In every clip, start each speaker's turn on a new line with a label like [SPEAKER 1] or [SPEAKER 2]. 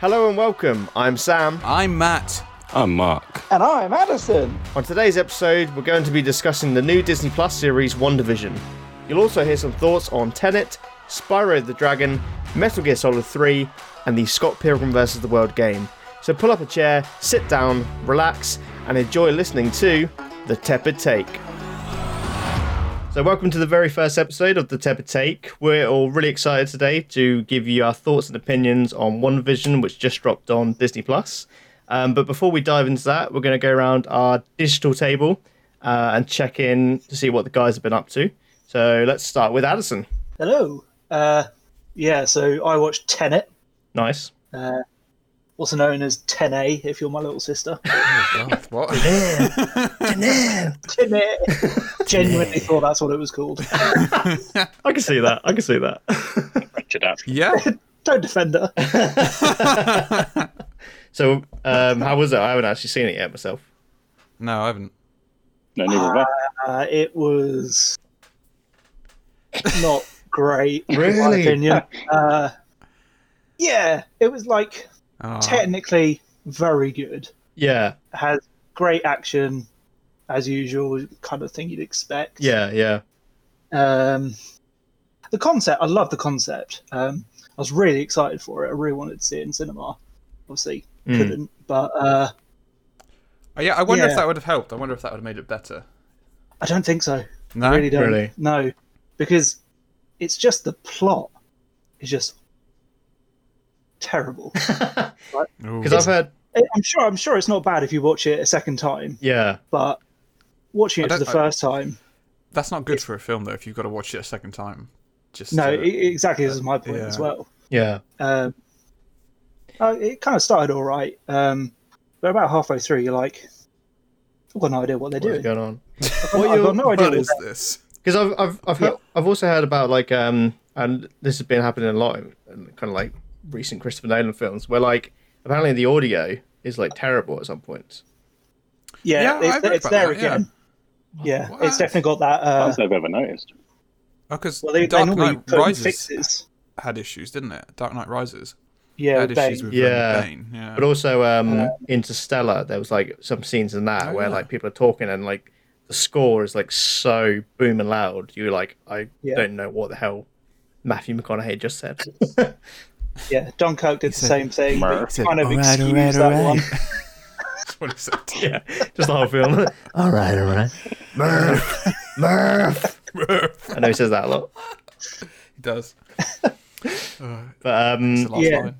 [SPEAKER 1] Hello and welcome. I'm Sam.
[SPEAKER 2] I'm Matt.
[SPEAKER 3] I'm Mark.
[SPEAKER 4] And I'm Addison.
[SPEAKER 1] On today's episode, we're going to be discussing the new Disney Plus series WandaVision. You'll also hear some thoughts on Tenet, Spyro the Dragon, Metal Gear Solid 3, and the Scott Pilgrim vs. the World game. So pull up a chair, sit down, relax, and enjoy listening to The Tepid Take. So, welcome to the very first episode of The Tepid Take. We're all really excited today to give you our thoughts and opinions on One Vision, which just dropped on Disney Plus. Um, but before we dive into that, we're going to go around our digital table uh, and check in to see what the guys have been up to. So, let's start with Addison.
[SPEAKER 4] Hello. Uh, yeah, so I watched Tenet,
[SPEAKER 1] Nice.
[SPEAKER 4] also known as 10A, if you're my little sister.
[SPEAKER 2] Oh, God, what?
[SPEAKER 4] Tenet. Genuinely thought that's what it was called.
[SPEAKER 1] I can see that. I can see that.
[SPEAKER 2] yeah.
[SPEAKER 4] Don't defend her.
[SPEAKER 1] So, um, how was it? I haven't actually seen it yet myself.
[SPEAKER 2] No, I haven't.
[SPEAKER 3] No, neither have I.
[SPEAKER 4] Uh, it was not great, in my
[SPEAKER 1] Really?
[SPEAKER 4] opinion. Uh, yeah, it was like
[SPEAKER 2] Oh.
[SPEAKER 4] technically very good.
[SPEAKER 1] Yeah,
[SPEAKER 4] Has great action, as usual, kind of thing you'd expect.
[SPEAKER 1] yeah, yeah.
[SPEAKER 4] Um, the concept, I love the concept. Um, I was really excited for it. I really wanted to see it in cinema. Obviously,
[SPEAKER 2] Hmm.
[SPEAKER 1] Mm.
[SPEAKER 4] couldn't. But uh,
[SPEAKER 2] Oh, yeah, I wonder if
[SPEAKER 4] Yeah.
[SPEAKER 2] that would have helped. I wonder if that would have made it better.
[SPEAKER 4] I don't think so.
[SPEAKER 2] No.
[SPEAKER 4] really don't.
[SPEAKER 1] Really?
[SPEAKER 4] No, because it's just the plot is just terrible.
[SPEAKER 1] Because I've heard,
[SPEAKER 4] I- I'm sure. I'm sure it's not bad if you watch it a second time,
[SPEAKER 1] yeah,
[SPEAKER 4] but
[SPEAKER 2] I
[SPEAKER 4] watching it for
[SPEAKER 2] don't-
[SPEAKER 4] the first time,
[SPEAKER 2] That's not good for a film though. If you've got to watch it a second time, just
[SPEAKER 4] no,
[SPEAKER 2] to-
[SPEAKER 4] e- exactly. This is my point
[SPEAKER 2] yeah.
[SPEAKER 4] as well.
[SPEAKER 1] yeah,
[SPEAKER 4] Um, uh, it kind of started all right, um, but about halfway through, you're like, I've got no idea what they're
[SPEAKER 1] what's
[SPEAKER 4] doing.
[SPEAKER 1] going on?
[SPEAKER 4] I've,
[SPEAKER 2] What
[SPEAKER 4] got no idea.
[SPEAKER 2] butt
[SPEAKER 4] What
[SPEAKER 2] is
[SPEAKER 4] they're-
[SPEAKER 2] this?
[SPEAKER 1] Because I've, I've, I've, heard,
[SPEAKER 4] Yeah.
[SPEAKER 1] I've also heard about like, um, and this has been happening a lot, in kind of like recent Christopher Nolan films, where like apparently the audio is like terrible at some points.
[SPEAKER 2] Yeah,
[SPEAKER 4] yeah,
[SPEAKER 2] I've
[SPEAKER 4] it's,
[SPEAKER 2] heard
[SPEAKER 4] it's
[SPEAKER 2] about
[SPEAKER 4] there
[SPEAKER 2] that, yeah.
[SPEAKER 4] again. Yeah,
[SPEAKER 2] What?
[SPEAKER 4] it's definitely got that. Uh,
[SPEAKER 3] As I've ever noticed.
[SPEAKER 2] Oh, because
[SPEAKER 4] well, they, they
[SPEAKER 2] Dark
[SPEAKER 4] normally
[SPEAKER 2] Knight
[SPEAKER 4] put in
[SPEAKER 2] Rises
[SPEAKER 4] fixes.
[SPEAKER 2] had issues, didn't it? Dark Knight Rises
[SPEAKER 4] Yeah,
[SPEAKER 2] had
[SPEAKER 4] with
[SPEAKER 2] issues
[SPEAKER 4] Bane.
[SPEAKER 2] with
[SPEAKER 1] Yeah.
[SPEAKER 2] um, Bane. Yeah.
[SPEAKER 1] But also, um, Interstellar, there was like some scenes in that
[SPEAKER 2] Oh,
[SPEAKER 1] where
[SPEAKER 2] yeah.
[SPEAKER 1] like people are talking and like the score is like so booming loud. You're like, I
[SPEAKER 4] Yeah.
[SPEAKER 1] don't know what the hell Matthew McConaughey just said.
[SPEAKER 4] Yeah, Dunkirk did the
[SPEAKER 2] said-
[SPEAKER 4] same thing. but
[SPEAKER 3] Murph.
[SPEAKER 4] Kind of
[SPEAKER 2] Alright,
[SPEAKER 4] excused
[SPEAKER 2] alright,
[SPEAKER 4] that
[SPEAKER 2] alright.
[SPEAKER 4] one.
[SPEAKER 2] That's what he said.
[SPEAKER 1] yeah, just the whole film. all right, all right. Murph, Murph. I know he says that a lot,
[SPEAKER 2] he does. Uh,
[SPEAKER 1] but
[SPEAKER 2] it's
[SPEAKER 1] um,
[SPEAKER 2] the last
[SPEAKER 4] Yeah.
[SPEAKER 2] line.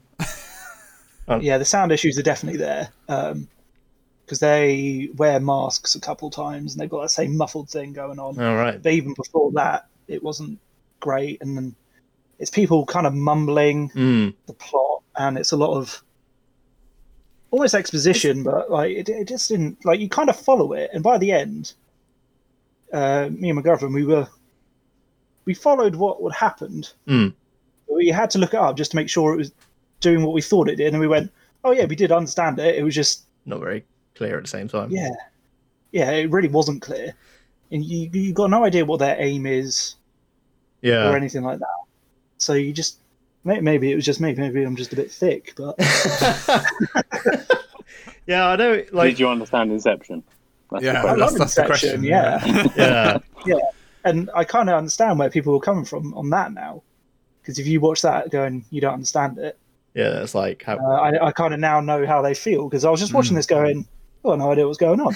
[SPEAKER 4] Yeah, the sound issues are definitely there because they wear masks a couple times and they've got that same muffled thing going on.
[SPEAKER 1] all right.
[SPEAKER 4] But even before that, it wasn't great, and then it's people kind of mumbling
[SPEAKER 1] Mm,
[SPEAKER 4] the plot, and it's a lot of almost exposition, but like it, it just didn't like you kind of follow it, and by the end, uh, me and my girlfriend we were we followed what would happened.
[SPEAKER 1] Mm.
[SPEAKER 4] But We had to look it up just to make sure it was doing what we thought it did, and we went, "Oh yeah, we did understand it. It was just
[SPEAKER 1] not very clear at the same time.
[SPEAKER 4] yeah, yeah, it really wasn't clear." And you you got no idea what their aim is
[SPEAKER 1] yeah.
[SPEAKER 4] or anything like that. So you just may- maybe it was just me. Maybe I'm just a bit thick, but
[SPEAKER 1] Yeah, I know. Like,
[SPEAKER 3] Did you understand Inception? That's
[SPEAKER 2] Yeah.
[SPEAKER 3] the
[SPEAKER 4] I
[SPEAKER 3] question.
[SPEAKER 4] love
[SPEAKER 2] that's- that's the
[SPEAKER 4] Inception,
[SPEAKER 2] question,
[SPEAKER 4] Yeah.
[SPEAKER 1] yeah,
[SPEAKER 4] and I kind of understand where people were coming from on that now, because if you watch that going, you don't understand it.
[SPEAKER 1] yeah. It's like how,
[SPEAKER 4] Uh, I, I kind of now know how they feel because I was just
[SPEAKER 2] Hmm.
[SPEAKER 4] watching this going, oh, no idea what's going on.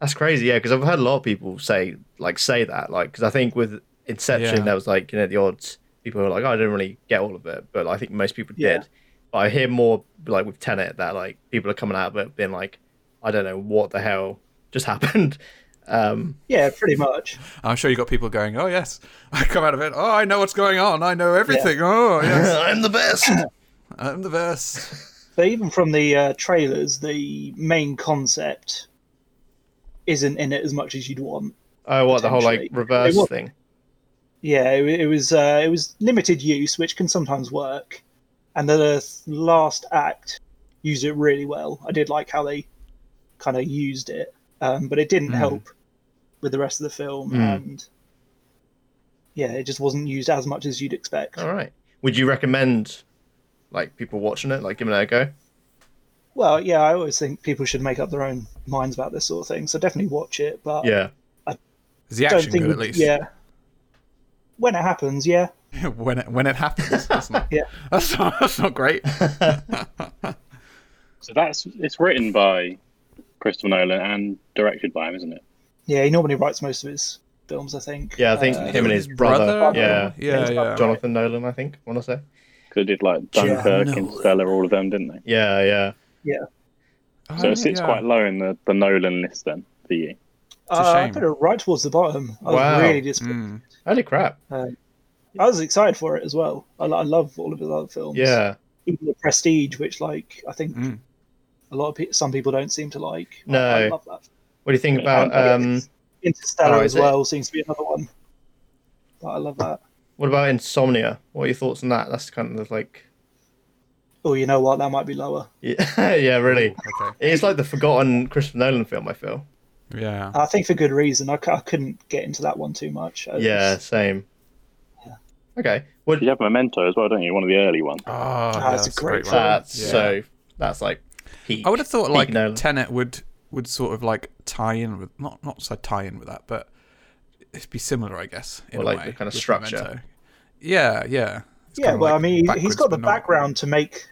[SPEAKER 1] that's crazy. Yeah, because I've heard a lot of people say like say that. Like, because I think with Inception,
[SPEAKER 2] Yeah.
[SPEAKER 1] there was like you know the odds people were like, oh, I didn't really get all of it, but I think most people
[SPEAKER 4] Yeah.
[SPEAKER 1] did. But I hear more like with Tenet that like people are coming out of it being like, I don't know what the hell just happened. Um,
[SPEAKER 4] yeah, pretty much.
[SPEAKER 2] I'm sure you got people going, "Oh yes, I come out of it. Oh, I know what's going on. I know everything. Oh yes,
[SPEAKER 1] I'm the best.
[SPEAKER 2] I'm the best."
[SPEAKER 4] But even from the uh, trailers, the main concept isn't in it as much as you'd want.
[SPEAKER 1] oh, what the whole like
[SPEAKER 4] Potentially.
[SPEAKER 1] reverse
[SPEAKER 4] It was-
[SPEAKER 1] thing?
[SPEAKER 4] Yeah, it, wa- it was uh, it was limited use, which can sometimes work, and the last act used it really well. I did like how they kind of used it, um, but it didn't
[SPEAKER 1] Hmm.
[SPEAKER 2] Mm.
[SPEAKER 4] help with the rest of the film,
[SPEAKER 1] Mm.
[SPEAKER 4] and yeah, it just wasn't used as much as you'd expect.
[SPEAKER 1] All right. Would you recommend Like people watching it, like giving it a go.
[SPEAKER 4] Well, yeah, I always think people should make up their own minds about this sort of thing. So definitely watch it, but
[SPEAKER 1] Yeah,
[SPEAKER 2] Is the
[SPEAKER 4] I don't
[SPEAKER 2] action
[SPEAKER 4] think
[SPEAKER 2] good at least?
[SPEAKER 4] yeah. When it happens, yeah.
[SPEAKER 2] when it when it happens. That's not,
[SPEAKER 4] Yeah.
[SPEAKER 2] that's not that's not great.
[SPEAKER 3] So that's it's written by Christopher Nolan and directed by him, isn't it?
[SPEAKER 4] Yeah, he normally writes most of his films, I think.
[SPEAKER 1] yeah. I think
[SPEAKER 4] Uh,
[SPEAKER 1] him and his brother, yeah,
[SPEAKER 2] yeah, yeah.
[SPEAKER 1] Jonathan Nolan. I think. Want to say?
[SPEAKER 3] Because they did like Dunkirk,
[SPEAKER 2] Nolan.
[SPEAKER 3] Interstellar, all of them, didn't they?
[SPEAKER 1] Yeah, yeah.
[SPEAKER 2] Oh,
[SPEAKER 3] So it sits
[SPEAKER 2] yeah.
[SPEAKER 3] quite low in the, the Nolan list then for you.
[SPEAKER 4] uh, I
[SPEAKER 2] shame.
[SPEAKER 4] put it right towards the bottom. I was
[SPEAKER 1] Wow.
[SPEAKER 4] really just,
[SPEAKER 2] Mm.
[SPEAKER 1] Holy crap!
[SPEAKER 4] I was excited for it as well. I, lo- I love all of his other films.
[SPEAKER 1] Yeah.
[SPEAKER 4] even the Prestige, which like I think
[SPEAKER 2] Mm.
[SPEAKER 4] a lot of pe- some people don't seem to like. I-
[SPEAKER 1] No.
[SPEAKER 4] I, love that.
[SPEAKER 1] What do you think about
[SPEAKER 3] Yeah.
[SPEAKER 1] um?
[SPEAKER 4] Interstellar
[SPEAKER 1] Oh, is
[SPEAKER 4] as
[SPEAKER 1] it?
[SPEAKER 4] well seems to be another one. But I love that.
[SPEAKER 1] What about Insomnia? What are your thoughts on that? That's kind of like.
[SPEAKER 4] Oh, you know what? That might be lower.
[SPEAKER 1] Yeah, yeah, really.
[SPEAKER 2] Okay.
[SPEAKER 1] It's like the forgotten Christopher Nolan film. I feel.
[SPEAKER 2] Yeah.
[SPEAKER 4] I think for good reason. I, c- I couldn't get into that one too much. I was-
[SPEAKER 1] Yeah, same. Okay. What?
[SPEAKER 3] You have Memento as well, don't you? One of the early ones.
[SPEAKER 2] Oh,
[SPEAKER 4] Ah, it's
[SPEAKER 2] that's
[SPEAKER 4] a great
[SPEAKER 2] one.
[SPEAKER 1] That's
[SPEAKER 2] Yeah.
[SPEAKER 1] so. That's like. Peak.
[SPEAKER 2] I would have thought like
[SPEAKER 1] Peak Nolan.
[SPEAKER 2] Tenet would would sort of like tie in with not not so tie in with that, but it'd be similar, I guess. In
[SPEAKER 1] Or,
[SPEAKER 2] a
[SPEAKER 1] like, the
[SPEAKER 2] way,
[SPEAKER 1] kind of
[SPEAKER 2] with
[SPEAKER 1] structure.
[SPEAKER 2] Memento. Yeah, yeah. It's
[SPEAKER 4] Yeah,
[SPEAKER 2] kind of
[SPEAKER 4] well,
[SPEAKER 2] like
[SPEAKER 4] I mean, he- he's
[SPEAKER 2] backwards,
[SPEAKER 4] got the
[SPEAKER 2] but not-
[SPEAKER 4] background to make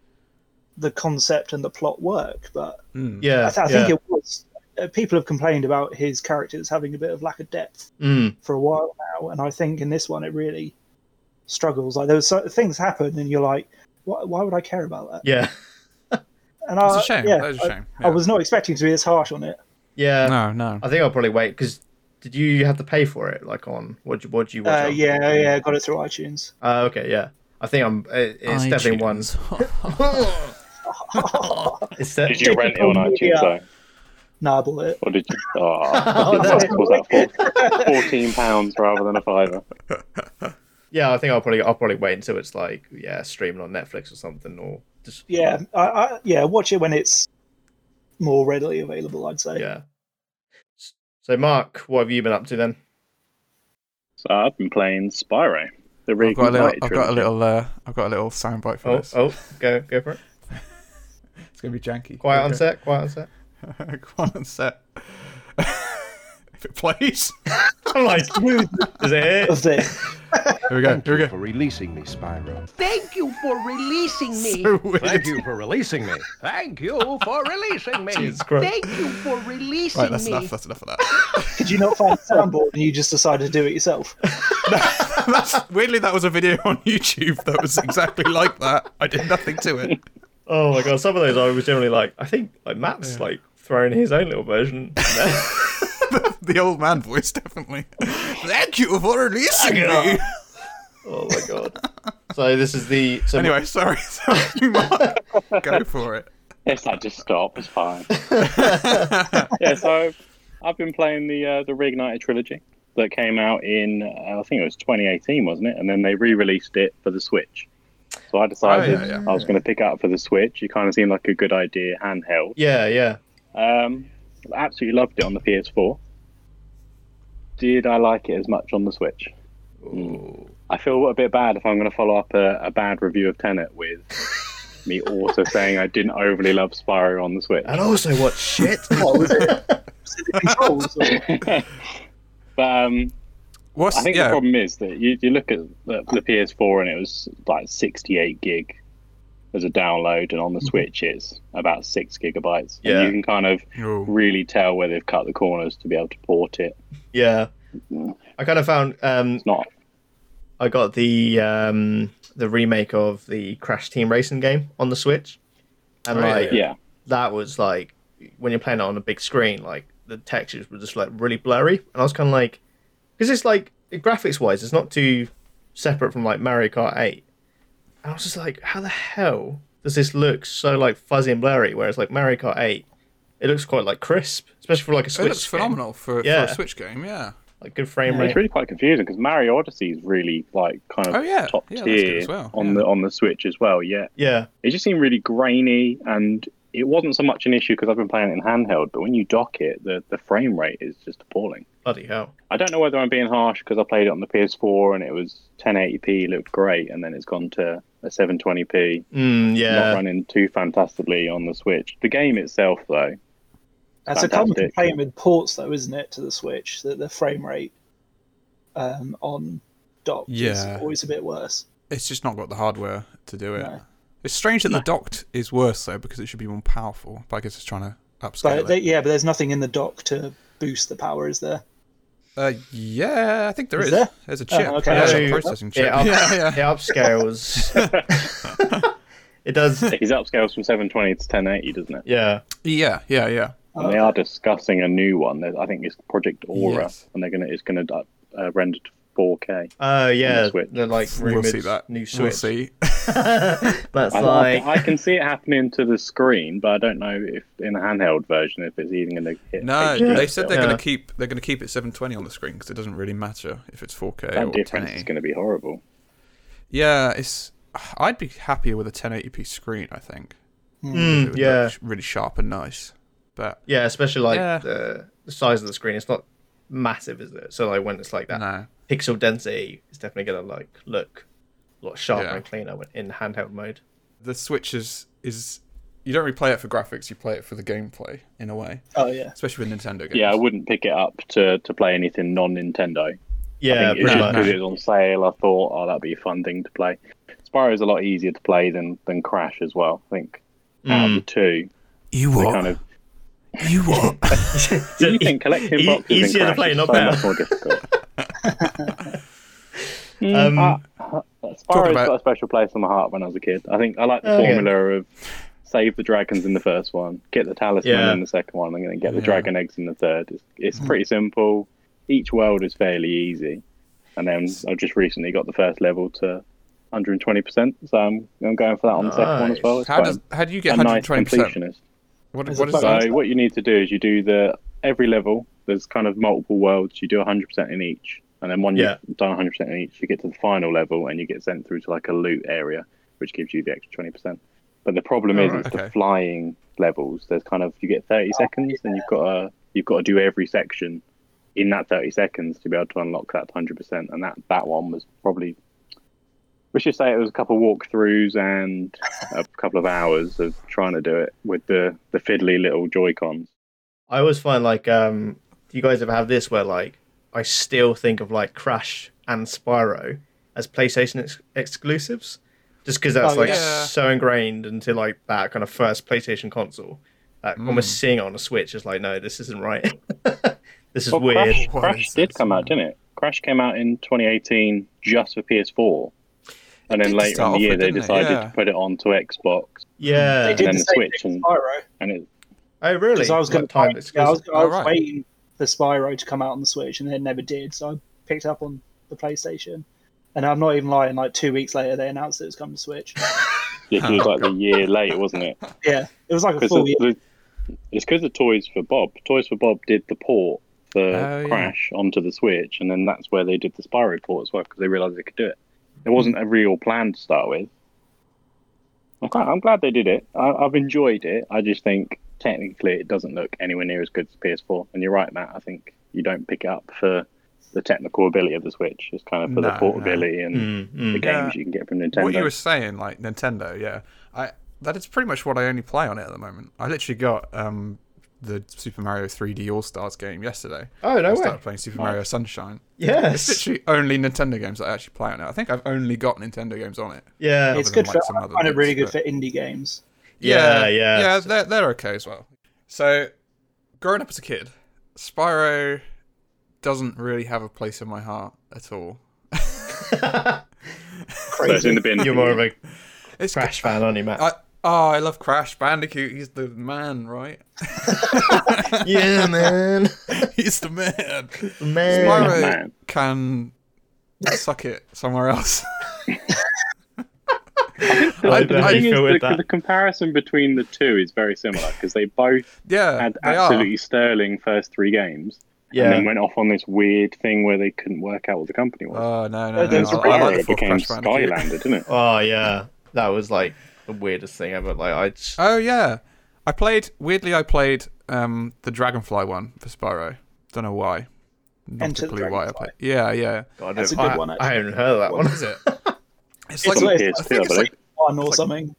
[SPEAKER 4] the concept and the plot work, but
[SPEAKER 2] Mm.
[SPEAKER 1] Yeah.
[SPEAKER 4] I, th- I
[SPEAKER 1] yeah.
[SPEAKER 4] think it was. Uh, people have complained about his characters having a bit of lack of depth
[SPEAKER 1] Mm,
[SPEAKER 4] for a while now, and I think in this one it really struggles. Like those so, things happen, and you're like, why, why would I care about that?
[SPEAKER 1] yeah.
[SPEAKER 4] And I,
[SPEAKER 2] It's a shame.
[SPEAKER 4] Yeah,
[SPEAKER 2] that is a
[SPEAKER 4] I-
[SPEAKER 2] shame.
[SPEAKER 4] I, was not expecting to be this harsh on it.
[SPEAKER 1] Yeah.
[SPEAKER 2] no, no.
[SPEAKER 1] I think I'll probably wait because did you have to pay for it? Like on what? What do you watch?
[SPEAKER 4] Uh,
[SPEAKER 1] on?
[SPEAKER 4] yeah, yeah, got it through iTunes.
[SPEAKER 1] Uh, okay. Yeah. I think I'm. It, it's definitely one. It's de-
[SPEAKER 3] Did you rent it on
[SPEAKER 4] Oh,
[SPEAKER 3] iTunes
[SPEAKER 4] yeah.
[SPEAKER 3] though?
[SPEAKER 4] No, I bought it.
[SPEAKER 3] Or did you? Oh, what was that? Four, Fourteen pounds rather than a fiver.
[SPEAKER 1] yeah, I think I'll probably. I'll probably wait until it's like yeah, streaming on Netflix or something, or just
[SPEAKER 4] Yeah, I, I, yeah, watch it when it's more readily available. I'd say.
[SPEAKER 1] yeah. S- So, Mark, what have you been up to then?
[SPEAKER 3] So I've been playing Spyro. The
[SPEAKER 2] I've got a little.
[SPEAKER 3] Reignited
[SPEAKER 2] I've got a
[SPEAKER 3] trilogy.
[SPEAKER 2] little. Uh, I've got a little soundbite for
[SPEAKER 1] Oh,
[SPEAKER 2] this.
[SPEAKER 1] oh, go, go for it.
[SPEAKER 2] It's gonna be janky.
[SPEAKER 1] Quiet on
[SPEAKER 2] Okay.
[SPEAKER 1] set. Quiet on set.
[SPEAKER 2] Quiet on set. if it plays.
[SPEAKER 1] I'm like, is it? here?
[SPEAKER 4] Of this,
[SPEAKER 2] Here we go. Here we
[SPEAKER 5] for
[SPEAKER 2] go.
[SPEAKER 5] releasing me, Spyro.
[SPEAKER 6] Thank you for releasing me.
[SPEAKER 2] So weird.
[SPEAKER 5] Thank you for releasing me. Thank you for releasing me.
[SPEAKER 1] Jesus Christ.
[SPEAKER 6] Thank you for releasing
[SPEAKER 2] Right, that's
[SPEAKER 6] me.
[SPEAKER 2] enough. That's enough of that.
[SPEAKER 4] did you not find a soundboard and you just decided to do it yourself?
[SPEAKER 2] that's, weirdly, that was a video on YouTube that was exactly like that. I did nothing to it.
[SPEAKER 1] Oh my god, some of those I was generally like, I think like Matt's like throwing his own little version.
[SPEAKER 2] The old man voice, definitely. Thank you for releasing me.
[SPEAKER 1] oh my god. So this is the so
[SPEAKER 2] Anyway, sorry. sorry you Mark. Go for it.
[SPEAKER 3] It's like just stop. It's fine. yeah, so I've been playing the uh, the Reignited trilogy that came out in uh, I think it was 2018, wasn't it? And then they re-released it for the Switch. So I decided
[SPEAKER 2] Oh, yeah, yeah.
[SPEAKER 3] I was going to pick it up for the Switch. It kind of seemed like a good idea handheld.
[SPEAKER 1] Yeah, yeah.
[SPEAKER 3] Um, absolutely loved it on the PS4. Did I like it as much on the Switch? I feel a bit bad if I'm going to follow up a, a bad review of Tenet with me also saying I didn't overly love Spyro on the Switch.
[SPEAKER 1] And also what shit?
[SPEAKER 4] Was it the controls? Or,
[SPEAKER 2] Oh.
[SPEAKER 3] But um,
[SPEAKER 2] What's
[SPEAKER 3] I think
[SPEAKER 2] yeah?
[SPEAKER 3] the problem is that you, you look at the, the PS4 and it was like 68 gig as a download, and on
[SPEAKER 2] Mm-hmm.
[SPEAKER 3] the Switch it's about six gigabytes.
[SPEAKER 1] Yeah.
[SPEAKER 3] And you can kind of
[SPEAKER 2] Oh.
[SPEAKER 3] really tell where they've cut the corners to be able to port it.
[SPEAKER 1] yeah. I kind of found um
[SPEAKER 3] It's not
[SPEAKER 1] I got the um the remake of the Crash Team Racing game on the Switch. And
[SPEAKER 2] Oh, yeah,
[SPEAKER 1] like
[SPEAKER 3] yeah.
[SPEAKER 1] that was like when you're playing it on a big screen, like the textures were just like really blurry, and I was kind of like, because it's like graphics wise, it's not too separate from like Mario Kart Eight, and I was just like, how the hell does this look so like fuzzy and blurry? Whereas like Mario Kart Eight, it looks quite like crisp, especially for like a
[SPEAKER 2] It
[SPEAKER 1] Switch.
[SPEAKER 2] looks
[SPEAKER 1] game.
[SPEAKER 2] phenomenal for,
[SPEAKER 1] Yeah.
[SPEAKER 2] for a Switch game. Yeah.
[SPEAKER 1] like good frame
[SPEAKER 3] It's
[SPEAKER 1] rate.
[SPEAKER 3] really quite confusing because Mario Odyssey is really like kind of
[SPEAKER 2] Oh, yeah.
[SPEAKER 3] top
[SPEAKER 2] Yeah, that's good
[SPEAKER 3] tier
[SPEAKER 2] as well,
[SPEAKER 3] on
[SPEAKER 2] yeah.
[SPEAKER 3] the on the Switch as well. Yeah,
[SPEAKER 1] Yeah,
[SPEAKER 3] it just seemed really grainy and it wasn't so much an issue because I've been playing it in handheld, but when you dock it, the, the frame rate is just appalling.
[SPEAKER 1] Bloody hell.
[SPEAKER 3] I don't know whether I'm being harsh because I played it on the PS4 and it was 1080p, looked great, and then it's gone to a 720p,
[SPEAKER 1] Mm,
[SPEAKER 3] not
[SPEAKER 1] yeah.
[SPEAKER 3] running too fantastically on the Switch. The game itself, though,
[SPEAKER 4] That's a common
[SPEAKER 3] Fantastic.
[SPEAKER 4] complaint with ports, though, isn't it, to the Switch that the frame rate um, on dock
[SPEAKER 2] Yeah.
[SPEAKER 4] is always a bit worse.
[SPEAKER 2] It's just not got the hardware to do it.
[SPEAKER 4] No.
[SPEAKER 2] It's strange that the docked is worse though because it should be more powerful. But I guess it's trying to upscale
[SPEAKER 4] But they,
[SPEAKER 2] it.
[SPEAKER 4] yeah, but there's nothing in the dock to boost the power, is there?
[SPEAKER 2] Uh, yeah, I think there is.
[SPEAKER 4] Is there?
[SPEAKER 2] There's a
[SPEAKER 4] Oh,
[SPEAKER 2] chip.
[SPEAKER 4] okay.
[SPEAKER 2] Yeah, a
[SPEAKER 1] Yeah.
[SPEAKER 2] processing chip.
[SPEAKER 1] It, up,
[SPEAKER 2] yeah,
[SPEAKER 1] it
[SPEAKER 2] yeah.
[SPEAKER 1] upscales. it does.
[SPEAKER 3] it's upscales from 720 to 1080, doesn't it?
[SPEAKER 1] Yeah.
[SPEAKER 2] Yeah, yeah, yeah.
[SPEAKER 3] And they are discussing a new one. There's- I think it's Project Aura,
[SPEAKER 2] Yes.
[SPEAKER 3] and they're gonna it's gonna uh, render to 4K.
[SPEAKER 1] Oh yeah.
[SPEAKER 3] Switch.
[SPEAKER 1] They're like
[SPEAKER 2] We'll
[SPEAKER 1] rumored
[SPEAKER 2] see that.
[SPEAKER 1] new
[SPEAKER 2] We'll
[SPEAKER 1] Switch.
[SPEAKER 2] see.
[SPEAKER 1] That's
[SPEAKER 3] I,
[SPEAKER 1] like
[SPEAKER 3] I, I can see it happening to the screen, but I don't know if in the handheld version if it's even gonna hit.
[SPEAKER 2] No,
[SPEAKER 3] HD
[SPEAKER 2] they said they're
[SPEAKER 1] Yeah.
[SPEAKER 2] going to keep they're going to keep it 720 on the screen because it doesn't really matter if it's 4K or
[SPEAKER 3] that difference
[SPEAKER 2] 1080.
[SPEAKER 3] is going to be horrible.
[SPEAKER 2] Yeah, it's. I'd be happier with a 1080p screen. I think.
[SPEAKER 1] Mm,
[SPEAKER 2] It would
[SPEAKER 1] yeah,
[SPEAKER 2] look sh- really sharp and nice. But
[SPEAKER 1] yeah. Especially like
[SPEAKER 2] Yeah.
[SPEAKER 1] The, the size of the screen. It's not massive, is it? So like when it's like that
[SPEAKER 2] no,
[SPEAKER 1] pixel density, it's definitely gonna like look a lot sharper
[SPEAKER 2] Yeah.
[SPEAKER 1] and cleaner when- in handheld mode.
[SPEAKER 2] the Switch is is you don't really play it for graphics. You play it for the gameplay in a way,
[SPEAKER 4] Oh yeah,
[SPEAKER 2] especially with Nintendo games.
[SPEAKER 3] Yeah, I wouldn't pick it up to, to play anything non Nintendo.
[SPEAKER 1] Yeah,
[SPEAKER 3] it's
[SPEAKER 1] pretty
[SPEAKER 3] just
[SPEAKER 1] much.
[SPEAKER 3] because it was on sale. I thought, oh, that'd be a fun thing to play. Spyro is a lot easier to play than, than Crash as well. I think out of
[SPEAKER 1] Hmm.
[SPEAKER 3] the two,
[SPEAKER 2] You
[SPEAKER 3] they
[SPEAKER 2] what?
[SPEAKER 3] kind of
[SPEAKER 2] You what?
[SPEAKER 3] Do you think collecting
[SPEAKER 1] e-
[SPEAKER 3] boxes in
[SPEAKER 1] easier to
[SPEAKER 3] Crash
[SPEAKER 1] play,
[SPEAKER 3] is
[SPEAKER 1] not
[SPEAKER 3] so
[SPEAKER 1] better?
[SPEAKER 3] much more difficult?
[SPEAKER 1] Um,
[SPEAKER 3] Spyro's
[SPEAKER 2] about-
[SPEAKER 3] got a special place in my heart when I was a kid. I think I like the
[SPEAKER 1] Okay.
[SPEAKER 3] formula of save the dragons in the first one, get the talisman
[SPEAKER 1] Yeah.
[SPEAKER 3] in the second one, and then get the
[SPEAKER 2] Yeah. Hmm.
[SPEAKER 3] dragon eggs in the third. It's, it's pretty simple. Each world is fairly easy, and then I've just recently got the first level to 120%. So I'm, I'm going for that on the second one as well. It's
[SPEAKER 2] how
[SPEAKER 3] quite
[SPEAKER 2] does how do you
[SPEAKER 3] a
[SPEAKER 2] get
[SPEAKER 3] nice
[SPEAKER 2] 120? percent
[SPEAKER 3] completionist.
[SPEAKER 2] What,
[SPEAKER 4] There's
[SPEAKER 2] what
[SPEAKER 4] a
[SPEAKER 2] is
[SPEAKER 4] button.
[SPEAKER 2] that?
[SPEAKER 3] So what you need to do is you do the every level. There's kind of multiple worlds. You do 100% in each, and then when
[SPEAKER 1] Yeah.
[SPEAKER 3] you've done 100% in each, you get to the final level and you get sent through to like a loot area, which gives you the extra 20%. But the problem is,
[SPEAKER 2] Alright,
[SPEAKER 3] it's
[SPEAKER 2] okay.
[SPEAKER 3] the flying levels. There's kind of you get 30 seconds, and you've got to you've got to do every section in that 30 seconds to be able to unlock that 100%. And that that one was probably. We should say it was a couple of walkthroughs and a couple of hours of trying to do it with the, the fiddly little Joy Cons.
[SPEAKER 1] I always find like um, do you guys ever have this where like I still think of like Crash and Spyro as PlayStation ex- exclusives, just because that's
[SPEAKER 4] Oh,
[SPEAKER 1] like
[SPEAKER 2] yeah.
[SPEAKER 1] so ingrained into like that kind of first PlayStation console. That almost seeing it on a Switch is like, no, this isn't right. this is
[SPEAKER 3] Well,
[SPEAKER 1] weird.
[SPEAKER 3] Crash,
[SPEAKER 2] What
[SPEAKER 3] Crash
[SPEAKER 2] is
[SPEAKER 3] did
[SPEAKER 2] this?
[SPEAKER 3] come out, didn't it? Crash came out in 2018 just for PS4. And then
[SPEAKER 2] did
[SPEAKER 3] later
[SPEAKER 2] start
[SPEAKER 3] in the
[SPEAKER 2] off
[SPEAKER 3] year,
[SPEAKER 2] with,
[SPEAKER 3] they
[SPEAKER 2] didn't it?
[SPEAKER 3] decided
[SPEAKER 2] Yeah.
[SPEAKER 3] to put it onto Xbox.
[SPEAKER 1] Yeah.
[SPEAKER 4] they did
[SPEAKER 3] then
[SPEAKER 4] the
[SPEAKER 3] the
[SPEAKER 4] same
[SPEAKER 3] Switch
[SPEAKER 4] thing with
[SPEAKER 3] and-
[SPEAKER 4] Spyro
[SPEAKER 3] And it,
[SPEAKER 1] Oh really?
[SPEAKER 4] because I was going
[SPEAKER 1] Like,
[SPEAKER 4] to time
[SPEAKER 1] timed
[SPEAKER 4] yeah, I was, I
[SPEAKER 2] Oh,
[SPEAKER 4] was
[SPEAKER 2] right.
[SPEAKER 4] waiting for Spyro to come out on the Switch, and it never did. So I picked up on the PlayStation, and I'm not even lying. Like two weeks later, they announced it was coming to Switch.
[SPEAKER 3] it was like
[SPEAKER 2] Oh,
[SPEAKER 3] a year late, wasn't it?
[SPEAKER 4] yeah, it was like a
[SPEAKER 3] Because
[SPEAKER 4] full year.
[SPEAKER 3] it's because of Toys for Bob. Toys for Bob did the port for
[SPEAKER 2] Oh, yeah.
[SPEAKER 3] Crash onto the Switch, and then that's where they did the Spyro port as well because they realised they could do it. There wasn't a real plan to start with. I'm, quite, I'm glad they did it. I, I've enjoyed it. I just think technically it doesn't look anywhere near as good as PS4. And you're right, Matt. I think you don't pick it up for the technical ability of the Switch. It's kind of for
[SPEAKER 2] No,
[SPEAKER 3] the
[SPEAKER 2] no.
[SPEAKER 3] portability and
[SPEAKER 1] Mm, mm.
[SPEAKER 3] the
[SPEAKER 2] Yeah.
[SPEAKER 3] games you can get from
[SPEAKER 2] Uh, What you
[SPEAKER 3] Nintendo.
[SPEAKER 2] were saying, like Nintendo, yeah. I that is pretty much what I only play on it at the moment. I literally got um the Super Mario 3D All Stars game yesterday.
[SPEAKER 1] Oh no
[SPEAKER 2] I
[SPEAKER 1] way!
[SPEAKER 2] started playing Super Mario Sunshine. It's
[SPEAKER 1] Yes.
[SPEAKER 2] literally only Nintendo games that I actually play on it. I think I've only got Nintendo games on it.
[SPEAKER 1] Yeah.
[SPEAKER 4] It's
[SPEAKER 2] than,
[SPEAKER 4] good
[SPEAKER 2] like,
[SPEAKER 4] for.
[SPEAKER 2] some
[SPEAKER 4] I
[SPEAKER 2] other
[SPEAKER 4] find it
[SPEAKER 2] bits,
[SPEAKER 4] really
[SPEAKER 2] but-
[SPEAKER 4] good for indie games.
[SPEAKER 1] Yeah, yeah.
[SPEAKER 2] yeah. They're they're okay as well. So, growing up as a kid, Spyro doesn't really have a place in my heart at all.
[SPEAKER 3] So it's in the bin.
[SPEAKER 1] You're more of a
[SPEAKER 2] It's
[SPEAKER 1] Crash fan, aren't you, Matt?
[SPEAKER 2] I, oh, I love Crash Bandicoot. He's the man, right?
[SPEAKER 1] yeah, man.
[SPEAKER 2] He's the man.
[SPEAKER 1] man.
[SPEAKER 2] Spyro
[SPEAKER 3] Man.
[SPEAKER 2] can suck it somewhere else.
[SPEAKER 3] The,
[SPEAKER 1] I
[SPEAKER 3] the
[SPEAKER 1] don't
[SPEAKER 3] thing is,
[SPEAKER 1] feel with
[SPEAKER 3] the,
[SPEAKER 1] that.
[SPEAKER 3] the comparison between the two is very similar because they both
[SPEAKER 2] yeah,
[SPEAKER 3] had
[SPEAKER 2] they
[SPEAKER 3] absolutely sterling first three games, and
[SPEAKER 1] Yeah.
[SPEAKER 3] then went off on this weird thing where they couldn't work out what the company was.
[SPEAKER 2] are. Oh no, no,
[SPEAKER 4] Uh,
[SPEAKER 2] no.
[SPEAKER 4] there's
[SPEAKER 2] I,
[SPEAKER 4] a
[SPEAKER 2] I
[SPEAKER 3] Spyro
[SPEAKER 2] like the fourth
[SPEAKER 3] became
[SPEAKER 2] Crash Bandicoot.
[SPEAKER 3] Skylander, didn't it?
[SPEAKER 1] Oh yeah, that was like the weirdest thing ever. Like I, just,
[SPEAKER 2] Oh yeah, I played weirdly. I played um, the Dragonfly one for Spyro. Don't know why. Not
[SPEAKER 4] Enter the
[SPEAKER 2] particularly why I
[SPEAKER 4] Dragonfly.
[SPEAKER 2] played. Yeah, yeah.
[SPEAKER 1] God,
[SPEAKER 4] That's
[SPEAKER 1] I-
[SPEAKER 4] a good one,
[SPEAKER 1] I
[SPEAKER 4] actually.
[SPEAKER 1] haven't heard of that one.
[SPEAKER 2] Is it? It's
[SPEAKER 4] It's
[SPEAKER 2] like,
[SPEAKER 4] like-
[SPEAKER 2] I think it's like
[SPEAKER 4] One or
[SPEAKER 2] It's like-
[SPEAKER 4] something.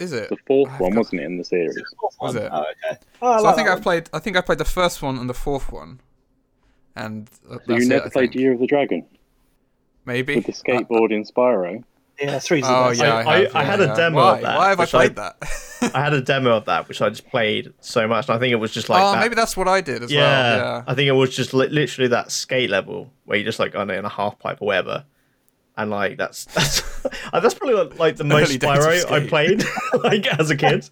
[SPEAKER 2] is it?
[SPEAKER 3] The fourth
[SPEAKER 2] I've
[SPEAKER 3] one
[SPEAKER 2] got-
[SPEAKER 3] wasn't it in the series?
[SPEAKER 2] Was it?
[SPEAKER 4] Oh, okay. Oh, I,
[SPEAKER 2] So I
[SPEAKER 4] like
[SPEAKER 2] think
[SPEAKER 4] that
[SPEAKER 2] I've played. I think I played the first one and the fourth one, and th-
[SPEAKER 3] So
[SPEAKER 2] that's
[SPEAKER 3] you
[SPEAKER 2] it,
[SPEAKER 3] never
[SPEAKER 2] I
[SPEAKER 3] played
[SPEAKER 2] think.
[SPEAKER 3] Year of the Dragon
[SPEAKER 2] Maybe
[SPEAKER 3] with the skateboard in Spyro.
[SPEAKER 4] one. Yeah, three's the
[SPEAKER 2] Oh
[SPEAKER 4] best.
[SPEAKER 2] yeah,
[SPEAKER 1] I- I-
[SPEAKER 2] I, have,
[SPEAKER 1] I
[SPEAKER 2] yeah,
[SPEAKER 1] had a
[SPEAKER 2] yeah.
[SPEAKER 1] demo
[SPEAKER 2] Why?
[SPEAKER 1] of that,
[SPEAKER 2] Why have I
[SPEAKER 1] which I-
[SPEAKER 2] played that?
[SPEAKER 1] I had a demo of that which I just played so much, and I think it was just like
[SPEAKER 2] oh,
[SPEAKER 1] that.
[SPEAKER 2] maybe that's what I did as
[SPEAKER 1] yeah,
[SPEAKER 2] well. Yeah.
[SPEAKER 1] I think it was just li- literally that skate level where you just like on in a half pipe or whatever, and like that's that's that's probably what, like the most
[SPEAKER 2] Early days of
[SPEAKER 1] Spyro I
[SPEAKER 2] skate.
[SPEAKER 1] played like as a kid.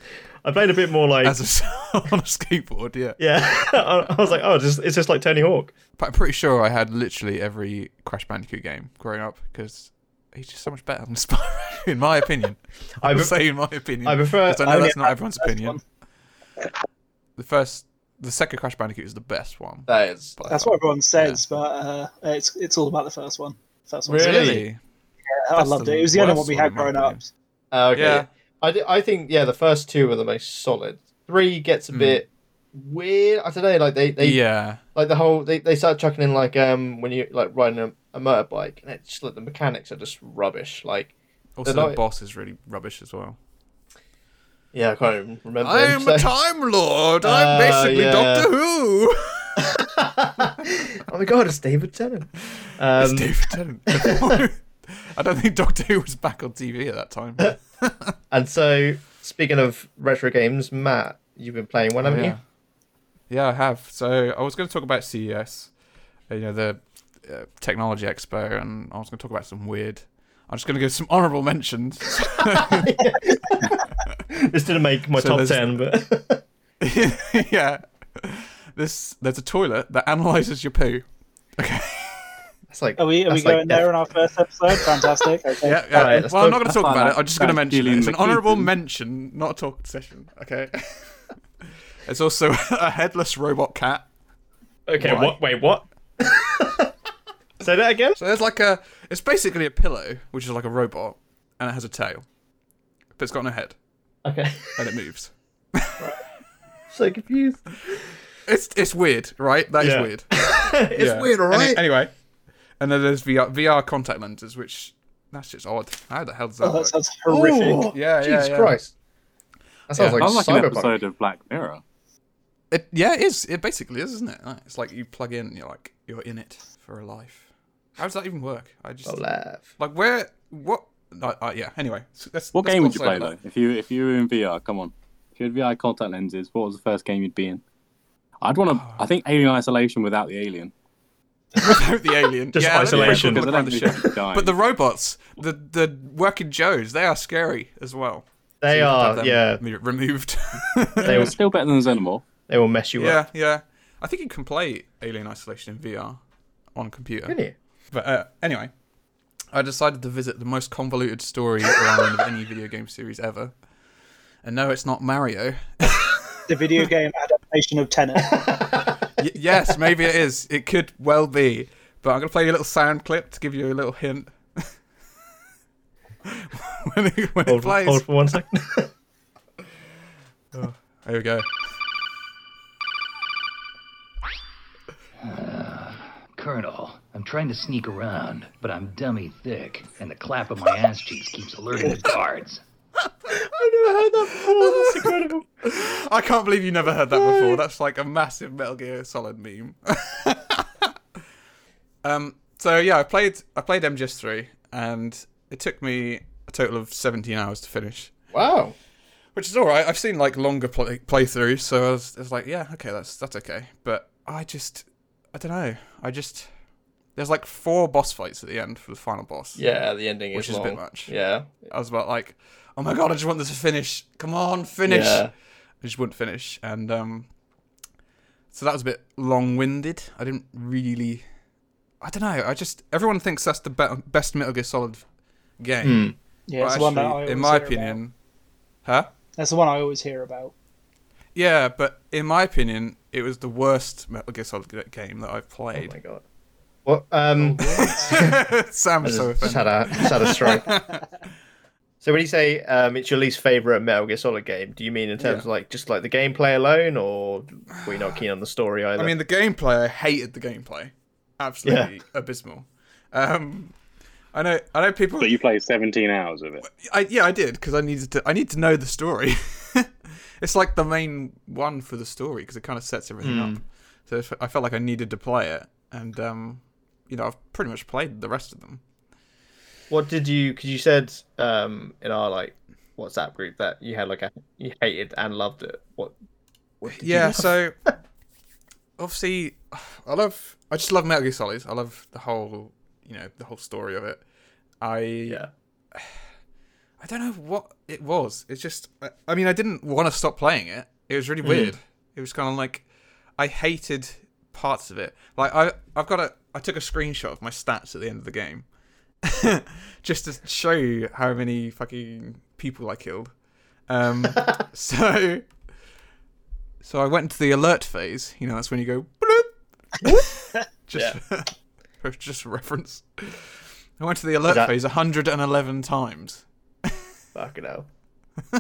[SPEAKER 1] I played a bit more like
[SPEAKER 2] As a, on a skateboard, yeah.
[SPEAKER 1] yeah, I, I was like oh, just, it's just like Tony Hawk.
[SPEAKER 2] But I'm pretty sure I had literally every Crash Bandicoot game growing up because he's just so much better than Spyro, in my opinion. I
[SPEAKER 1] I
[SPEAKER 2] would
[SPEAKER 1] pre-
[SPEAKER 2] say, in my opinion,
[SPEAKER 1] I prefer-
[SPEAKER 2] 'cause I
[SPEAKER 4] I
[SPEAKER 2] know
[SPEAKER 4] only
[SPEAKER 2] that's not
[SPEAKER 4] had
[SPEAKER 2] everyone's
[SPEAKER 4] first
[SPEAKER 2] opinion. The first, the second Crash Bandicoot is the best one.
[SPEAKER 1] That is
[SPEAKER 2] by
[SPEAKER 4] That's
[SPEAKER 2] far.
[SPEAKER 4] what everyone says, but uh, it's it's all about the first one. First one.
[SPEAKER 1] Really?
[SPEAKER 4] I
[SPEAKER 2] That's
[SPEAKER 4] loved
[SPEAKER 2] the
[SPEAKER 4] it. It was the only
[SPEAKER 2] worst
[SPEAKER 4] one we
[SPEAKER 2] one,
[SPEAKER 4] had
[SPEAKER 2] in my
[SPEAKER 4] growing
[SPEAKER 2] opinion.
[SPEAKER 4] up.
[SPEAKER 1] uh, okay.
[SPEAKER 2] Yeah.
[SPEAKER 1] I, thi- I think yeah, the first two are the most solid. Three gets a bit weird. I don't know, like they they
[SPEAKER 2] Hmm. Yeah.
[SPEAKER 1] like the whole they, they start chucking in like um when you like riding a, a motorbike and it's just like the mechanics are just rubbish like
[SPEAKER 2] Also,
[SPEAKER 1] They're
[SPEAKER 2] the
[SPEAKER 1] not-
[SPEAKER 2] boss is really rubbish as well.
[SPEAKER 1] yeah i can't even remember
[SPEAKER 2] I
[SPEAKER 1] him,
[SPEAKER 2] am a
[SPEAKER 1] so-
[SPEAKER 2] Time Lord.
[SPEAKER 1] Uh,
[SPEAKER 2] I'm basically
[SPEAKER 1] yeah.
[SPEAKER 2] Doctor Who.
[SPEAKER 1] oh my god it's david tennant um
[SPEAKER 2] David Tennant. I don't think Doctor Who was back on TV at that time.
[SPEAKER 1] and so speaking of retro games matt you've been playing one haven't
[SPEAKER 2] yeah. Yeah, I have. So I was going to talk about CES, uh, you know, the uh, technology expo, and I was going to talk about some weird. I'm just going to give some honourable mentions.
[SPEAKER 1] you this didn't make my
[SPEAKER 2] So
[SPEAKER 1] top
[SPEAKER 2] there's-
[SPEAKER 1] 10 but
[SPEAKER 2] yeah, this there's a toilet that analyses your poo.
[SPEAKER 1] that's like
[SPEAKER 4] Are we are we
[SPEAKER 1] that's like
[SPEAKER 4] going there in our first episode? Fantastic. Okay.
[SPEAKER 2] Yeah, yeah.
[SPEAKER 1] Alright, let's
[SPEAKER 2] Uh, well, I'm not
[SPEAKER 1] talk-
[SPEAKER 2] going to talk
[SPEAKER 3] find
[SPEAKER 2] about it.
[SPEAKER 3] out
[SPEAKER 2] I'm just going to
[SPEAKER 3] about
[SPEAKER 2] mention it.
[SPEAKER 3] Julian
[SPEAKER 2] It's an honourable
[SPEAKER 3] McKeithen.
[SPEAKER 2] mention, not a talk session. Okay. it's also a headless robot cat.
[SPEAKER 1] okay
[SPEAKER 2] Why?
[SPEAKER 1] what wait what say that again
[SPEAKER 2] So there's like a, it's basically a pillow, which is like a robot, and it has a tail, but it's got no head,
[SPEAKER 1] okay
[SPEAKER 2] and it moves.
[SPEAKER 1] so confused
[SPEAKER 2] It's it's weird, right? That is
[SPEAKER 1] Yeah.
[SPEAKER 2] weird.
[SPEAKER 1] it's
[SPEAKER 2] Yeah.
[SPEAKER 1] weird all
[SPEAKER 2] Any-
[SPEAKER 1] right
[SPEAKER 2] anyway, and then there's VR VR contact lenses, which that's just odd. How the hell does that
[SPEAKER 4] Oh,
[SPEAKER 2] work?
[SPEAKER 4] that sounds horrific.
[SPEAKER 1] Oh,
[SPEAKER 2] Yeah, yeah,
[SPEAKER 1] jesus
[SPEAKER 2] yeah.
[SPEAKER 1] christ that sounds
[SPEAKER 2] Yeah,
[SPEAKER 1] like,
[SPEAKER 3] Sounds like an
[SPEAKER 1] cyberpunk
[SPEAKER 3] episode of Black Mirror.
[SPEAKER 2] It, yeah, it is. It basically is, isn't it? Like, It's like you plug in, and you're like you're in it for a life. How does that even work? I just
[SPEAKER 1] Oh, laugh.
[SPEAKER 2] like where what. Uh, uh, yeah. Anyway, so let's,
[SPEAKER 3] What
[SPEAKER 2] let's
[SPEAKER 3] game would you
[SPEAKER 2] gloss
[SPEAKER 3] play
[SPEAKER 2] over
[SPEAKER 3] though?
[SPEAKER 2] that.
[SPEAKER 3] If you if you were in VR, come on. If you had VR contact lenses, what was the first game you'd be in? I'd want to. I think Alien Isolation without the alien.
[SPEAKER 2] Without the alien,
[SPEAKER 1] Just
[SPEAKER 2] yeah, that'd be pretty
[SPEAKER 1] isolation.
[SPEAKER 2] cool,
[SPEAKER 3] Because I
[SPEAKER 2] look around
[SPEAKER 3] don't
[SPEAKER 2] the
[SPEAKER 3] think
[SPEAKER 2] ship.
[SPEAKER 3] you'd be dying.
[SPEAKER 2] But the robots, the the working Joes, they are scary as well.
[SPEAKER 1] They
[SPEAKER 2] You have to
[SPEAKER 1] are,
[SPEAKER 2] have them
[SPEAKER 1] yeah.
[SPEAKER 2] re- Removed.
[SPEAKER 1] They will,
[SPEAKER 3] still better than Xenomorph.
[SPEAKER 1] they will mess you up.
[SPEAKER 2] Yeah, yeah. I think you can play Alien Isolation in VR on a computer.
[SPEAKER 1] Can you?
[SPEAKER 2] But uh, anyway, I decided to visit the most convoluted story around of any video game series ever. And no, it's not Mario.
[SPEAKER 4] The video game adaptation of Tenet.
[SPEAKER 2] Y- yes, maybe it is. It could well be. But I'm going to play you a little sound clip to give you a little hint. when it, when it
[SPEAKER 1] Hold,
[SPEAKER 2] plays.
[SPEAKER 1] hold for one second.
[SPEAKER 2] There we go.
[SPEAKER 7] Colonel, I'm trying to sneak around, but I'm dummy thick, and the clap of my ass cheeks keeps alerting the guards.
[SPEAKER 1] I've never heard that before. That's incredible.
[SPEAKER 2] I can't believe you never heard that before. That's like a massive Metal Gear Solid meme. um, so yeah, I played I played MGS3, and it took me a total of 17 hours to finish,
[SPEAKER 1] Wow.
[SPEAKER 2] which is all right. I've seen like longer play- playthroughs, so I was, I was like, yeah, okay, that's that's okay. But I just I don't know. I just there's like four boss fights at the end for the final boss.
[SPEAKER 1] Yeah, the ending
[SPEAKER 2] Which is a bit much.
[SPEAKER 1] Yeah.
[SPEAKER 2] I was about like, oh my god, I just want this to finish. Come on, finish.
[SPEAKER 1] Yeah.
[SPEAKER 2] I just wouldn't finish, and um, so that was a bit long-winded. I didn't really, I don't know. I just everyone thinks that's the be- best Metal Gear Solid game.
[SPEAKER 4] Yeah,
[SPEAKER 2] But
[SPEAKER 4] it's the one that I
[SPEAKER 2] actually,
[SPEAKER 4] always
[SPEAKER 2] in my
[SPEAKER 4] hear about.
[SPEAKER 2] opinion, huh?
[SPEAKER 4] that's the one I always hear about.
[SPEAKER 2] Yeah, but in my opinion, it was the worst Metal Gear Solid g- game that I've
[SPEAKER 1] Oh my
[SPEAKER 2] played.
[SPEAKER 1] god. What? Um,
[SPEAKER 2] Sam's so
[SPEAKER 1] just, just
[SPEAKER 2] offended.
[SPEAKER 1] had a just had a stroke. So when you say um, it's your least favorite Metal Gear Solid game, do you mean in terms
[SPEAKER 2] Yeah.
[SPEAKER 1] of like just like the gameplay alone, or were you not keen on the story either?
[SPEAKER 2] I mean, the gameplay. I hated the gameplay. Absolutely abysmal. Um, I know. I know people.
[SPEAKER 3] But you play 17 hours of it.
[SPEAKER 2] I, yeah, I did because I needed to. I need to know the story. it's like the main one for the story because it kind of sets everything up.
[SPEAKER 3] Hmm.
[SPEAKER 2] So if- I felt like I needed to play it, and um, you know, I've pretty much played the rest of them.
[SPEAKER 1] what did you? Because you said um, in our like WhatsApp group that you had like a, you hated and loved it. What?
[SPEAKER 2] yeah, so obviously, I love. I just love Metal Gear Solid. I love the whole, you know, the whole story of it. I yeah. I don't know what it was. It's just. I, I mean, I didn't want to stop playing it. It was really weird. It was kind of like I hated parts of it. Like I, I've got a. I took a screenshot of my stats at the end of the game, just to show you how many fucking people I killed. Um, so so I went into the alert phase. You know, that's when you go bloop. just, for- just for reference. I went to the alert
[SPEAKER 1] that-
[SPEAKER 2] phase 111 times.
[SPEAKER 1] Fucking hell!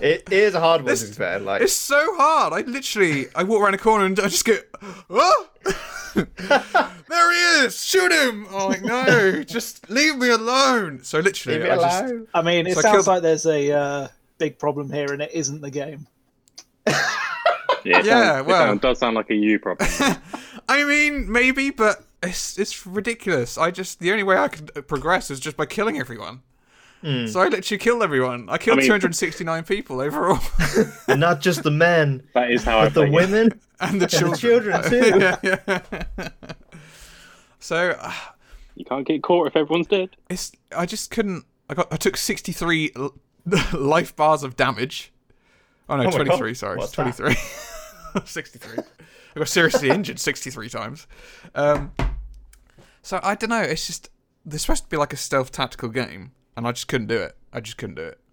[SPEAKER 1] It is a hard one to be fair. Like
[SPEAKER 2] It's so hard. I literally, I walk around a corner and I just go, oh! there he is! Shoot him! I'm like, no, just leave me alone. So literally,
[SPEAKER 1] leave it
[SPEAKER 2] I just,
[SPEAKER 1] alone.
[SPEAKER 4] I mean, it
[SPEAKER 2] So I
[SPEAKER 4] sounds
[SPEAKER 2] killed-
[SPEAKER 4] like there's a uh, big problem here, and it isn't the game.
[SPEAKER 3] Yeah, it
[SPEAKER 2] Yeah,
[SPEAKER 3] sounds- it
[SPEAKER 2] well.
[SPEAKER 3] sound- does sound like a you problem.
[SPEAKER 2] I mean, maybe, but it's it's ridiculous. I just the only way I could progress is just by killing everyone. So I literally killed everyone. I killed
[SPEAKER 3] I mean-
[SPEAKER 2] 269 people overall,
[SPEAKER 1] and not just the men,
[SPEAKER 3] That is how I
[SPEAKER 1] the
[SPEAKER 3] play it.
[SPEAKER 1] women, and
[SPEAKER 2] and the
[SPEAKER 1] the
[SPEAKER 2] children.
[SPEAKER 1] children too.
[SPEAKER 2] yeah, yeah. so uh,
[SPEAKER 3] You can't get caught if everyone's dead.
[SPEAKER 2] it's I just couldn't. I got I took 63 l- life bars of damage. Oh no,
[SPEAKER 1] my God.
[SPEAKER 2] 23. Sorry,
[SPEAKER 1] What's that?
[SPEAKER 2] 23. 63. I got seriously injured 63 times. Um, so I don't know. It's just they're supposed to be like a stealth tactical game, and I just couldn't do it. I just couldn't do it.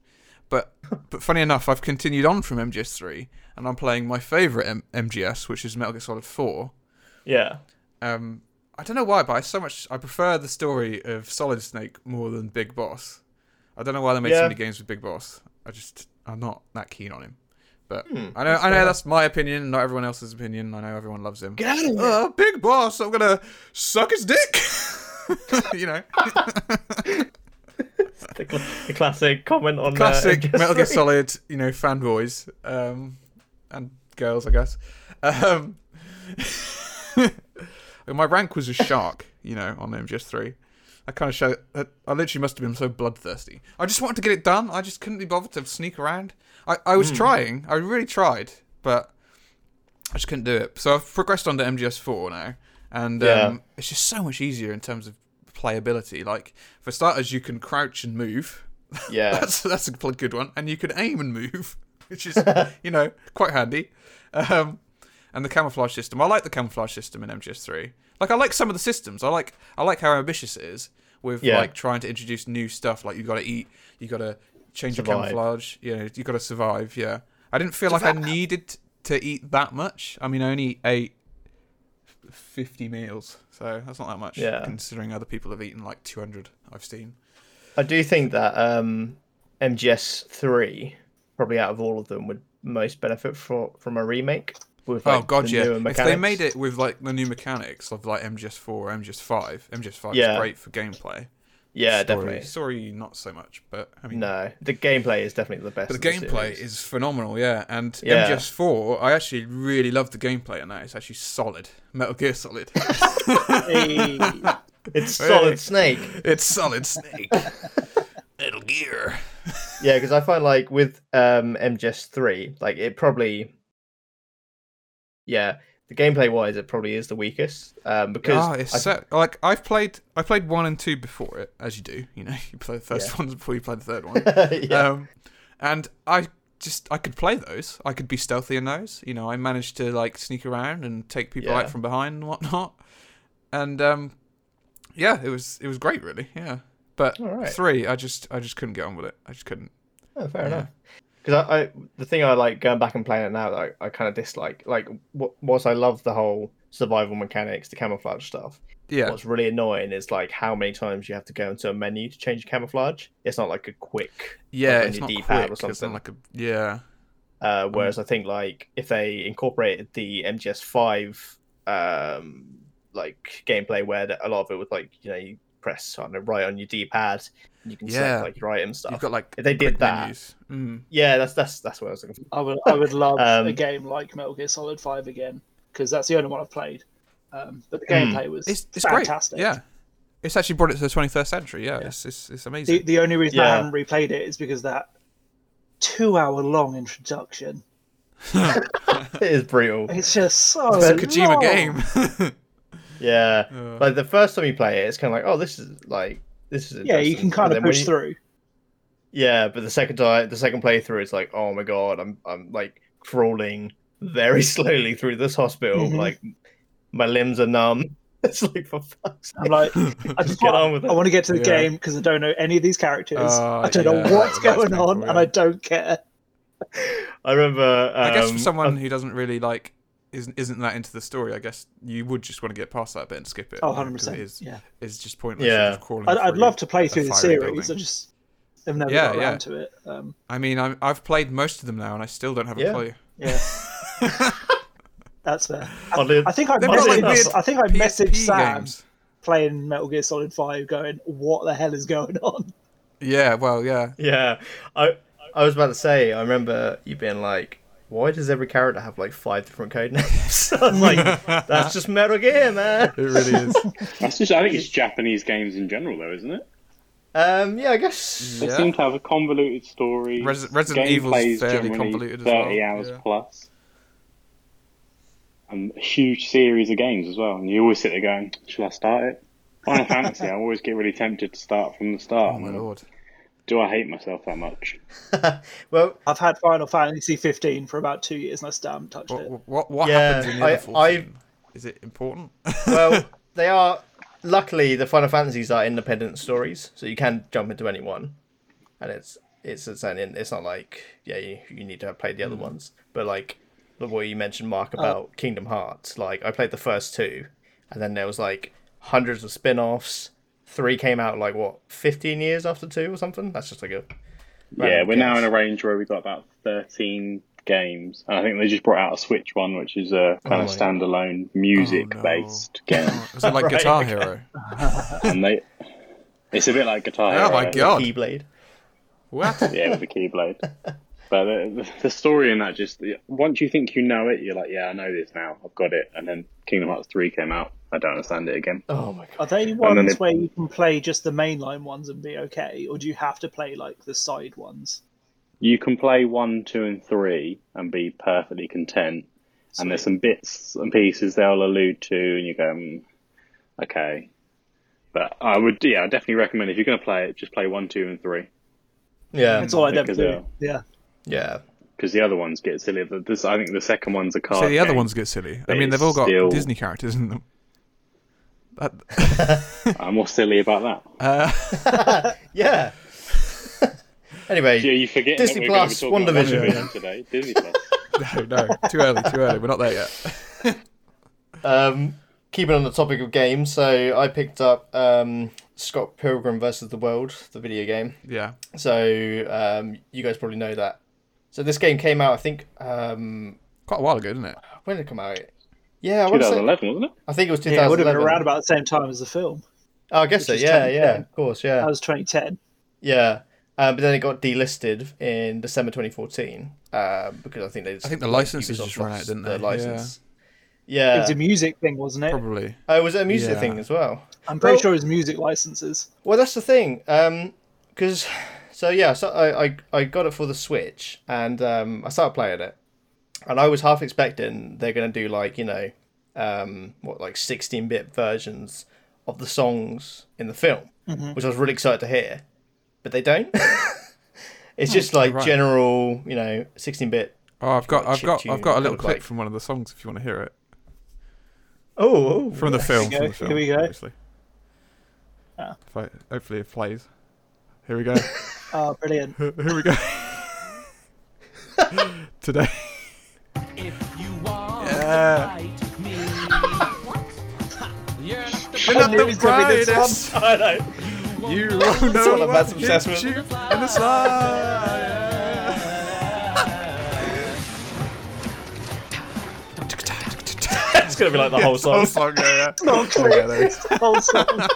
[SPEAKER 2] But but funny enough, I've continued on from MGS3, and I'm playing my favorite M- MGS, which is Metal Gear Solid 4.
[SPEAKER 1] Yeah.
[SPEAKER 2] Um, I don't know why, but I so much I prefer the story of Solid Snake more than Big Boss. I don't know why they made
[SPEAKER 1] Yeah.
[SPEAKER 2] so many games with Big Boss. I just I'm not that keen on him. But I know I know that's my opinion, not everyone else's opinion. I know everyone loves him.
[SPEAKER 1] out of
[SPEAKER 2] Uh, Big Boss, I'm gonna suck his dick. you know,
[SPEAKER 1] The, cl- the classic comment on uh,
[SPEAKER 2] classic
[SPEAKER 1] MGS3.
[SPEAKER 2] Metal Gear Solid, you know, fanboys um, and girls, I guess. Um, my rank was a shark, you know, on MGS3. I kind of show. I, I literally must have been so bloodthirsty. I just wanted to get it done. I just couldn't be bothered to sneak around. I, I
[SPEAKER 1] Hmm.
[SPEAKER 2] was trying. I really tried, but I just couldn't do it. So I've progressed on to MGS4 now, and
[SPEAKER 1] Yeah.
[SPEAKER 2] um, it's just so much easier in terms of playability. Like for starters, you can crouch and move.
[SPEAKER 1] Yeah.
[SPEAKER 2] That's that's a pl- good one. And you can aim and move, which is you know quite handy. Um, and the camouflage system. I like the camouflage system in MGS3. Like I like some of the systems. I like I like how ambitious it is with
[SPEAKER 1] Yeah.
[SPEAKER 2] like trying to introduce new stuff. Like you got to eat, you got to change your
[SPEAKER 1] Survive.
[SPEAKER 2] camouflage. You know, you got to survive. Yeah. I didn't feel like I needed to eat that much. I mean, I only ate. 50 meals so that's not that much
[SPEAKER 1] Yeah.
[SPEAKER 2] considering other people have eaten like 200 i've seen
[SPEAKER 1] I do think that um, MGS three probably out of all of them would most benefit for, from a remake. With,
[SPEAKER 2] Oh
[SPEAKER 1] like,
[SPEAKER 2] god,
[SPEAKER 1] the
[SPEAKER 2] yeah.
[SPEAKER 1] newer
[SPEAKER 2] If they
[SPEAKER 1] mechanics.
[SPEAKER 2] made it with like the new mechanics of like MGS4 or MGS5, MGS5
[SPEAKER 1] Yeah.
[SPEAKER 2] is great for gameplay.
[SPEAKER 1] yeah,
[SPEAKER 2] Story-
[SPEAKER 1] definitely.
[SPEAKER 2] Story, not so much, but I mean,
[SPEAKER 1] No, the gameplay is definitely the best.
[SPEAKER 2] but
[SPEAKER 1] of
[SPEAKER 2] the gameplay
[SPEAKER 1] series.
[SPEAKER 2] is phenomenal, yeah. And
[SPEAKER 1] Yeah.
[SPEAKER 2] MGS4, I actually really love the gameplay in that. It's actually solid. Metal Gear Solid.
[SPEAKER 4] Hey,
[SPEAKER 1] it's solid
[SPEAKER 2] really-
[SPEAKER 1] snake.
[SPEAKER 2] it's solid Snake. Metal Gear.
[SPEAKER 1] Yeah, because I find like with um, MGS three, like it probably, yeah, the gameplay wise, it probably is the weakest. Um, because
[SPEAKER 2] Oh, it's
[SPEAKER 1] I-
[SPEAKER 2] so like I've played I played one and two before it, as you do. You know, you play the first
[SPEAKER 1] Yeah.
[SPEAKER 2] one before you play the third one.
[SPEAKER 1] yeah,
[SPEAKER 2] Um, and I just I could play those. I could be stealthy in those. You know, I managed to like sneak around and take people
[SPEAKER 1] Yeah.
[SPEAKER 2] out from behind and whatnot. And um, yeah, it was it was great, really. Yeah. But
[SPEAKER 1] Alright.
[SPEAKER 2] three, I just I just couldn't get on with it. I just couldn't.
[SPEAKER 1] Oh,
[SPEAKER 2] Um,
[SPEAKER 1] fair enough. Because I, I, the thing I like going back and playing it now that I, I kind of dislike, like, what, whilst I love the whole survival mechanics, the camouflage stuff,
[SPEAKER 2] Yeah.
[SPEAKER 1] What's really annoying is like how many times you have to go into a menu to change camouflage. It's not like a quick,
[SPEAKER 2] Yeah,
[SPEAKER 1] on
[SPEAKER 2] it's
[SPEAKER 1] your
[SPEAKER 2] not quick.
[SPEAKER 1] D-pad or
[SPEAKER 2] It's
[SPEAKER 1] something.
[SPEAKER 2] not like a yeah.
[SPEAKER 1] Uh,
[SPEAKER 2] Mm.
[SPEAKER 1] whereas I think like if they incorporated the MGS5 um, like gameplay where the- a lot of it was like you know you press on the right on your D-pad and you can
[SPEAKER 2] Yeah.
[SPEAKER 1] select like your item stuff.
[SPEAKER 2] You've got like
[SPEAKER 1] If they did
[SPEAKER 2] quick
[SPEAKER 1] that-
[SPEAKER 2] menus. Mm.
[SPEAKER 1] Yeah, that's that's that's what I was looking for.
[SPEAKER 4] I would I would love
[SPEAKER 1] Um,
[SPEAKER 4] a game like Metal Gear Solid Five again because that's the only one I've played. Um, but the
[SPEAKER 1] Hmm.
[SPEAKER 4] gameplay was
[SPEAKER 2] It's it's
[SPEAKER 4] fantastic.
[SPEAKER 2] great. Yeah. It's actually brought it to the 21st century. Yeah. It's, it's it's amazing.
[SPEAKER 4] The the only reason I
[SPEAKER 1] Yeah.
[SPEAKER 4] haven't replayed it is because that two hour long introduction.
[SPEAKER 1] It is brutal.
[SPEAKER 4] It's just so
[SPEAKER 2] it's a Kojima
[SPEAKER 4] long.
[SPEAKER 2] game.
[SPEAKER 1] Yeah.
[SPEAKER 2] Yeah.
[SPEAKER 1] Like the first time you play it, it's kind of like, oh, this is like this is
[SPEAKER 4] Yeah, you
[SPEAKER 1] interesting.
[SPEAKER 4] can
[SPEAKER 1] But
[SPEAKER 4] kind of
[SPEAKER 1] then when
[SPEAKER 4] push
[SPEAKER 1] you-
[SPEAKER 4] through.
[SPEAKER 1] Yeah, but the second time, the second playthrough, it's like, oh my god, I'm I'm like crawling very slowly through this hospital,
[SPEAKER 4] Mhm.
[SPEAKER 1] like my limbs are numb. It's like for fuck's
[SPEAKER 4] I'm
[SPEAKER 1] sake.
[SPEAKER 4] like, I
[SPEAKER 1] Just
[SPEAKER 4] just
[SPEAKER 1] get
[SPEAKER 4] want,
[SPEAKER 1] on with
[SPEAKER 4] I
[SPEAKER 2] Oh,
[SPEAKER 1] it.
[SPEAKER 4] want to get to the
[SPEAKER 2] Yeah.
[SPEAKER 4] game because I don't know any of these characters.
[SPEAKER 2] Uh,
[SPEAKER 4] I don't
[SPEAKER 2] yeah,
[SPEAKER 4] know what's
[SPEAKER 2] that's
[SPEAKER 4] going on,
[SPEAKER 2] painful,
[SPEAKER 4] and
[SPEAKER 2] yeah.
[SPEAKER 4] I don't care.
[SPEAKER 1] I remember. Um,
[SPEAKER 2] I guess for someone who doesn't really like isn't isn't that into the story, I guess you would just want to get past that bit and skip it.
[SPEAKER 4] Oh,
[SPEAKER 2] you know,
[SPEAKER 4] 100
[SPEAKER 2] 'cause it
[SPEAKER 4] percent.
[SPEAKER 2] is
[SPEAKER 4] Yeah,
[SPEAKER 2] it's just pointless.
[SPEAKER 1] Yeah.
[SPEAKER 2] Just crawling
[SPEAKER 4] I'd, I'd
[SPEAKER 2] through
[SPEAKER 4] love to play
[SPEAKER 2] a
[SPEAKER 4] through the
[SPEAKER 2] fiery
[SPEAKER 4] series.
[SPEAKER 2] building.
[SPEAKER 4] I just have never
[SPEAKER 2] Yeah,
[SPEAKER 4] got
[SPEAKER 2] yeah.
[SPEAKER 4] around to it. Um,
[SPEAKER 2] I mean, I'm, I've played most of them now, and I still don't have a
[SPEAKER 1] Yeah.
[SPEAKER 2] clue.
[SPEAKER 4] yeah, that's fair. I,
[SPEAKER 1] Oddly-
[SPEAKER 4] I think I
[SPEAKER 2] They're not
[SPEAKER 1] like
[SPEAKER 4] messaged.
[SPEAKER 1] weird
[SPEAKER 4] I think I messaged
[SPEAKER 2] PSP
[SPEAKER 4] Sam
[SPEAKER 2] games.
[SPEAKER 4] playing Metal Gear Solid Five, going, "What the hell is going on?"
[SPEAKER 2] Yeah, well, yeah.
[SPEAKER 1] yeah, I I was about to say. I remember you being like, why does every character have like five different code names? I was like, that's just Metal Gear, man.
[SPEAKER 2] It really is.
[SPEAKER 3] That's just, I think it's Japanese games in general, though, isn't it?
[SPEAKER 1] Um, yeah, I guess.
[SPEAKER 3] They
[SPEAKER 2] Yeah.
[SPEAKER 3] seem to have a convoluted story.
[SPEAKER 2] Res- Resident Evil's
[SPEAKER 3] gameplay's
[SPEAKER 2] fairly
[SPEAKER 3] generally
[SPEAKER 2] convoluted as
[SPEAKER 3] 30
[SPEAKER 2] well,
[SPEAKER 3] hours
[SPEAKER 2] yeah.
[SPEAKER 3] plus. And a huge series of games as well. And you always sit there going, should I start it? Final Fantasy, I always get really tempted to start from the start.
[SPEAKER 2] Oh my lord.
[SPEAKER 3] Do I hate myself that much?
[SPEAKER 1] Well,
[SPEAKER 4] I've had Final Fantasy 15 for about two years, and I still haven't touched it.
[SPEAKER 2] What what, what
[SPEAKER 1] Yeah,
[SPEAKER 2] happens in the
[SPEAKER 1] I-
[SPEAKER 2] other
[SPEAKER 1] I-
[SPEAKER 2] 14? Is it important?
[SPEAKER 1] well, they are. Luckily, the Final Fantasies are independent stories, so you can jump into any one, and it's it's it's, an, it's not like yeah you, you need to have played the
[SPEAKER 3] Hmm.
[SPEAKER 1] other ones, but like the way you mentioned Mark
[SPEAKER 3] Uh,
[SPEAKER 1] about Kingdom Hearts, like I played the first two, and then there was like hundreds of spin-offs. Three came out like what fifteen years after two or something. That's just like a
[SPEAKER 3] yeah,
[SPEAKER 1] random
[SPEAKER 3] we're now
[SPEAKER 1] guess.
[SPEAKER 3] in a range where we've got about 13 games. And I think they just brought out a Switch one, which is
[SPEAKER 2] Oh
[SPEAKER 3] a kind
[SPEAKER 1] my God.
[SPEAKER 3] of standalone music based game.
[SPEAKER 2] Is it like
[SPEAKER 1] Right,
[SPEAKER 2] Guitar
[SPEAKER 1] okay.
[SPEAKER 2] Hero?
[SPEAKER 3] and they. It's a bit like Guitar Hero.
[SPEAKER 2] Oh my
[SPEAKER 3] right?
[SPEAKER 2] god.
[SPEAKER 1] Keyblade.
[SPEAKER 2] What?
[SPEAKER 3] yeah, with the Keyblade. But the, the story in that just once you think you know it, you're like, yeah, I know this now. I've got it. And then Kingdom Hearts three came out. I don't understand it again.
[SPEAKER 1] Oh my god.
[SPEAKER 4] Are they
[SPEAKER 3] then
[SPEAKER 4] ones
[SPEAKER 3] it-
[SPEAKER 4] where you can play just the mainline ones and be okay, or do you have to play like the side ones?
[SPEAKER 3] You can play one, two, and three and be perfectly content. And there's some bits and pieces they'll allude to, and you go, mm, okay. But I would, yeah, I definitely recommend if you're going to play it, just play one, two, and three.
[SPEAKER 2] Um,
[SPEAKER 1] Yeah,
[SPEAKER 4] That's all I'd
[SPEAKER 3] Yeah,
[SPEAKER 4] ever
[SPEAKER 3] 'cause
[SPEAKER 4] do.
[SPEAKER 3] they're-
[SPEAKER 4] Yeah,
[SPEAKER 1] yeah.
[SPEAKER 3] Because the other ones get silly. The- This, I think the second one's a card.
[SPEAKER 2] So the other
[SPEAKER 3] game.
[SPEAKER 2] ones get silly. I
[SPEAKER 3] But
[SPEAKER 2] mean,
[SPEAKER 3] it's
[SPEAKER 2] they've all got
[SPEAKER 3] still-
[SPEAKER 2] Disney characters in them. That,
[SPEAKER 3] I'm more silly about that.
[SPEAKER 2] uh,
[SPEAKER 1] Yeah. anyway,
[SPEAKER 3] Yeah, you forget
[SPEAKER 1] Disney
[SPEAKER 3] that we're gonna
[SPEAKER 1] Plus,
[SPEAKER 3] be talking about
[SPEAKER 1] WandaVision.
[SPEAKER 3] WandaVision today. Disney Plus.
[SPEAKER 2] no, no, too early, too early. We're not there yet.
[SPEAKER 1] Um, keeping on the topic of games, so I picked up um, Scott Pilgrim versus the World, the video game.
[SPEAKER 2] Yeah,
[SPEAKER 1] So um, you guys probably know that. So this game came out, I think. Um,
[SPEAKER 2] quite a while ago, didn't it?
[SPEAKER 1] when did it come out? Yeah, I, wanna say,
[SPEAKER 3] 2011, wasn't it?
[SPEAKER 1] I think it was
[SPEAKER 4] yeah it would have
[SPEAKER 1] 2011.
[SPEAKER 4] been around about the same time as the film.
[SPEAKER 1] oh, I guess so.
[SPEAKER 4] is Uh,
[SPEAKER 1] Yeah,
[SPEAKER 4] 10,
[SPEAKER 1] yeah, of course, yeah,
[SPEAKER 4] That was 2010.
[SPEAKER 1] yeah. Um, but then it got delisted in December 2014 uh, because I think they. Just,
[SPEAKER 2] I think the licenses
[SPEAKER 1] Ubisoft
[SPEAKER 2] just ran out,
[SPEAKER 1] lost
[SPEAKER 2] didn't
[SPEAKER 1] the
[SPEAKER 2] they?
[SPEAKER 1] license.
[SPEAKER 4] It
[SPEAKER 1] Yeah.
[SPEAKER 4] was a music thing, wasn't it?
[SPEAKER 2] Probably.
[SPEAKER 1] Oh, was it a music
[SPEAKER 2] Yeah.
[SPEAKER 1] thing as well?
[SPEAKER 4] I'm pretty
[SPEAKER 1] Well-
[SPEAKER 4] sure it was music licenses.
[SPEAKER 1] Well, that's the thing, because so yeah, so I, I I got it for the Switch and um, I started playing it, and I was half expecting they're gonna do like you know, um, what like sixteen bit versions of the songs in the film,
[SPEAKER 2] Mm-hmm.
[SPEAKER 1] which I was really excited to hear, but they don't. it's just like
[SPEAKER 2] Oh, right.
[SPEAKER 1] general, you know, sixteen bit.
[SPEAKER 2] Oh, I've got,
[SPEAKER 1] like
[SPEAKER 2] I've got,
[SPEAKER 1] chiptune
[SPEAKER 2] I've got a little
[SPEAKER 1] kind of like-
[SPEAKER 2] clip from one of the songs if you want to hear it
[SPEAKER 1] Oh,
[SPEAKER 2] from the film.
[SPEAKER 4] go,
[SPEAKER 2] From the film,
[SPEAKER 4] here we go.
[SPEAKER 2] Obviously.
[SPEAKER 4] Ah.
[SPEAKER 2] If I, hopefully it plays. Here we go.
[SPEAKER 4] Oh, brilliant.
[SPEAKER 2] Here we go. Today.
[SPEAKER 8] If you want
[SPEAKER 2] Yeah.
[SPEAKER 8] to fight me, what? You're not the
[SPEAKER 2] We're not the brightest.
[SPEAKER 8] I know.
[SPEAKER 2] You won't know
[SPEAKER 8] all about
[SPEAKER 2] what
[SPEAKER 8] success,
[SPEAKER 2] hit
[SPEAKER 8] man.
[SPEAKER 2] you in the slide.
[SPEAKER 8] It's gonna be like the whole song.
[SPEAKER 2] Whole song, yeah, yeah.
[SPEAKER 4] Not clear.
[SPEAKER 2] Yeah, there it is.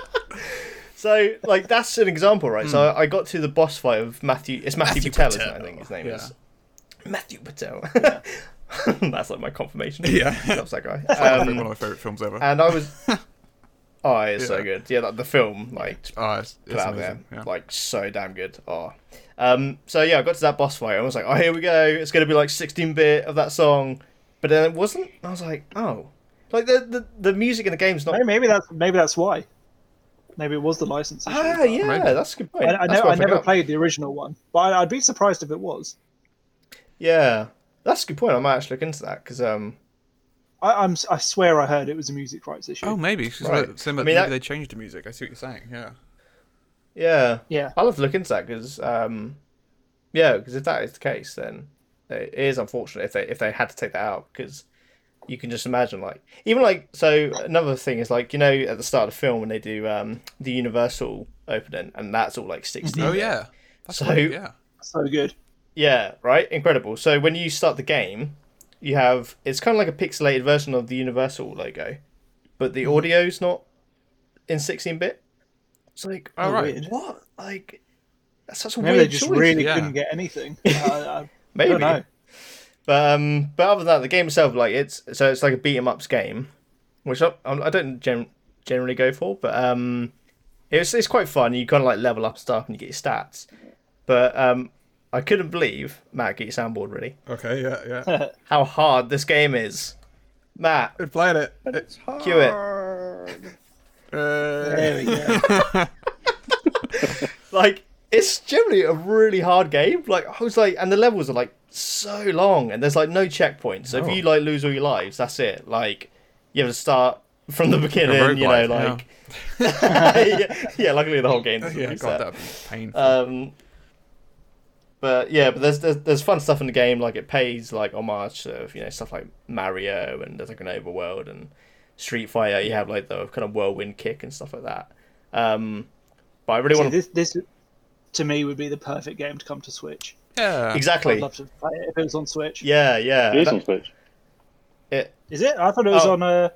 [SPEAKER 1] So, like, that's an example, right? So, I got to the boss fight of Matthew. It's Matthew,
[SPEAKER 2] Hmm. Matthew
[SPEAKER 1] Patel,
[SPEAKER 2] Patel.
[SPEAKER 1] Isn't it, I think his name
[SPEAKER 2] Yeah.
[SPEAKER 1] is. Matthew Patel. that's like my confirmation.
[SPEAKER 2] Yeah.
[SPEAKER 1] loves that guy.
[SPEAKER 2] Probably
[SPEAKER 1] Um,
[SPEAKER 2] one of my favorite films ever.
[SPEAKER 1] and I was. Oh, it's so
[SPEAKER 2] Yeah.
[SPEAKER 1] good. Yeah, like, the film, like,
[SPEAKER 2] Oh, it's, it's
[SPEAKER 1] put out
[SPEAKER 2] amazing.
[SPEAKER 1] there.
[SPEAKER 2] Yeah.
[SPEAKER 1] Like so damn good. Oh. Um, so yeah, I got to that boss fight. I was like, oh, here we go. It's gonna be like 16 bit of that song, but then it wasn't. I was like, oh, like the the, the music in the game's not.
[SPEAKER 4] Hey, maybe that's maybe that's why. Maybe it was the license. issue.
[SPEAKER 1] Ah, yeah,
[SPEAKER 2] Maybe.
[SPEAKER 1] that's a good point.
[SPEAKER 4] I, I,
[SPEAKER 1] That's
[SPEAKER 4] know,
[SPEAKER 1] what
[SPEAKER 4] I never
[SPEAKER 1] forgot.
[SPEAKER 4] played the original one, but I, I'd be surprised if it was.
[SPEAKER 1] Yeah, that's a good point. I might actually look into that because um,
[SPEAKER 4] I, I'm s- I swear I heard it was a music rights issue.
[SPEAKER 2] Oh, maybe. It's just
[SPEAKER 1] Right.
[SPEAKER 2] like, similar,
[SPEAKER 1] I mean,
[SPEAKER 2] maybe
[SPEAKER 1] that-
[SPEAKER 2] they changed the music. I see what you're saying. Yeah.
[SPEAKER 1] yeah,
[SPEAKER 4] Yeah.
[SPEAKER 1] I'll have to look into that because um, yeah, because if that is the case, then it is unfortunate if they if they had to take that out because you can just imagine like even like so another thing is like you know at the start of the film when they do um the universal opening and that's all like 60
[SPEAKER 2] Oh, yeah. That's
[SPEAKER 1] So-
[SPEAKER 2] great, yeah.
[SPEAKER 4] So good.
[SPEAKER 1] yeah right incredible so when you start the game you have it's kind of like a pixelated version of the universal logo but the
[SPEAKER 4] Mm-hmm.
[SPEAKER 1] audio's not in 16-bit it's like
[SPEAKER 2] Oh, right.
[SPEAKER 4] Weird.
[SPEAKER 1] what like that's such a
[SPEAKER 4] Maybe they
[SPEAKER 1] weird
[SPEAKER 4] just
[SPEAKER 1] choice
[SPEAKER 4] really
[SPEAKER 2] yeah.
[SPEAKER 4] couldn't get anything. I, I, I
[SPEAKER 1] maybe
[SPEAKER 4] don't know.
[SPEAKER 1] But um, but other than that, the game itself, like it's so it's like a beat 'em ups game, which I, I don't gen- generally go for, but um, it's it's quite fun. You kind of like level up stuff and you get your stats. But um, I couldn't believe Matt get your soundboard really
[SPEAKER 2] Okay, yeah, yeah.
[SPEAKER 1] how hard this game is. Matt,
[SPEAKER 2] We're playing it. It's
[SPEAKER 1] cue it.
[SPEAKER 2] uh,
[SPEAKER 4] There we go.
[SPEAKER 1] Like it's generally a really hard game. Like I was like, and the levels are like so long, and there's like no checkpoints. So
[SPEAKER 2] Oh.
[SPEAKER 1] if you like lose all your lives, that's it. Like you have to start from the beginning.
[SPEAKER 2] roguelike,
[SPEAKER 1] You know,
[SPEAKER 2] yeah.
[SPEAKER 1] like. yeah, yeah, luckily the whole game doesn't
[SPEAKER 2] yeah,
[SPEAKER 1] reset.
[SPEAKER 2] God, that'd be painful.
[SPEAKER 1] Um, but yeah, but there's, there's there's fun stuff in the game. Like it pays like homage to you know stuff like Mario and there's like an overworld and Street Fighter. You have like the kind of whirlwind kick and stuff like that. Um, but I really
[SPEAKER 4] See,
[SPEAKER 1] want to
[SPEAKER 4] this, this, to me, would be the perfect game to come to Switch.
[SPEAKER 2] yeah.
[SPEAKER 1] exactly.
[SPEAKER 4] I'd love to play it if it was on Switch.
[SPEAKER 1] Yeah, yeah.
[SPEAKER 3] It is
[SPEAKER 1] That-
[SPEAKER 3] on Switch.
[SPEAKER 1] it-
[SPEAKER 4] Is it? I thought it was
[SPEAKER 1] Oh.
[SPEAKER 4] on uh,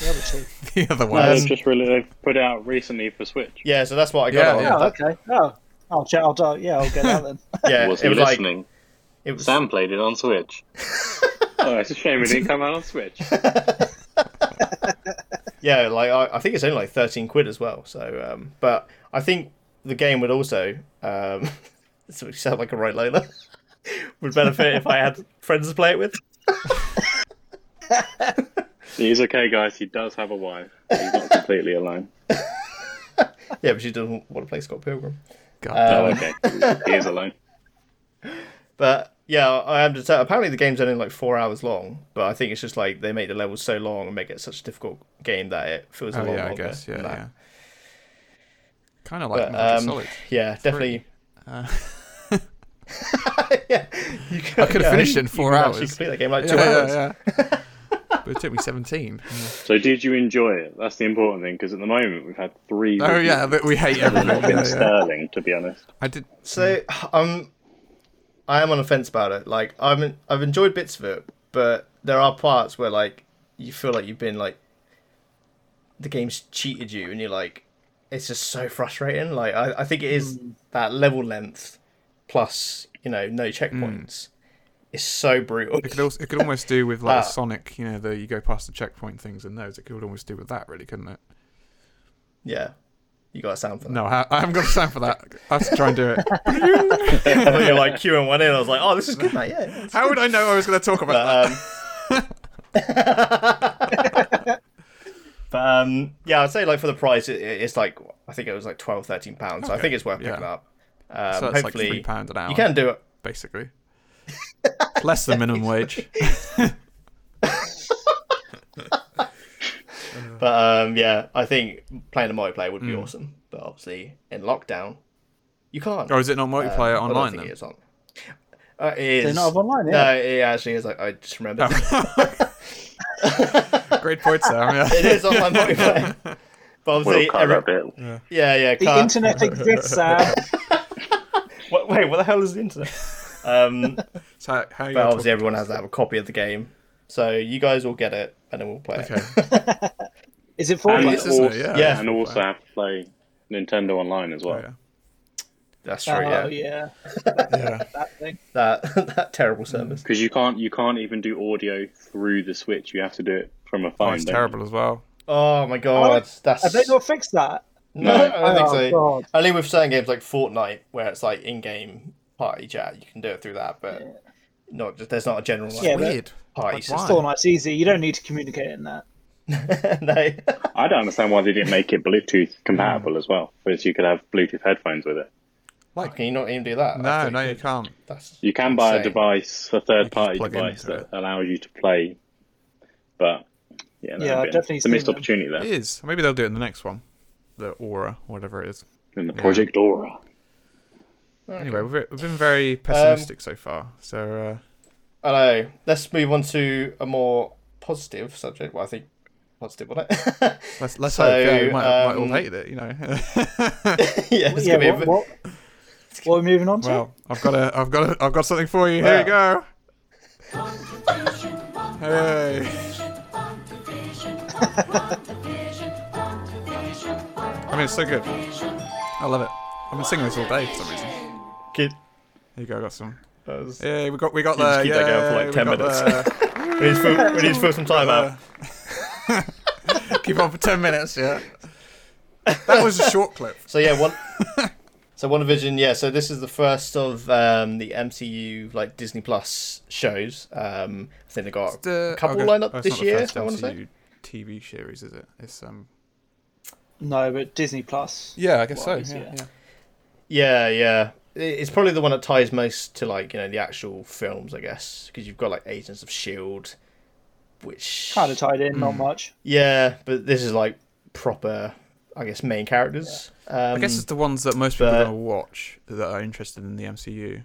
[SPEAKER 4] the other two.
[SPEAKER 2] The other one.
[SPEAKER 3] They've
[SPEAKER 1] Um,
[SPEAKER 3] just really they've put it out recently for Switch.
[SPEAKER 1] yeah, so that's what I
[SPEAKER 2] Yeah,
[SPEAKER 1] got.
[SPEAKER 2] yeah.
[SPEAKER 1] on.
[SPEAKER 4] Oh, okay. Oh, I'll check. I'll do- yeah, I'll get that then.
[SPEAKER 1] yeah.
[SPEAKER 3] was
[SPEAKER 1] it
[SPEAKER 3] he
[SPEAKER 1] was like
[SPEAKER 3] listening?
[SPEAKER 1] it was.
[SPEAKER 3] Sam played it on Switch. oh, it's a shame it didn't come out on Switch.
[SPEAKER 1] Yeah, like I, I think it's only like thirteen quid as well. So, um, but I think the game would also um, this would sound like a right Lola would benefit if I had friends to play it with.
[SPEAKER 3] He's okay, guys. He does have a wife. He's not completely alone.
[SPEAKER 1] Yeah, but she doesn't want to play Scott Pilgrim.
[SPEAKER 2] God,
[SPEAKER 3] Oh,
[SPEAKER 1] uh,
[SPEAKER 2] damn it.
[SPEAKER 3] okay. He is alone.
[SPEAKER 1] But yeah, I am. Deter- apparently, the game's only like four hours long. But I think it's just like they make the levels so long and make it such a difficult game that it feels a
[SPEAKER 2] Oh,
[SPEAKER 1] lot
[SPEAKER 2] yeah, I
[SPEAKER 1] longer.
[SPEAKER 2] guess. Yeah,
[SPEAKER 1] than that.
[SPEAKER 2] yeah. Kind of like
[SPEAKER 1] But,
[SPEAKER 2] Metal Gear
[SPEAKER 1] um,
[SPEAKER 2] Solid. Uh,
[SPEAKER 1] yeah, definitely. yeah, you could,
[SPEAKER 2] I could have finished it in four
[SPEAKER 1] actually
[SPEAKER 2] hours.
[SPEAKER 1] complete that game in, like
[SPEAKER 2] Yeah,
[SPEAKER 1] two hours.
[SPEAKER 2] yeah, yeah. but it took me 17.
[SPEAKER 3] So, did you enjoy it? That's the important thing because at the moment we've had three.
[SPEAKER 2] oh,
[SPEAKER 3] reviews.
[SPEAKER 2] yeah, but we hate everything.
[SPEAKER 3] Not been
[SPEAKER 2] yeah, yeah.
[SPEAKER 3] sterling, to be honest.
[SPEAKER 2] I did.
[SPEAKER 1] So um, I am on a fence about it. Like I'm, I've enjoyed bits of it, but there are parts where like you feel like you've been like the game's cheated you, and you're like, it's just so frustrating. Like I, I think it is that level length plus you know no checkpoints.
[SPEAKER 2] Hmm.
[SPEAKER 1] It's so brutal.
[SPEAKER 2] It could, also, it could almost do with like
[SPEAKER 1] Ah.
[SPEAKER 2] Sonic, you know, the you go past the checkpoint things and those. It could almost do with that, really, couldn't it?
[SPEAKER 1] Yeah, you got a sound for that.
[SPEAKER 2] No, I, I haven't got a sound for that. I have to try and do it.
[SPEAKER 1] But you're like queuing one in. I was like, oh, this is good, mate. Yeah.
[SPEAKER 2] How would I know I was going to talk about that?
[SPEAKER 1] But, um, but um, yeah, I'd say like for the price, it, it- it's like I think it was like 12, 13 pounds. So I
[SPEAKER 2] Okay,
[SPEAKER 1] think it's worth picking
[SPEAKER 2] yeah.
[SPEAKER 1] up. Um,
[SPEAKER 2] so that's like
[SPEAKER 1] hopefully,
[SPEAKER 2] three pound an hour.
[SPEAKER 1] you can do it.
[SPEAKER 2] basically. It's Less than minimum wage.
[SPEAKER 1] But um, yeah, I think playing a multiplayer would be
[SPEAKER 2] Mm.
[SPEAKER 1] awesome. But obviously, in lockdown, you can't.
[SPEAKER 2] Or is it not
[SPEAKER 1] I
[SPEAKER 2] multiplayer
[SPEAKER 1] don't
[SPEAKER 2] online
[SPEAKER 1] think
[SPEAKER 2] then?
[SPEAKER 1] It is on. Uh, it is.
[SPEAKER 4] They're not online, yeah.
[SPEAKER 2] Oh.
[SPEAKER 1] No, it actually is. Like, I just remembered.
[SPEAKER 2] Great point, Sam. Yeah.
[SPEAKER 1] It is online multiplayer. But
[SPEAKER 3] We'll
[SPEAKER 1] obviously,
[SPEAKER 3] cut
[SPEAKER 1] every-
[SPEAKER 3] that bit.
[SPEAKER 1] yeah, yeah.
[SPEAKER 4] The
[SPEAKER 1] cut.
[SPEAKER 4] internet exists, Sam.
[SPEAKER 8] Wait, wait, what the hell is the internet? Um,
[SPEAKER 2] So how, how you
[SPEAKER 1] but
[SPEAKER 2] gonna
[SPEAKER 1] obviously,
[SPEAKER 2] talk-
[SPEAKER 1] everyone has to have a copy of the game, so you guys will get it, and then we'll play it.
[SPEAKER 2] Okay.
[SPEAKER 4] Is it
[SPEAKER 3] And
[SPEAKER 4] Fortnite?
[SPEAKER 2] it's- isn't it?
[SPEAKER 3] also,
[SPEAKER 2] Yeah.
[SPEAKER 1] Yeah.
[SPEAKER 3] and also have to play Nintendo Online as well.
[SPEAKER 2] yeah.
[SPEAKER 1] That's true.
[SPEAKER 4] Oh
[SPEAKER 1] yeah.
[SPEAKER 4] yeah,
[SPEAKER 2] yeah.
[SPEAKER 4] that thing.
[SPEAKER 1] that that terrible service.
[SPEAKER 4] Mm.
[SPEAKER 3] Because you can't you can't even do audio through the Switch. You have to do it from a phone.
[SPEAKER 2] Oh, it's
[SPEAKER 3] don't you?
[SPEAKER 2] terrible as well.
[SPEAKER 1] Oh my god, that's
[SPEAKER 4] Have they not fixed that?
[SPEAKER 1] no, I don't think
[SPEAKER 4] Oh,
[SPEAKER 1] so.
[SPEAKER 4] God.
[SPEAKER 1] Only with certain games like Fortnite, where it's like in-game party chat, you can do it through that, but not just there's not a general like,
[SPEAKER 4] Yeah, but-
[SPEAKER 2] Weird.
[SPEAKER 1] party
[SPEAKER 2] Like, why?
[SPEAKER 4] Fortnite's easy. You don't need to communicate in that.
[SPEAKER 1] system. no,
[SPEAKER 3] I don't understand why they didn't make it Bluetooth
[SPEAKER 2] Mm.
[SPEAKER 3] compatible as well, whereas you could have Bluetooth headphones with it.
[SPEAKER 2] Like,
[SPEAKER 1] can you not even do that? I
[SPEAKER 2] no,
[SPEAKER 1] thought
[SPEAKER 2] no, you
[SPEAKER 1] could.
[SPEAKER 2] can't.
[SPEAKER 1] That's
[SPEAKER 3] You can buy a
[SPEAKER 1] insane.
[SPEAKER 3] device, a third party
[SPEAKER 2] plug
[SPEAKER 3] device
[SPEAKER 2] into
[SPEAKER 3] that allows you to play, but yeah,
[SPEAKER 4] Yeah, I've
[SPEAKER 3] no,
[SPEAKER 4] definitely
[SPEAKER 3] it's a
[SPEAKER 4] seen
[SPEAKER 3] missed
[SPEAKER 4] them.
[SPEAKER 3] opportunity there
[SPEAKER 2] It is. Maybe they'll do it in the next one. The Aura, whatever it is.
[SPEAKER 3] in the Project Aura.
[SPEAKER 2] Anyway, we've, we've been very pessimistic so far. So, uh,
[SPEAKER 1] Hello. Let's move on to a more positive subject. Well, I think positive, wasn't it?
[SPEAKER 2] uh, let's, let's
[SPEAKER 1] So,
[SPEAKER 2] hope. Yeah, we might, might all
[SPEAKER 1] um,
[SPEAKER 2] hate it, you know.
[SPEAKER 1] yeah, it's
[SPEAKER 4] yeah,
[SPEAKER 1] gonna
[SPEAKER 4] what,
[SPEAKER 1] be a bit-
[SPEAKER 4] what, what are we moving on to?
[SPEAKER 2] well, I've got a, I've got a, I've got something for you. Here you go. Hey. I mean, it's so good. I love it. I've been singing this all day for some reason. Here
[SPEAKER 1] Kid-
[SPEAKER 2] you go, I got some.
[SPEAKER 1] that was-
[SPEAKER 2] Yeah, we got, we got
[SPEAKER 1] You just
[SPEAKER 2] there.
[SPEAKER 1] keep
[SPEAKER 2] yeah,
[SPEAKER 1] that going for, like,
[SPEAKER 2] we
[SPEAKER 1] 10 minutes.
[SPEAKER 2] got there.
[SPEAKER 1] We need to fill- we need to fill some time out.
[SPEAKER 2] Keep on for 10 minutes, yeah. That was a short clip.
[SPEAKER 1] So yeah, one. so WandaVision, yeah. So this is the first of um, the MCU like Disney Plus shows. Um, I think they got a couple
[SPEAKER 2] okay.
[SPEAKER 1] lined up
[SPEAKER 2] Oh, it's
[SPEAKER 1] this
[SPEAKER 2] not the
[SPEAKER 1] year.
[SPEAKER 2] first
[SPEAKER 1] I want to say.
[SPEAKER 2] MCU TV series, is it? It's um.
[SPEAKER 4] No, but Disney Plus.
[SPEAKER 2] Yeah, I guess
[SPEAKER 4] Wise,
[SPEAKER 2] so. Yeah,
[SPEAKER 4] yeah.
[SPEAKER 2] yeah.
[SPEAKER 1] Yeah, yeah. It- It's probably the one that ties most to like you know the actual films, I guess, because you've got like Agents of Shield, E which
[SPEAKER 4] Kind of tied in, not much.
[SPEAKER 1] yeah, but this is like proper, I guess, main characters. Um,
[SPEAKER 2] I guess it's the ones that most people
[SPEAKER 1] but-
[SPEAKER 2] are gonna watch that are interested in the MCU.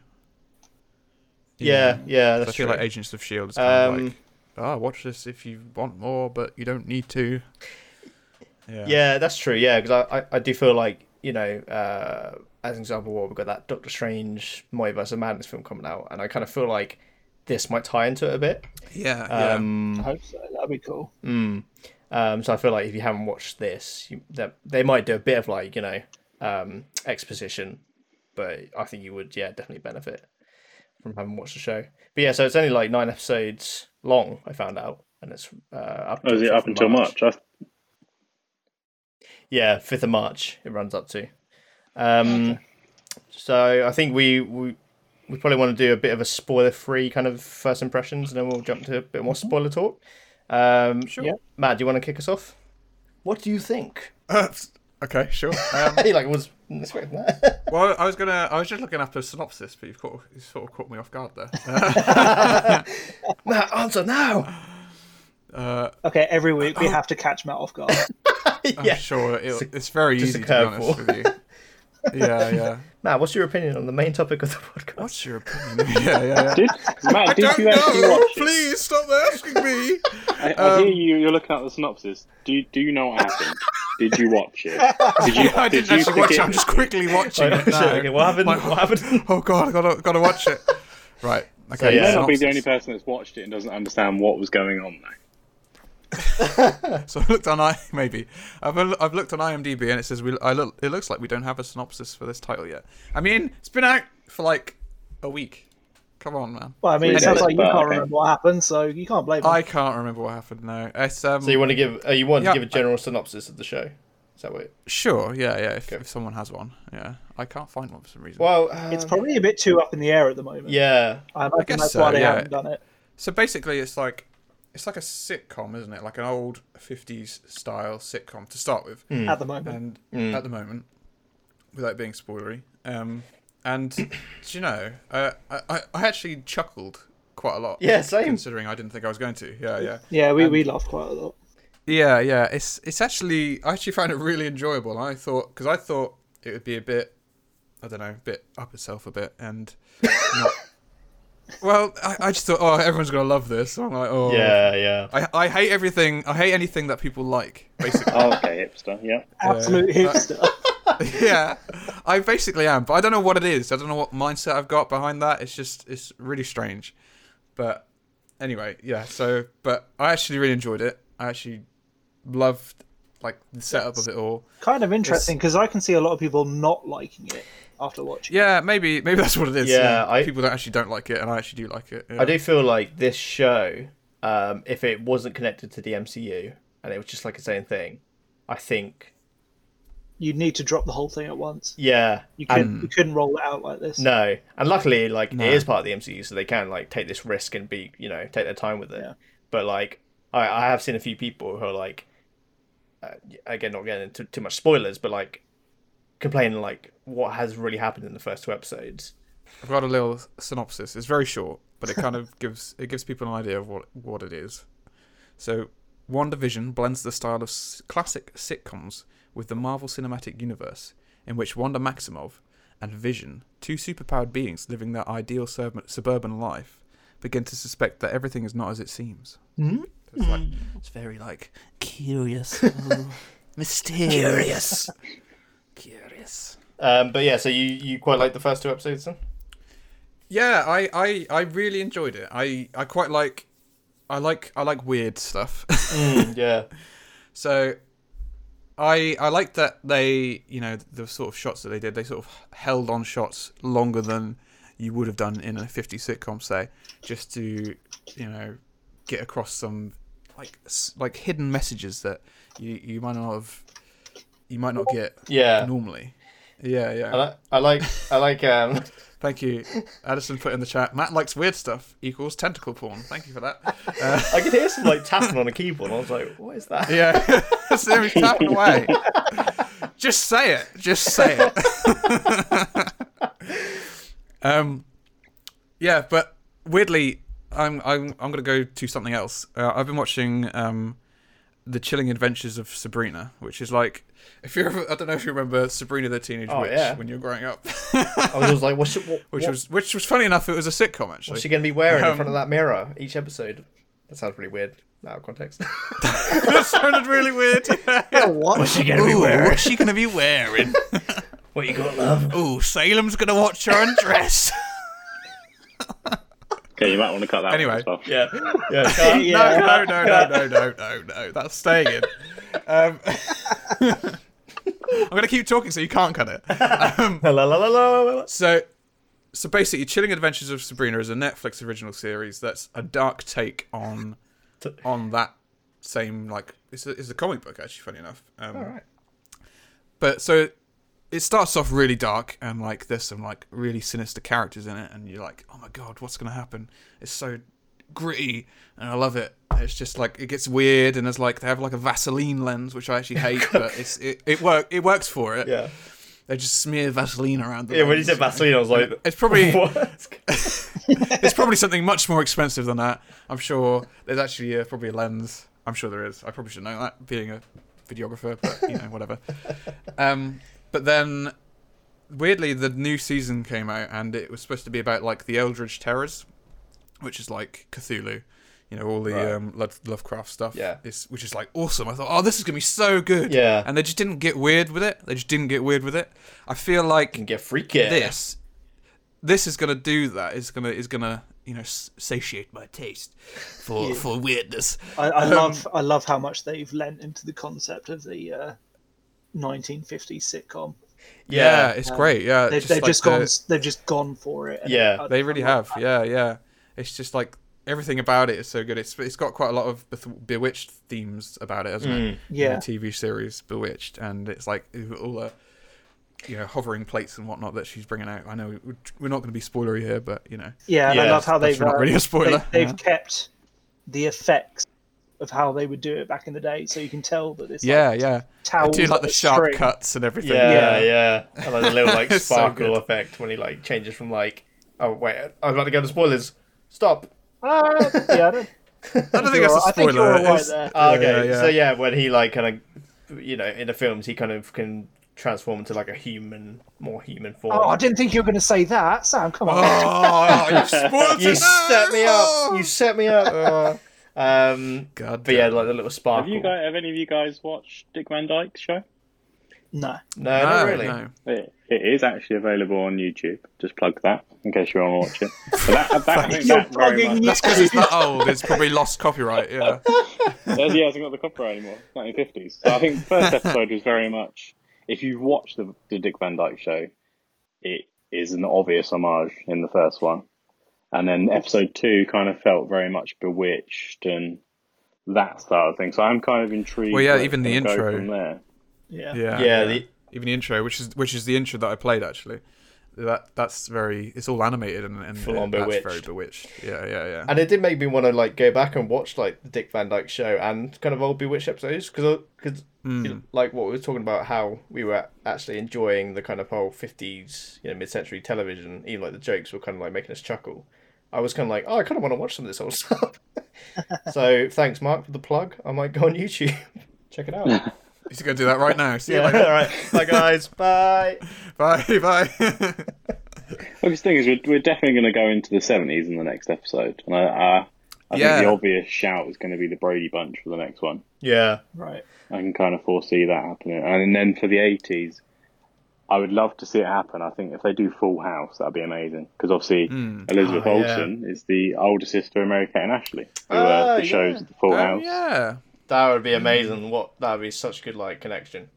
[SPEAKER 1] yeah, yeah.
[SPEAKER 2] So I
[SPEAKER 1] That's
[SPEAKER 2] feel
[SPEAKER 1] true.
[SPEAKER 2] like Agents of Shield is kind
[SPEAKER 1] Um,
[SPEAKER 2] of like, ah, watch this if you want more, but you don't need to. Yeah.
[SPEAKER 1] Yeah, that's true. Yeah, because I, I, I do feel like you know, uh, as an example, what we've got that Doctor Strange Multiverse of Madness film coming out, and I kind of feel like this might tie into it a bit.
[SPEAKER 2] Yeah. yeah.
[SPEAKER 4] I
[SPEAKER 1] Um,
[SPEAKER 4] hope so. That'd be cool.
[SPEAKER 1] mm. um, so I feel like if you haven't watched this, you, that they might do a bit of like you know um, exposition, but I think you would yeah definitely benefit from having watched the show. But yeah, so it's only like nine episodes long. I found out, and it's uh, up
[SPEAKER 3] Oh, is it up
[SPEAKER 1] 5th of
[SPEAKER 3] until March? I,
[SPEAKER 1] Yeah, fifth of March it runs up to. Um, so I think we, we we probably want to do a bit of a spoiler-free kind of first impressions, and then we'll jump to a bit more spoiler talk. Um, Mm-hmm. sure.
[SPEAKER 4] Yeah.
[SPEAKER 1] Matt, do you want to kick us off? What do you think?
[SPEAKER 2] okay, sure. Um,
[SPEAKER 1] Hey, like was expecting that.
[SPEAKER 2] well, I was gonna, I was just looking up a synopsis, but you've caught, you sort of caught me off guard there.
[SPEAKER 1] Matt, answer now.
[SPEAKER 4] Okay, every week we have to catch Matt off guard.
[SPEAKER 1] yeah.
[SPEAKER 2] I'm sure it'll, it's very
[SPEAKER 1] just a
[SPEAKER 2] easy to be honest
[SPEAKER 1] curveball.
[SPEAKER 2] with you. Yeah, yeah.
[SPEAKER 1] Matt, what's your opinion on the main topic of the podcast?
[SPEAKER 2] What's your opinion? yeah, yeah, yeah.
[SPEAKER 3] did, Matt, did you actually watch it?
[SPEAKER 2] Please um, stop asking me.
[SPEAKER 3] I, I hear you. You're looking at the synopsis. Do you, do you know what happened? did you watch it? Did you?
[SPEAKER 2] I
[SPEAKER 3] did
[SPEAKER 2] didn't
[SPEAKER 3] you
[SPEAKER 2] actually watch it. I'm
[SPEAKER 3] forget-
[SPEAKER 2] just quickly watching it. now.
[SPEAKER 1] okay, what happened?
[SPEAKER 2] Like,
[SPEAKER 1] what happened?
[SPEAKER 2] oh god, I gotta gotta watch it. Right. Okay.
[SPEAKER 1] yeah.
[SPEAKER 3] I'll be
[SPEAKER 2] synopsis.
[SPEAKER 3] the only person that's watched it and doesn't understand what was going on though.
[SPEAKER 2] So I looked on I maybe I've I've looked on IMDb and it says we I look it looks like we don't have a synopsis for this title yet. I mean it's been out for like a week. Come on, man.
[SPEAKER 4] Well, I mean, it
[SPEAKER 3] Yeah,
[SPEAKER 4] sounds like you
[SPEAKER 3] but-
[SPEAKER 4] can't
[SPEAKER 3] okay.
[SPEAKER 4] remember what happened, so you can't blame him.
[SPEAKER 2] I can't remember what happened now. It's um
[SPEAKER 1] So you want to give? Uh, you want
[SPEAKER 2] Yeah.
[SPEAKER 1] to give a general synopsis of the show? Is that what?
[SPEAKER 2] sure yeah yeah if, if someone has one yeah I can't find one for some reason.
[SPEAKER 1] Well, um,
[SPEAKER 4] It's probably Uh, a bit too up in the air at the moment.
[SPEAKER 1] yeah.
[SPEAKER 4] I imagine
[SPEAKER 2] guess
[SPEAKER 4] that's
[SPEAKER 2] so,
[SPEAKER 4] why they
[SPEAKER 2] yeah.
[SPEAKER 4] haven't done it.
[SPEAKER 2] So basically, it's like it's like a sitcom, isn't it? Like an old '50s style sitcom to start with,
[SPEAKER 1] Hmm.
[SPEAKER 4] at the moment.
[SPEAKER 2] and at the moment, without being spoilery. Um, and do you know, uh, I I I actually chuckled quite a lot.
[SPEAKER 1] Yeah, same.
[SPEAKER 2] Considering I didn't think I was going to. Yeah, yeah,
[SPEAKER 4] Yeah, we, we laughed quite a lot.
[SPEAKER 2] yeah, yeah. It's it's actually I actually found it really enjoyable. I thought because I thought it would be a bit, I don't know, a bit up itself a bit and not Well, I, I just thought, oh, everyone's gonna love this. So I'm like, oh,
[SPEAKER 1] Yeah, yeah.
[SPEAKER 2] I, I hate everything. I hate anything that people like. Basically,
[SPEAKER 3] Oh, okay, hipster. Yeah.
[SPEAKER 4] Absolute hipster.
[SPEAKER 2] yeah. I basically am, but I don't know what it is. I don't know what mindset I've got behind that. It's just, it's really strange. But anyway, yeah. So, but I actually really enjoyed it. I actually loved like the setup of it all.
[SPEAKER 4] kind of interesting because I can see a lot of people not liking it after watching.
[SPEAKER 2] Yeah, maybe maybe that's what it is.
[SPEAKER 1] Yeah, I-
[SPEAKER 2] people that actually don't like it, and I actually do like it. yeah.
[SPEAKER 1] I do feel like this show, um, if it wasn't connected to the MCU and it was just like its own thing, I think,
[SPEAKER 4] You need to drop the whole thing at once.
[SPEAKER 1] yeah,
[SPEAKER 4] You couldn't, you couldn't roll it out like this.
[SPEAKER 1] no. And luckily, like it is part of the MCU, so they can like take this risk and be, you know, take their time with it.
[SPEAKER 4] Yeah.
[SPEAKER 1] But like, I, I have seen a few people who are like, uh, again, not getting into too much spoilers, but like complaining like what has really happened in the first two episodes.
[SPEAKER 2] I've got a little synopsis. It's very short, but it kind of gives it gives people an idea of what what it is. So, WandaVision blends the style of s- classic sitcoms with the Marvel Cinematic Universe, in which Wanda Maximov and Vision, two superpowered beings living their ideal sur- suburban life, begin to suspect that everything is not as it seems. It's, like, it's very like curious, oh, mysterious,
[SPEAKER 1] Yes.
[SPEAKER 2] curious.
[SPEAKER 1] um, but yeah, so you you quite like the first two episodes then?
[SPEAKER 2] Yeah, I, I, I really enjoyed it. I, I quite like I like I like weird stuff.
[SPEAKER 1] Yeah.
[SPEAKER 2] so I I like that they you know the sort of shots that they did they sort of held on shots longer than you would have done in a 50 sitcom say just to you know get across some like s- like hidden messages that you you might not have you might not get
[SPEAKER 1] Yeah.
[SPEAKER 2] normally. Yeah, yeah.
[SPEAKER 1] I, li- I like I like um
[SPEAKER 2] Thank you, Addison. Put in the chat. Matt likes weird stuff equals tentacle porn. Thank you for that. Uh,
[SPEAKER 1] I could hear some like tapping on a keyboard. And I was like, what is that?
[SPEAKER 2] yeah, so he's tapping away. Just say it. Just say it. um, yeah, but weirdly, I'm I'm I'm gonna go to something else. Uh, I've been watching um, the Chilling Adventures of Sabrina, which is like if you are I don't know if you remember Sabrina the Teenage
[SPEAKER 1] Oh,
[SPEAKER 2] Witch
[SPEAKER 1] yeah.
[SPEAKER 2] when you were growing up,
[SPEAKER 1] I was just like, what's she, what,
[SPEAKER 2] which
[SPEAKER 1] what-
[SPEAKER 2] was which was funny enough. It was a sitcom actually.
[SPEAKER 1] what's she gonna be wearing in
[SPEAKER 2] Um,
[SPEAKER 1] front of that mirror each episode? That sounds pretty weird out of context.
[SPEAKER 2] that sounded really weird.
[SPEAKER 4] What?
[SPEAKER 1] she gonna be
[SPEAKER 2] what's she gonna be wearing?
[SPEAKER 1] What you got, love?
[SPEAKER 2] Ooh, Salem's gonna watch her undress.
[SPEAKER 3] Okay, you might want to cut that.
[SPEAKER 2] Anyway.
[SPEAKER 3] One as well.
[SPEAKER 1] Yeah, yeah. can't-
[SPEAKER 2] no, no, no, no, no, no, no, no. That's staying in. Um, I'm gonna keep talking so you can't cut it.
[SPEAKER 1] La, la, la, la, la, la, la.
[SPEAKER 2] So, so basically, Chilling Adventures of Sabrina is a Netflix original series that's a dark take on on that same like it's a, it's a comic book actually. Funny enough, um, but so it starts off really dark and like there's some like really sinister characters in it, and you're like, oh my god, what's gonna happen? It's so gritty, and I love it. It's just like it gets weird, and it's like they have like a Vaseline lens, which I actually hate, but it's it it, work, it works for it.
[SPEAKER 1] Yeah.
[SPEAKER 2] They just smear Vaseline around. The
[SPEAKER 1] Yeah, when you
[SPEAKER 2] lens,
[SPEAKER 1] said
[SPEAKER 2] you know?
[SPEAKER 1] Vaseline, I was like,
[SPEAKER 2] It's probably
[SPEAKER 1] what?
[SPEAKER 2] it's probably something much more expensive than that. I'm sure there's actually uh probably a lens. I'm sure there is. I probably should know that, being a videographer, but you know, whatever. Um, but then, weirdly, the new season came out, and it was supposed to be about like the Eldritch Terrors, which is like Cthulhu. You know, all the um, Lo- Lovecraft stuff.
[SPEAKER 1] Yeah.
[SPEAKER 2] Is, which is like awesome. I thought, oh, this is gonna be so good.
[SPEAKER 1] Yeah.
[SPEAKER 2] And they just didn't get weird with it. They just didn't get weird with it. I feel like
[SPEAKER 1] Can get freaky.
[SPEAKER 2] this this is gonna do that is gonna is gonna you know s- satiate my taste for for weirdness
[SPEAKER 4] I, I love
[SPEAKER 2] Um,
[SPEAKER 4] I love how much they've lent into the concept of the uh, 1950s sitcom.
[SPEAKER 2] yeah,
[SPEAKER 1] Yeah,
[SPEAKER 2] it's great yeah
[SPEAKER 4] They've
[SPEAKER 2] it's
[SPEAKER 4] just, Um, they've
[SPEAKER 2] like
[SPEAKER 4] just
[SPEAKER 2] the-
[SPEAKER 4] gone they've just gone for it. Uh, and
[SPEAKER 1] Yeah.
[SPEAKER 4] I-
[SPEAKER 2] they really
[SPEAKER 4] I love
[SPEAKER 2] have yeah yeah it's just like everything about it is so good it's it's got quite a lot of Beth- bewitched themes about it hasn't it You know,
[SPEAKER 4] Mm. Yeah.
[SPEAKER 2] tv series bewitched and it's like all the you know hovering plates and whatnot that she's bringing out i know we- we're not going to be spoilery here but you know
[SPEAKER 4] Yeah, and I
[SPEAKER 1] Yeah,
[SPEAKER 4] love how
[SPEAKER 2] that's
[SPEAKER 4] they've
[SPEAKER 2] not really a
[SPEAKER 4] uh,
[SPEAKER 2] spoiler,
[SPEAKER 4] They, they've
[SPEAKER 2] yeah.
[SPEAKER 4] kept the effects of how they would do it back in the day, so you can tell that this.
[SPEAKER 2] yeah
[SPEAKER 4] like,
[SPEAKER 2] yeah i
[SPEAKER 4] towels
[SPEAKER 2] do like
[SPEAKER 4] on
[SPEAKER 2] the
[SPEAKER 4] a
[SPEAKER 2] sharp
[SPEAKER 4] string.
[SPEAKER 2] cuts and everything
[SPEAKER 1] yeah, yeah. And like the little like
[SPEAKER 2] It's so
[SPEAKER 1] sparkle
[SPEAKER 2] good.
[SPEAKER 1] effect when he like changes from like, oh wait, I'm about to go to spoilers. Stop.
[SPEAKER 4] Ah, yeah, I don't,
[SPEAKER 2] i don't think that's a
[SPEAKER 4] I think you're
[SPEAKER 2] spoiler
[SPEAKER 4] all right
[SPEAKER 2] It's-
[SPEAKER 4] there.
[SPEAKER 1] Oh,
[SPEAKER 2] Yeah,
[SPEAKER 1] okay,
[SPEAKER 2] yeah.
[SPEAKER 1] so yeah, when he like kind of, you know, in the films, he kind of can transform into like a human, more human form.
[SPEAKER 4] Oh, I didn't think you were going to say that, Sam. Come on.
[SPEAKER 2] Oh, you spoiled
[SPEAKER 1] you
[SPEAKER 2] it
[SPEAKER 1] set me
[SPEAKER 2] now!
[SPEAKER 1] up. You set me up. um,
[SPEAKER 2] God
[SPEAKER 1] but yeah,
[SPEAKER 2] damn.
[SPEAKER 1] like the little
[SPEAKER 3] Have
[SPEAKER 1] sparkle.
[SPEAKER 3] you guys? Have any of you guys watched Dick Van Dyke's show?
[SPEAKER 4] No.
[SPEAKER 1] No, not
[SPEAKER 2] No,
[SPEAKER 1] really.
[SPEAKER 2] no.
[SPEAKER 3] It, it is actually available on YouTube. Just plug that in case you want to watch it. But that, that, I think
[SPEAKER 4] You're
[SPEAKER 3] that very
[SPEAKER 4] plugging
[SPEAKER 3] much.
[SPEAKER 2] That's because it's not old. It's probably lost copyright. Yeah.
[SPEAKER 3] Yes, he hasn't got the copyright anymore. Nineteen fifties. So I think the first episode was very much. If you watch the, the Dick Van Dyke Show, it is an obvious homage in the first one, and then episode two kind of felt very much bewitched and that style of thing. So I'm kind of intrigued.
[SPEAKER 2] Well, yeah,
[SPEAKER 3] where it's
[SPEAKER 2] even the
[SPEAKER 3] gonna go
[SPEAKER 2] intro.
[SPEAKER 3] from there.
[SPEAKER 4] Yeah.
[SPEAKER 2] Yeah.
[SPEAKER 1] Yeah, the,
[SPEAKER 2] Even the intro, which is which is the intro that I played actually. That that's very. It's all animated and, and,
[SPEAKER 1] Full on
[SPEAKER 2] and that's
[SPEAKER 1] bewitched.
[SPEAKER 2] very bewitched. Yeah, yeah, yeah.
[SPEAKER 1] and it did make me want to like go back and watch like the Dick Van Dyke show and kind of old Bewitched episodes because because like what we were talking about how we were actually enjoying the kind of whole fifties you know mid century television even like the jokes were kind of like making us chuckle. I was kind of like, oh, I kind of want to watch some of this old stuff. so thanks, Mark, for the plug. I might go on YouTube, check it out.
[SPEAKER 2] He's gonna do that right now. See you
[SPEAKER 1] All
[SPEAKER 2] later.
[SPEAKER 1] right, bye guys, bye.
[SPEAKER 2] Bye, bye.
[SPEAKER 3] Well, the thing is, we're, we're definitely going to go into the seventies in the next episode, and I, I, I
[SPEAKER 2] Yeah.
[SPEAKER 3] think the obvious shout is going to be the Brady Bunch for the next one.
[SPEAKER 1] Yeah,
[SPEAKER 4] Right.
[SPEAKER 3] I can kind of foresee that happening. And then for the 80s, I would love to see it happen. I think if they do Full House, that'd be amazing. Because obviously, Elizabeth
[SPEAKER 1] Oh, yeah.
[SPEAKER 3] Olsen is the older sister of Mary Kate and Ashley, who
[SPEAKER 1] Ah,
[SPEAKER 3] uh, the
[SPEAKER 1] yeah.
[SPEAKER 3] shows the Full
[SPEAKER 2] oh
[SPEAKER 3] House.
[SPEAKER 2] yeah.
[SPEAKER 1] that would be amazing. What that would be such a good like connection.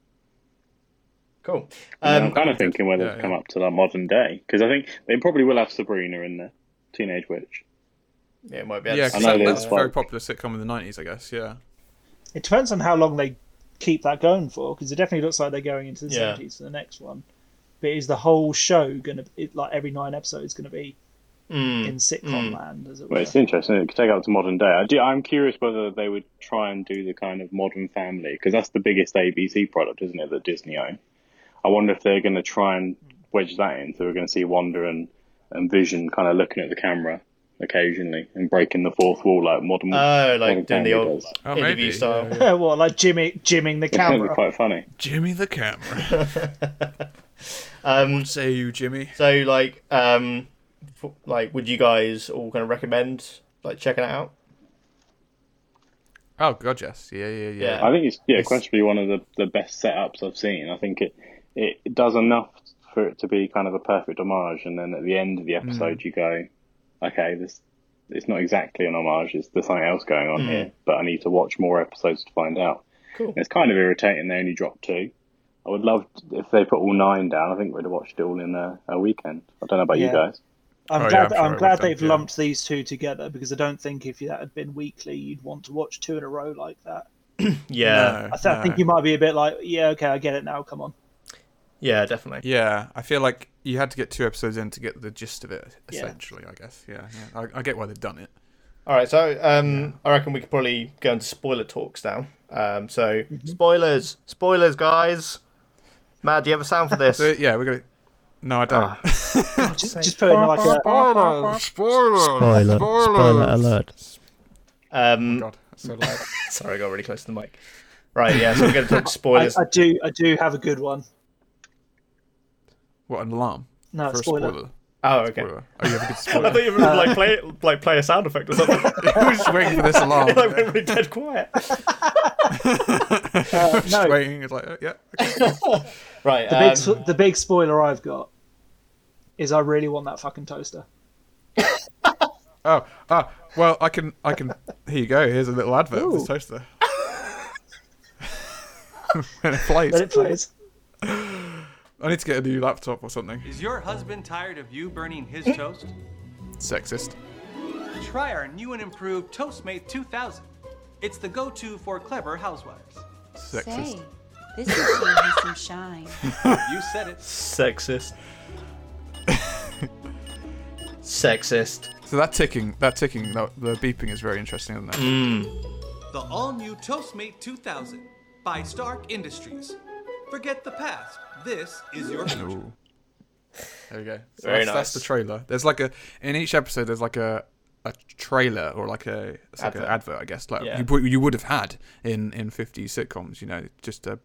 [SPEAKER 1] Cool.
[SPEAKER 3] And
[SPEAKER 1] Um,
[SPEAKER 3] I'm kind of thinking whether
[SPEAKER 2] Yeah,
[SPEAKER 3] to
[SPEAKER 2] yeah.
[SPEAKER 3] come up to that modern day. Because I think they probably will have Sabrina in there, Teenage Witch.
[SPEAKER 1] yeah, it might be.
[SPEAKER 2] Yeah,
[SPEAKER 1] able to-
[SPEAKER 2] 'cause
[SPEAKER 3] I know
[SPEAKER 2] that,
[SPEAKER 3] there's
[SPEAKER 2] that's a very
[SPEAKER 3] like-
[SPEAKER 2] popular sitcom in the nineties, I guess. Yeah.
[SPEAKER 4] It depends on how long they keep that going for, because it definitely looks like they're going into the
[SPEAKER 1] Yeah.
[SPEAKER 4] seventies for the next one. But is the whole show going to be like every nine episodes going to be in sitcom land, as it were?
[SPEAKER 3] Well, it's interesting. It could take up to modern day. I do, I'm curious whether they would try and do the kind of modern family because that's the biggest ABC product, isn't it, that Disney own? I wonder if they're going to try and wedge that in. So we're going to see Wonder and, and Vision kind of looking at the camera occasionally and breaking the fourth wall like modern.
[SPEAKER 1] Oh,
[SPEAKER 3] modern
[SPEAKER 1] like doing the
[SPEAKER 3] family
[SPEAKER 1] old
[SPEAKER 3] does.
[SPEAKER 2] Oh,
[SPEAKER 1] interview
[SPEAKER 2] maybe.
[SPEAKER 1] style.
[SPEAKER 4] what like Jimmy jimming the
[SPEAKER 3] It's going to be
[SPEAKER 4] camera?
[SPEAKER 3] quite funny.
[SPEAKER 2] Jimmy the camera.
[SPEAKER 1] Um,
[SPEAKER 2] Say you, Jimmy.
[SPEAKER 1] so like, um, f- like, would you guys all kind of recommend like checking it out?
[SPEAKER 2] Oh God, yes. Yeah, yeah, yeah.
[SPEAKER 1] Yeah.
[SPEAKER 3] I think it's yeah, questionably one of the, the best setups I've seen. I think it it does enough for it to be kind of a perfect homage, and then at the end of the episode, you go, okay, this it's not exactly an homage. It's, there's something else going on here, but I need to watch more episodes to find out.
[SPEAKER 1] Cool.
[SPEAKER 3] It's kind of irritating they only dropped two. I would love t- if they put all nine down. I think we'd have watched it all in a, a weekend. I don't know about
[SPEAKER 4] Yeah.
[SPEAKER 3] you guys.
[SPEAKER 4] I'm
[SPEAKER 2] Oh,
[SPEAKER 4] glad
[SPEAKER 2] yeah, I'm sure it would
[SPEAKER 4] that- I'm, glad
[SPEAKER 2] have done,
[SPEAKER 4] they've
[SPEAKER 2] yeah.
[SPEAKER 4] lumped these two together because I don't think if that had been weekly, you'd want to watch two in a row like that.
[SPEAKER 1] Yeah,
[SPEAKER 2] No,
[SPEAKER 4] I, th- I
[SPEAKER 2] no.
[SPEAKER 4] think you might be a bit like, yeah, okay, I get it now. Come on.
[SPEAKER 1] yeah, definitely.
[SPEAKER 2] Yeah, I feel like you had to get two episodes in to get the gist of it.
[SPEAKER 4] Yeah.
[SPEAKER 2] Essentially, I guess. Yeah, yeah. I, I get why they've done it.
[SPEAKER 1] All right, so um, I reckon we could probably go into spoiler talks now. Um, so spoilers, spoilers, guys. Matt, do you have a sound for this?
[SPEAKER 2] So yeah, we're gonna. No, I don't.
[SPEAKER 4] Just, just put in like a
[SPEAKER 9] Spoiler, spoiler alert.
[SPEAKER 1] um,
[SPEAKER 2] God, that's so loud.
[SPEAKER 1] sorry, I got really close to the mic. Right, yeah, so we're going to talk
[SPEAKER 4] I,
[SPEAKER 1] spoilers.
[SPEAKER 4] I do I do have a good one.
[SPEAKER 2] What an alarm!
[SPEAKER 4] No,
[SPEAKER 2] For a
[SPEAKER 4] spoiler.
[SPEAKER 2] spoiler.
[SPEAKER 1] oh, okay.
[SPEAKER 2] spoiler. Oh, you have a good
[SPEAKER 1] I
[SPEAKER 2] spoiler.
[SPEAKER 1] thought you were gonna, like play like play a sound effect or something.
[SPEAKER 2] I was just waiting for this alarm.
[SPEAKER 1] like went really dead quiet.
[SPEAKER 2] Just
[SPEAKER 4] No,
[SPEAKER 2] waiting. It's like, oh, yeah. okay.
[SPEAKER 1] Right.
[SPEAKER 4] the big,
[SPEAKER 1] Um,
[SPEAKER 4] sp- the big spoiler I've got is I really want that fucking toaster.
[SPEAKER 2] Oh, ah, well, I can, I can. Here you go. Here's a little advert of this
[SPEAKER 4] Ooh.
[SPEAKER 2] toaster. and it plays.
[SPEAKER 4] Let it plays.
[SPEAKER 2] I need to get a new laptop or something.
[SPEAKER 10] Is your husband tired of you burning his toast?
[SPEAKER 2] Sexist.
[SPEAKER 10] Try our new and improved Toastmate 2000. It's the go to for clever housewives.
[SPEAKER 2] Sexist.
[SPEAKER 11] Say, this machine has some shine.
[SPEAKER 10] You said it.
[SPEAKER 1] sexist. sexist.
[SPEAKER 2] So that ticking, that ticking, that, the beeping is very interesting, isn't it?
[SPEAKER 10] The all new Toastmate 2000 by Stark Industries. Forget the past. This is your future.
[SPEAKER 2] Ooh. There we go. So
[SPEAKER 1] Very
[SPEAKER 2] that's, that's the
[SPEAKER 1] nice.
[SPEAKER 2] trailer. There's like a in each episode. There's like a a trailer or like a it's like an advert, I guess. Like
[SPEAKER 1] Yeah.
[SPEAKER 2] you would- you would have had in in 50 sitcoms. You know, just to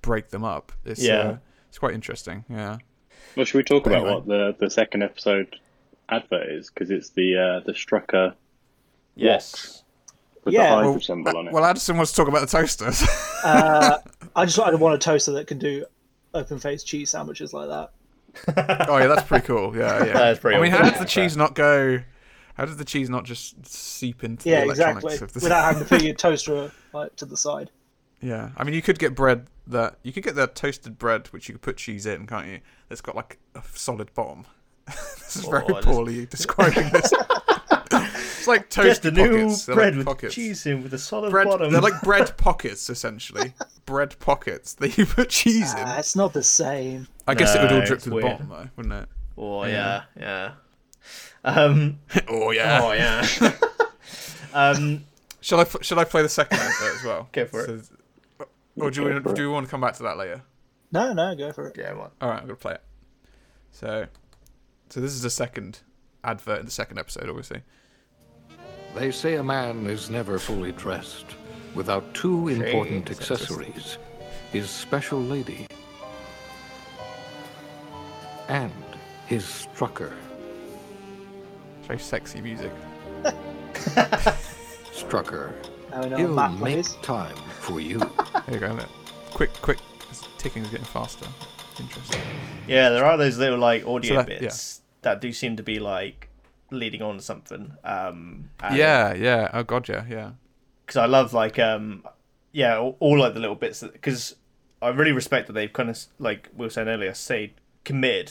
[SPEAKER 2] break them up. It's,
[SPEAKER 1] Yeah.
[SPEAKER 2] Uh, It's quite interesting. Yeah.
[SPEAKER 3] Well, should we talk about what the, the second episode advert is? Because it's the uh, the Strucker
[SPEAKER 1] Yes.
[SPEAKER 3] with the hydra symbol on it.
[SPEAKER 2] Well, Addison wants to talk about the toasters.
[SPEAKER 4] Uh, I just I want a toaster that can do open faced cheese sandwiches like that.
[SPEAKER 2] oh yeah, that's pretty cool. Yeah, yeah.
[SPEAKER 1] That's pretty
[SPEAKER 2] I mean,
[SPEAKER 1] awesome.
[SPEAKER 2] how does the cheese not go? How does the cheese not just seep into
[SPEAKER 4] Yeah,
[SPEAKER 2] the electronics
[SPEAKER 4] exactly.
[SPEAKER 2] of the
[SPEAKER 4] Without having to put your toaster like to the side.
[SPEAKER 2] Yeah, I mean, you could get bread that you could get that toasted bread which you could put cheese in, can't you? That's got like a solid bottom. this is very
[SPEAKER 1] Oh, I just-
[SPEAKER 2] poorly describing this. it's like
[SPEAKER 1] Just a
[SPEAKER 2] toasted
[SPEAKER 1] new
[SPEAKER 2] pockets. They're
[SPEAKER 1] bread
[SPEAKER 2] like
[SPEAKER 1] with
[SPEAKER 2] pockets.
[SPEAKER 1] cheese in with a solid
[SPEAKER 2] Bread,
[SPEAKER 1] bottom.
[SPEAKER 2] they're like bread pockets essentially. bread pockets that you put cheese in.
[SPEAKER 4] Ah, it's not the same.
[SPEAKER 2] I guess it would
[SPEAKER 1] No,
[SPEAKER 2] all drip
[SPEAKER 1] it's
[SPEAKER 2] to the
[SPEAKER 1] weird.
[SPEAKER 2] bottom though, wouldn't
[SPEAKER 1] Oh yeah, yeah. Um,
[SPEAKER 2] it? oh yeah.
[SPEAKER 1] oh yeah. um,
[SPEAKER 2] Shall I pl- shall I play the second advert as well?
[SPEAKER 1] Go for it.
[SPEAKER 2] So- Or do we
[SPEAKER 3] Go for it.
[SPEAKER 2] do we want to come back to that later?
[SPEAKER 4] No, no, go for it.
[SPEAKER 1] yeah, what?
[SPEAKER 2] All right, I'm gonna play it. So, so this is the second advert in the second episode, obviously.
[SPEAKER 5] They say a man is never fully dressed without two important accessories his special lady and his strucker.
[SPEAKER 2] It's Very sexy music.
[SPEAKER 5] Strucker.
[SPEAKER 4] Now we know
[SPEAKER 5] He'll
[SPEAKER 4] what map
[SPEAKER 5] make
[SPEAKER 4] is.
[SPEAKER 5] time for you.
[SPEAKER 2] There you go. Look. Quick, quick. It's ticking is getting faster. Interesting.
[SPEAKER 1] Yeah, there are those little like audio
[SPEAKER 2] So that-
[SPEAKER 1] bits that do seem to be like leading on to something. Um,
[SPEAKER 2] Yeah, yeah. Oh god, yeah, yeah.
[SPEAKER 1] because I love like um, yeah, all, all like the little bits because I really respect that they've kind of like we were saying earlier, say committed,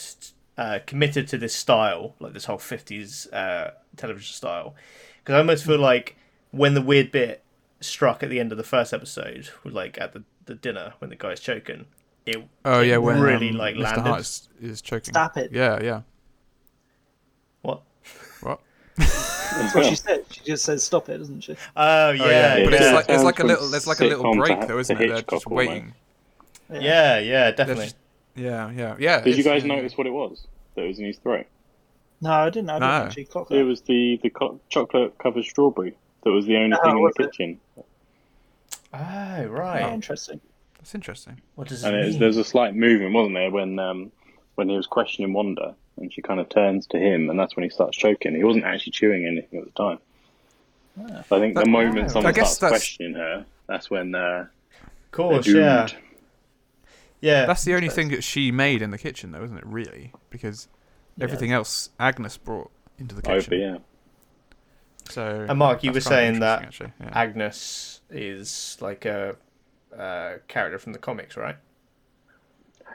[SPEAKER 1] uh, committed to this style, like this whole fifties uh television style. Because I almost feel like when the weird bit struck at the end of the first episode, with like at the, the dinner when the guy's choking, it
[SPEAKER 2] Oh
[SPEAKER 1] it
[SPEAKER 2] yeah, when
[SPEAKER 1] really
[SPEAKER 2] um,
[SPEAKER 1] like
[SPEAKER 2] Mr.
[SPEAKER 1] landed.
[SPEAKER 2] Hart is, is choking.
[SPEAKER 4] Stop it.
[SPEAKER 2] Yeah, yeah.
[SPEAKER 1] What?
[SPEAKER 2] What?
[SPEAKER 4] That's what she said. She just says stop it, doesn't she?
[SPEAKER 1] Oh yeah, yeah,
[SPEAKER 2] But
[SPEAKER 1] yeah,
[SPEAKER 2] it's like it's
[SPEAKER 3] Sounds
[SPEAKER 2] like a
[SPEAKER 3] from
[SPEAKER 2] little there's like a little
[SPEAKER 3] sitcom to
[SPEAKER 2] break
[SPEAKER 3] Ha-
[SPEAKER 2] though,
[SPEAKER 3] to
[SPEAKER 2] isn't it? They're
[SPEAKER 3] Hitchcock
[SPEAKER 2] just
[SPEAKER 3] almost.
[SPEAKER 2] waiting.
[SPEAKER 1] yeah,
[SPEAKER 2] They're
[SPEAKER 1] definitely.
[SPEAKER 2] just- yeah, yeah, yeah.
[SPEAKER 3] Did you
[SPEAKER 2] it's-
[SPEAKER 3] guys
[SPEAKER 2] yeah.
[SPEAKER 3] notice what it was that was in his throat?
[SPEAKER 4] No, I didn't. I didn't
[SPEAKER 2] No.
[SPEAKER 4] actually clock that.
[SPEAKER 3] It was the the co- chocolate covered strawberry that was the only
[SPEAKER 4] Oh,
[SPEAKER 3] thing in the
[SPEAKER 4] was it?
[SPEAKER 3] kitchen,
[SPEAKER 1] Oh
[SPEAKER 4] Oh,
[SPEAKER 1] right.
[SPEAKER 4] interesting.
[SPEAKER 2] That's interesting.
[SPEAKER 1] What does
[SPEAKER 3] and
[SPEAKER 1] it
[SPEAKER 3] it was,
[SPEAKER 1] mean?
[SPEAKER 3] there was a slight movement, wasn't there, when um when he was questioning Wanda, and she kind of turns to him, and that's when he starts choking. He wasn't actually chewing anything at the time. So I think the moment someone
[SPEAKER 2] I guess
[SPEAKER 3] starts
[SPEAKER 2] that's-
[SPEAKER 3] questioning her, that's when uh,
[SPEAKER 1] Of course,
[SPEAKER 3] doomed.
[SPEAKER 1] yeah, yeah.
[SPEAKER 2] That's the only thing that she made in the kitchen, though, isn't it? Really, because everything else Agnes brought into the
[SPEAKER 3] over.
[SPEAKER 2] kitchen.
[SPEAKER 3] Oh, Yeah,
[SPEAKER 2] So.
[SPEAKER 1] And Mark, you
[SPEAKER 2] that's
[SPEAKER 1] were
[SPEAKER 2] kind of
[SPEAKER 1] saying that
[SPEAKER 2] interesting, actually, yeah.
[SPEAKER 1] Agnes is like a uh, character from the comics, right?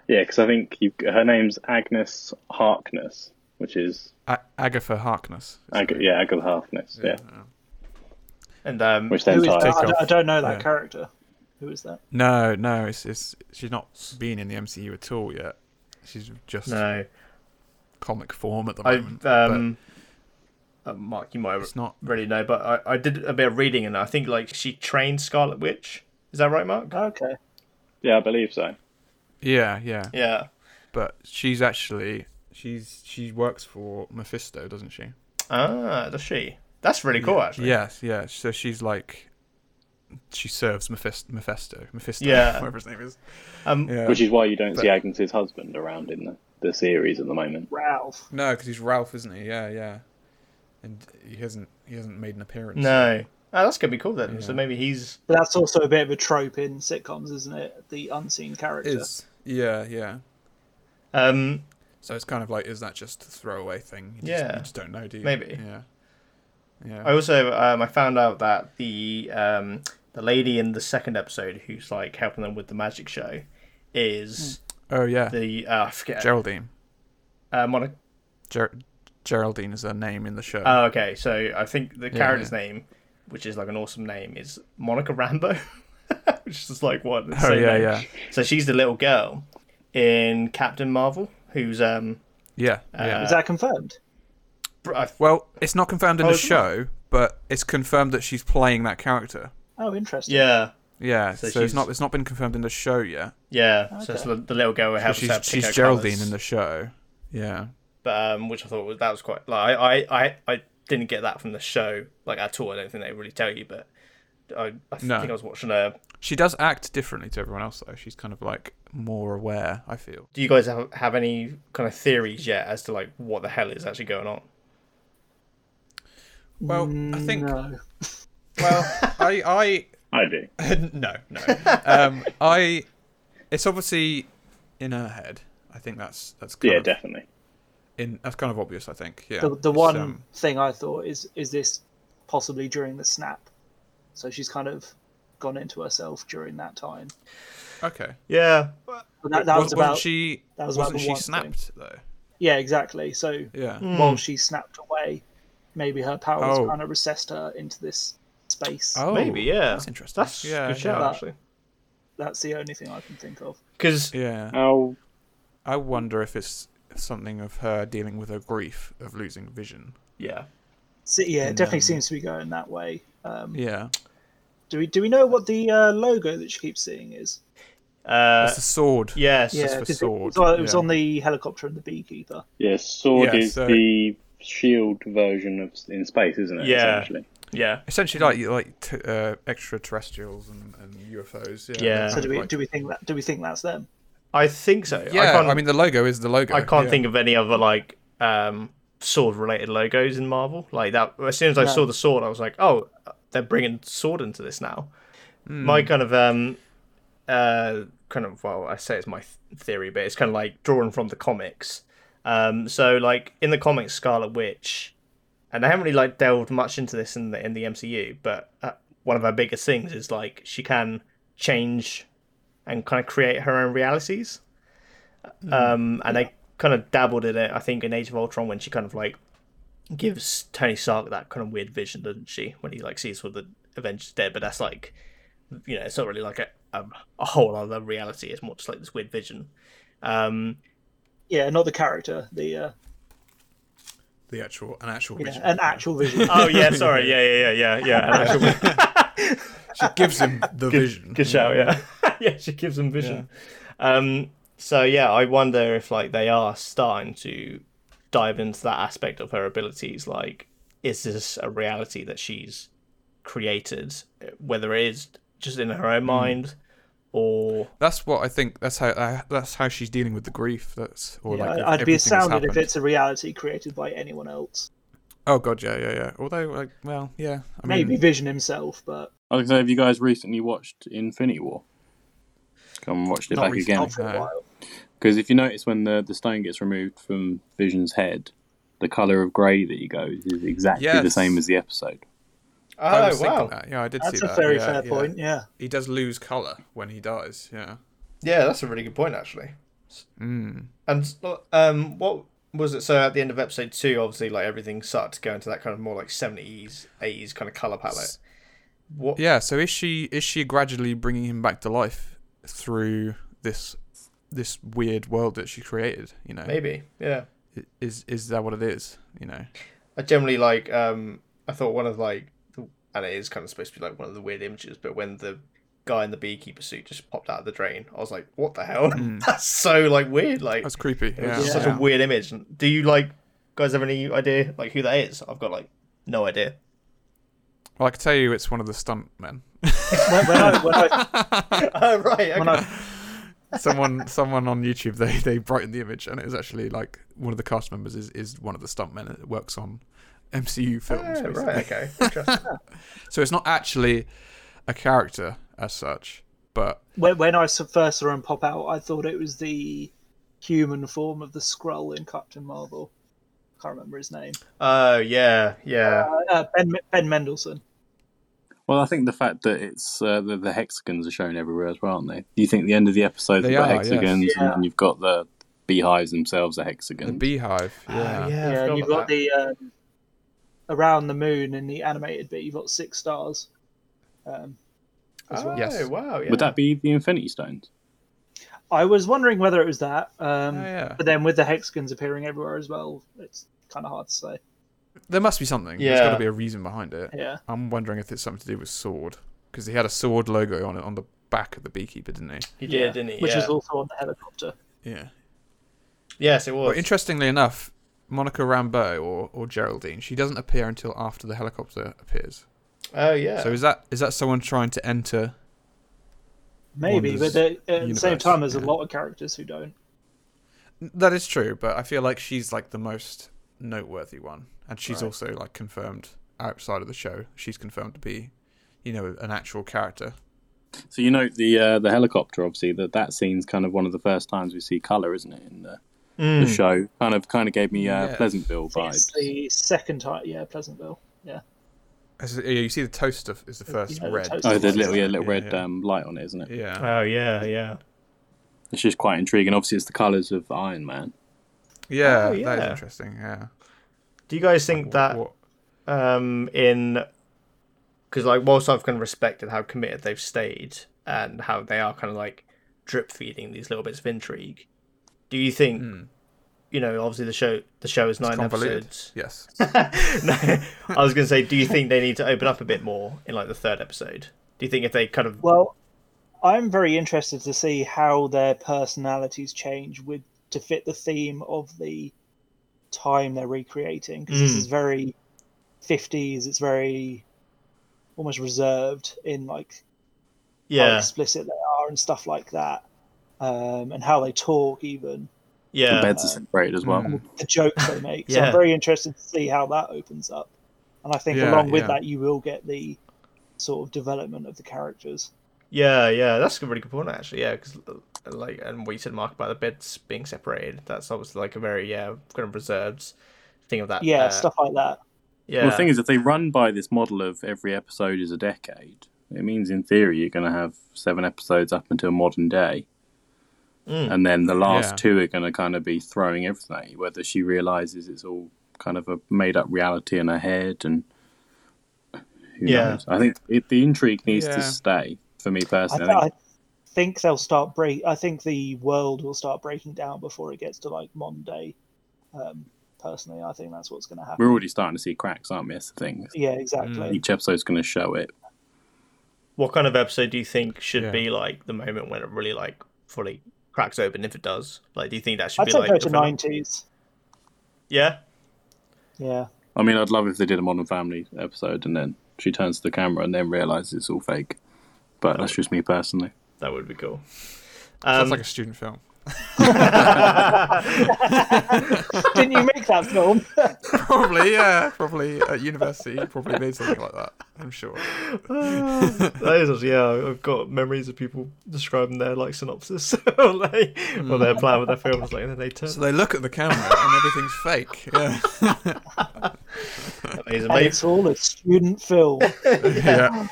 [SPEAKER 3] yeah, because I think you, her name's Agnes Harkness, which is
[SPEAKER 2] A- Agatha Harkness.
[SPEAKER 3] Ag- yeah Agatha Harkness. Yeah,
[SPEAKER 1] And um,
[SPEAKER 3] which
[SPEAKER 4] Who
[SPEAKER 3] then
[SPEAKER 4] is that?
[SPEAKER 3] ties.
[SPEAKER 2] Take
[SPEAKER 4] I, don't,
[SPEAKER 2] off.
[SPEAKER 4] I don't know that
[SPEAKER 2] Yeah.
[SPEAKER 4] character. Who is that?
[SPEAKER 2] No, no, it's it's she's not been in the MCU at all yet. She's just
[SPEAKER 1] no,
[SPEAKER 2] comic form at the moment.
[SPEAKER 1] I've um, uh, Mark, you might
[SPEAKER 2] It's not-
[SPEAKER 1] really know, but I, I did a bit of reading, and I think like she trained Scarlet Witch. Is that right, Mark?
[SPEAKER 4] Okay.
[SPEAKER 3] Yeah, I believe so.
[SPEAKER 2] but, yeah, yeah,
[SPEAKER 1] Yeah.
[SPEAKER 2] But she's actually she's she works for Mephisto, doesn't she?
[SPEAKER 1] Ah, does she? That's really cool, actually.
[SPEAKER 2] Yes, yeah. So she's like she serves Mephisto, Mephisto, Mephisto,
[SPEAKER 1] Yeah.
[SPEAKER 2] whatever his name is.
[SPEAKER 1] Um,
[SPEAKER 2] Yeah.
[SPEAKER 3] Which is why you don't see Agnes's husband around in the, the series at the moment.
[SPEAKER 4] Ralph.
[SPEAKER 2] No, because he's Ralph, isn't he? Yeah, yeah. And he hasn't he hasn't made an appearance.
[SPEAKER 1] No. Oh, that's gonna be cool then. So maybe he's
[SPEAKER 4] But that's also a bit of a trope in sitcoms, isn't it? The unseen character.
[SPEAKER 2] is yeah, yeah.
[SPEAKER 1] um
[SPEAKER 2] So it's kind of like, is that just a throwaway thing? You just,
[SPEAKER 1] Yeah.
[SPEAKER 2] you just don't know, do you?
[SPEAKER 1] Maybe.
[SPEAKER 2] Yeah, yeah.
[SPEAKER 1] I also um, I found out that the um, the lady in the second episode who's like helping them with the magic show is
[SPEAKER 2] oh yeah,
[SPEAKER 1] the uh, I forget
[SPEAKER 2] Geraldine.
[SPEAKER 1] uh, Monica.
[SPEAKER 2] Ger- Geraldine is her name in the show.
[SPEAKER 1] Oh, okay, so I think the character's name, which is like an awesome name, is Monica Rambo, which is like what.
[SPEAKER 2] oh yeah, yeah,
[SPEAKER 1] So she's the little girl in Captain Marvel, who's um.
[SPEAKER 2] yeah, yeah.
[SPEAKER 1] Uh,
[SPEAKER 4] Is that confirmed?
[SPEAKER 1] br- I-
[SPEAKER 2] well, it's not confirmed in
[SPEAKER 1] Oh,
[SPEAKER 2] the
[SPEAKER 1] it's not?
[SPEAKER 2] show, but it's confirmed that she's playing that character.
[SPEAKER 4] Oh, interesting.
[SPEAKER 1] Yeah,
[SPEAKER 2] Yeah, so,
[SPEAKER 1] she's-
[SPEAKER 2] it's not it's not been confirmed in the show yet.
[SPEAKER 1] yeah. So it's the, the little girl who
[SPEAKER 2] But
[SPEAKER 1] helps
[SPEAKER 2] she's
[SPEAKER 1] her pick
[SPEAKER 2] she's
[SPEAKER 1] her
[SPEAKER 2] Geraldine
[SPEAKER 1] colours.
[SPEAKER 2] in the show. Yeah.
[SPEAKER 1] but um, which I thought was, that was quite like I, I I I didn't get that from the show like at all. I don't think they really tell you, but I, I no. think I was watching a.
[SPEAKER 2] She does act differently to everyone else, though. She's kind of like more aware. I feel.
[SPEAKER 1] Do you guys have, have any kind of theories yet as to like what the hell is actually going on?
[SPEAKER 2] Well, I think. No. Well, I,
[SPEAKER 3] I. I do.
[SPEAKER 2] no, no. Um, I. It's obviously in her head. I think that's that's.
[SPEAKER 3] Yeah,
[SPEAKER 2] of,
[SPEAKER 3] definitely.
[SPEAKER 2] In that's kind of obvious. I think. Yeah.
[SPEAKER 4] The, the one um, thing I thought is is this possibly during the snap, so she's kind of gone into herself during that time.
[SPEAKER 2] um, Okay.
[SPEAKER 1] Yeah.
[SPEAKER 4] But that, that was, was about
[SPEAKER 2] she.
[SPEAKER 4] That
[SPEAKER 2] was
[SPEAKER 4] about
[SPEAKER 2] she one snapped thing. though.
[SPEAKER 4] Yeah, exactly. So
[SPEAKER 2] yeah,
[SPEAKER 4] while she snapped away, maybe her powers oh. kind of recessed her into this space.
[SPEAKER 1] Oh, maybe yeah.
[SPEAKER 2] That's interesting.
[SPEAKER 1] That's yeah, good shout
[SPEAKER 4] yeah.
[SPEAKER 1] actually.
[SPEAKER 4] That's the only thing I can think of.
[SPEAKER 1] Because
[SPEAKER 2] yeah,
[SPEAKER 3] oh,
[SPEAKER 2] I wonder if it's something of her dealing with her grief of losing vision.
[SPEAKER 1] Yeah.
[SPEAKER 4] So, yeah, it definitely um, seems to be going that way. Um,
[SPEAKER 2] yeah.
[SPEAKER 1] uh,
[SPEAKER 4] Do we do we know what the uh, logo that she keeps seeing is?
[SPEAKER 1] Uh,
[SPEAKER 2] it's a sword.
[SPEAKER 1] Yes,
[SPEAKER 4] yeah,
[SPEAKER 2] it's sword.
[SPEAKER 4] It, was, on, it was yeah. on the helicopter and the beekeeper.
[SPEAKER 3] Yes, yeah, sword
[SPEAKER 2] Yeah,
[SPEAKER 3] is
[SPEAKER 2] so-
[SPEAKER 3] the shield version of in space, isn't it?
[SPEAKER 1] Yeah.
[SPEAKER 3] Essentially.
[SPEAKER 1] Yeah.
[SPEAKER 2] Essentially, like like t- uh, extraterrestrials and, and UFOs. Yeah.
[SPEAKER 1] Yeah.
[SPEAKER 4] So do we
[SPEAKER 2] Like-
[SPEAKER 4] do we think that do we think that's them?
[SPEAKER 1] I think so. I,
[SPEAKER 2] yeah,
[SPEAKER 1] can't,
[SPEAKER 2] I, mean, the logo is the logo.
[SPEAKER 1] I can't
[SPEAKER 2] yeah.
[SPEAKER 1] think of any other like um, sword related logos in Marvel. Like that. As soon as I
[SPEAKER 4] No.
[SPEAKER 1] saw the sword, I was like, oh, they're bringing sword into this now.
[SPEAKER 2] Hmm.
[SPEAKER 1] My kind of um, uh, kind of well, I say it's my th- theory, but it's kind of like drawn from the comics. Um, so like in the comics, Scarlet Witch, and they haven't really like delved much into this in the in the MCU, but uh, one of her biggest things is like she can change and kind of create her own realities. Um, and they kind of dabbled in it, I think, in Age of Ultron when she kind of like gives Tony Stark that kind of weird vision, doesn't she? When he like sees what the Avengers dead, but that's like, you know, it's not really like a a, a whole other reality. It's more just like this weird vision. Um,
[SPEAKER 4] Yeah, not the character, the uh,
[SPEAKER 2] the actual an actual
[SPEAKER 4] yeah,
[SPEAKER 2] vision.
[SPEAKER 4] an actual vision.
[SPEAKER 1] oh yeah, sorry, yeah, yeah, yeah, yeah, yeah. an actual-
[SPEAKER 2] She gives him the vision.
[SPEAKER 1] Good shout, yeah. yeah, she gives them vision. Um, so yeah, I wonder if like they are starting to dive into that aspect of her abilities. Like, is this a reality that she's created? Whether it is just in her own
[SPEAKER 2] Hmm.
[SPEAKER 1] mind, or
[SPEAKER 2] That's what I think. That's how I, that's how she's dealing with the grief. That's or like. if
[SPEAKER 4] I- I'd be
[SPEAKER 2] everything that's
[SPEAKER 4] astounded if
[SPEAKER 2] happened.
[SPEAKER 4] it's a reality created by anyone else.
[SPEAKER 2] Oh god, yeah, yeah, yeah. Although, like, well, yeah. I mean,
[SPEAKER 4] Maybe Vision himself, but
[SPEAKER 3] I was gonna say, have you guys recently watched Infinity War? Come and watched it
[SPEAKER 2] Not
[SPEAKER 3] back
[SPEAKER 2] recently.
[SPEAKER 3] again.
[SPEAKER 4] not for a
[SPEAKER 2] No.
[SPEAKER 4] while.
[SPEAKER 3] Because if you notice when the, the stone gets removed from Vision's head, the colour of grey that he goes is exactly the
[SPEAKER 2] Yes.
[SPEAKER 3] same as the episode.
[SPEAKER 2] I
[SPEAKER 1] oh
[SPEAKER 2] was thinking
[SPEAKER 1] wow,
[SPEAKER 2] that. Yeah, I did
[SPEAKER 4] That's
[SPEAKER 2] see
[SPEAKER 4] a
[SPEAKER 2] that.
[SPEAKER 4] very
[SPEAKER 2] yeah,
[SPEAKER 4] fair
[SPEAKER 2] yeah.
[SPEAKER 4] point. Yeah.
[SPEAKER 2] He does lose color when he dies. Yeah.
[SPEAKER 1] yeah, that's a really good point actually.
[SPEAKER 2] Mm.
[SPEAKER 1] And um, what was it? So at the end of episode two, obviously, like everything started to go into that kind of more like seventies, eighties kind of color palette. What?
[SPEAKER 2] Yeah. So is she is she gradually bringing him back to life through this this weird world that she created? You know,
[SPEAKER 1] Maybe. Yeah.
[SPEAKER 2] I- is is that what it is? You know.
[SPEAKER 1] I generally like. Um, I thought one of like, the, and it is kind of supposed to be like one of the weird images, but when the guy in the beekeeper suit just popped out of the drain, I was like, "What the hell? That's so like weird. Like,
[SPEAKER 2] Hmm. That's creepy.
[SPEAKER 1] it was
[SPEAKER 2] Yeah.
[SPEAKER 1] just such
[SPEAKER 2] yeah.
[SPEAKER 1] a weird image." Do you like guys have any idea like who that is? I've got like no idea.
[SPEAKER 2] Well, I can tell you, it's one of the stunt men.
[SPEAKER 4] When, when I, when I,
[SPEAKER 1] oh right.
[SPEAKER 4] when
[SPEAKER 1] okay.
[SPEAKER 4] I,
[SPEAKER 2] someone someone on YouTube they they brightened the image and it was actually like one of the cast members is, is one of the stuntmen that works on MCU films.
[SPEAKER 1] Oh,
[SPEAKER 2] basically.
[SPEAKER 1] right. Okay. Interesting.
[SPEAKER 2] So it's not actually a character as such, but
[SPEAKER 4] when, when I first saw him pop out, I thought it was the human form of the Skrull in Captain Marvel. Can't remember his name.
[SPEAKER 1] Oh yeah, yeah.
[SPEAKER 4] Uh, uh, ben Ben Mendelsohn.
[SPEAKER 3] Well, I think the fact that it's uh, the, the hexagons are shown everywhere as well, aren't they? You think the end of the episode
[SPEAKER 2] They
[SPEAKER 3] they've got
[SPEAKER 2] are, yes.
[SPEAKER 3] hexagons,
[SPEAKER 4] Yeah.
[SPEAKER 3] and then you've got the beehives themselves are
[SPEAKER 2] the
[SPEAKER 3] hexagons.
[SPEAKER 2] Beehive. Yeah.
[SPEAKER 1] Oh,
[SPEAKER 4] Yeah,
[SPEAKER 1] Mm. yeah. I
[SPEAKER 4] and
[SPEAKER 1] forgot
[SPEAKER 4] you've
[SPEAKER 1] about
[SPEAKER 4] got
[SPEAKER 1] that.
[SPEAKER 4] the um, around the moon in the animated bit. You've got six stars. Um, as
[SPEAKER 1] Oh
[SPEAKER 4] well.
[SPEAKER 2] Yes.
[SPEAKER 1] wow. Yeah.
[SPEAKER 3] Would that be the Infinity Stones?
[SPEAKER 4] I was wondering whether it was that, um,
[SPEAKER 2] Oh, yeah.
[SPEAKER 4] but then with the hexagons appearing everywhere as well, it's kind of hard to say.
[SPEAKER 2] There must be something. There's got
[SPEAKER 1] Yeah.
[SPEAKER 2] to be a reason behind it.
[SPEAKER 4] Yeah.
[SPEAKER 2] I'm wondering if it's something to do with sword because he had a sword logo on it on the back of the beekeeper, didn't he?
[SPEAKER 1] He did, didn't he?
[SPEAKER 4] Which
[SPEAKER 1] yeah.
[SPEAKER 4] is also on the helicopter.
[SPEAKER 2] Yeah.
[SPEAKER 1] Yes, it was.
[SPEAKER 2] But interestingly enough, Monica Rambeau or, or Geraldine, she doesn't appear until after the helicopter appears.
[SPEAKER 8] Oh yeah.
[SPEAKER 2] So is that is that someone trying to enter?
[SPEAKER 4] Maybe,
[SPEAKER 2] Wanda's
[SPEAKER 4] but they- at the same
[SPEAKER 2] universe?
[SPEAKER 4] time, there's
[SPEAKER 2] Yeah.
[SPEAKER 4] a lot of characters who don't.
[SPEAKER 2] That is true, but I feel like she's like the most noteworthy one, and she's also like confirmed outside of the show. She's confirmed to be, you know, an actual character.
[SPEAKER 3] So you note the uh, the helicopter, obviously that that scene's kind of one of the first times we see color, isn't it? In the, the show, kind of kind of gave me uh,
[SPEAKER 2] Yeah.
[SPEAKER 3] Pleasantville
[SPEAKER 4] It's
[SPEAKER 3] vibes.
[SPEAKER 4] the second time, yeah, Pleasantville. Yeah,
[SPEAKER 2] As- yeah, you see the toaster is
[SPEAKER 1] Uh,
[SPEAKER 2] the first
[SPEAKER 4] Yeah, the
[SPEAKER 2] red.
[SPEAKER 4] toaster.
[SPEAKER 3] Oh, the little yeah, little
[SPEAKER 2] Yeah,
[SPEAKER 3] red
[SPEAKER 2] yeah.
[SPEAKER 3] Um, light on it, isn't it?
[SPEAKER 2] Yeah,
[SPEAKER 1] Oh yeah, yeah.
[SPEAKER 3] It's just quite intriguing. Obviously, it's the colors of Iron Man.
[SPEAKER 2] yeah,
[SPEAKER 1] Oh,
[SPEAKER 2] that is
[SPEAKER 1] yeah.
[SPEAKER 2] interesting. Yeah,
[SPEAKER 1] Do you guys think that
[SPEAKER 2] What-
[SPEAKER 1] um in because like whilst I've kind of respected how committed they've stayed and how they are kind of like drip feeding these little bits of intrigue, do you think you know obviously the show the show is nine
[SPEAKER 2] convoluted.
[SPEAKER 1] episodes.
[SPEAKER 2] Yes.
[SPEAKER 1] no, I was gonna say, do you think they need to open up a bit more in like the third episode? Do you think if they kind of
[SPEAKER 4] Well, I'm very interested to see how their personalities change with to fit the theme of the time they're recreating because
[SPEAKER 2] Hmm.
[SPEAKER 4] this
[SPEAKER 1] Mm.
[SPEAKER 4] is very 50s. It's very almost reserved in like how
[SPEAKER 1] yeah
[SPEAKER 4] explicit they are and stuff like that, um, and how they talk even
[SPEAKER 1] yeah
[SPEAKER 3] the beds are separated as well.
[SPEAKER 2] Mm.
[SPEAKER 4] the jokes they make. So
[SPEAKER 1] Yeah.
[SPEAKER 4] I'm very interested to see how that opens up. And I think
[SPEAKER 2] Yeah,
[SPEAKER 4] along with
[SPEAKER 2] yeah.
[SPEAKER 4] that, you will get the sort of development of the characters.
[SPEAKER 1] Yeah, yeah, that's a really good point actually. Yeah, because like, and what you said, Mark, about the beds being separated. That's obviously like a very yeah kind of reserved thing of that.
[SPEAKER 4] Yeah,
[SPEAKER 1] uh,
[SPEAKER 4] stuff like that.
[SPEAKER 1] Yeah,
[SPEAKER 3] Well, the thing is, if they run by this model of every episode is a decade, it means in theory you're going to have seven episodes up until modern day.
[SPEAKER 1] Mm.
[SPEAKER 3] And then the last
[SPEAKER 2] Yeah.
[SPEAKER 3] two are going to kind of be throwing everything at you, whether she realizes it's all kind of a made up reality in her head and who
[SPEAKER 1] Yeah.
[SPEAKER 3] knows. I think it, the intrigue needs
[SPEAKER 2] Yeah.
[SPEAKER 3] to stay for me
[SPEAKER 4] I,
[SPEAKER 3] personally.
[SPEAKER 4] th- I think they'll start break. I think the world will start breaking down before it gets to like Monday. Um, personally, I think that's what's going to happen.
[SPEAKER 3] We're already starting to see cracks, aren't we? That's the thing.
[SPEAKER 4] Yeah,
[SPEAKER 9] Mm.
[SPEAKER 4] exactly.
[SPEAKER 3] Each episode's going to show it.
[SPEAKER 1] what kind of episode do you think should
[SPEAKER 2] Yeah.
[SPEAKER 1] be like the moment when it really like fully cracks open? If it does, like, do you think that should
[SPEAKER 4] I'd
[SPEAKER 1] be
[SPEAKER 4] say
[SPEAKER 1] like
[SPEAKER 4] go
[SPEAKER 1] the
[SPEAKER 4] to
[SPEAKER 1] final-
[SPEAKER 4] nineties.
[SPEAKER 1] Yeah,
[SPEAKER 4] Yeah,
[SPEAKER 3] I mean, I'd love if they did a Modern Family episode and then she turns to the camera and then realizes it's all fake. But that's just me personally.
[SPEAKER 1] that would be cool.
[SPEAKER 2] Sounds
[SPEAKER 1] Um,
[SPEAKER 2] like a student film.
[SPEAKER 4] didn't you make that film?
[SPEAKER 2] Probably, yeah. Probably at university, you probably made something like that. I'm sure.
[SPEAKER 1] that is actually, yeah, I've got memories of people describing their like synopsis or, like, or their plan with their films, like, and then they turn.
[SPEAKER 2] So they look at the camera and everything's fake. Yeah.
[SPEAKER 1] amazing,
[SPEAKER 4] And
[SPEAKER 1] mate.
[SPEAKER 4] it's all a student film.
[SPEAKER 2] yeah.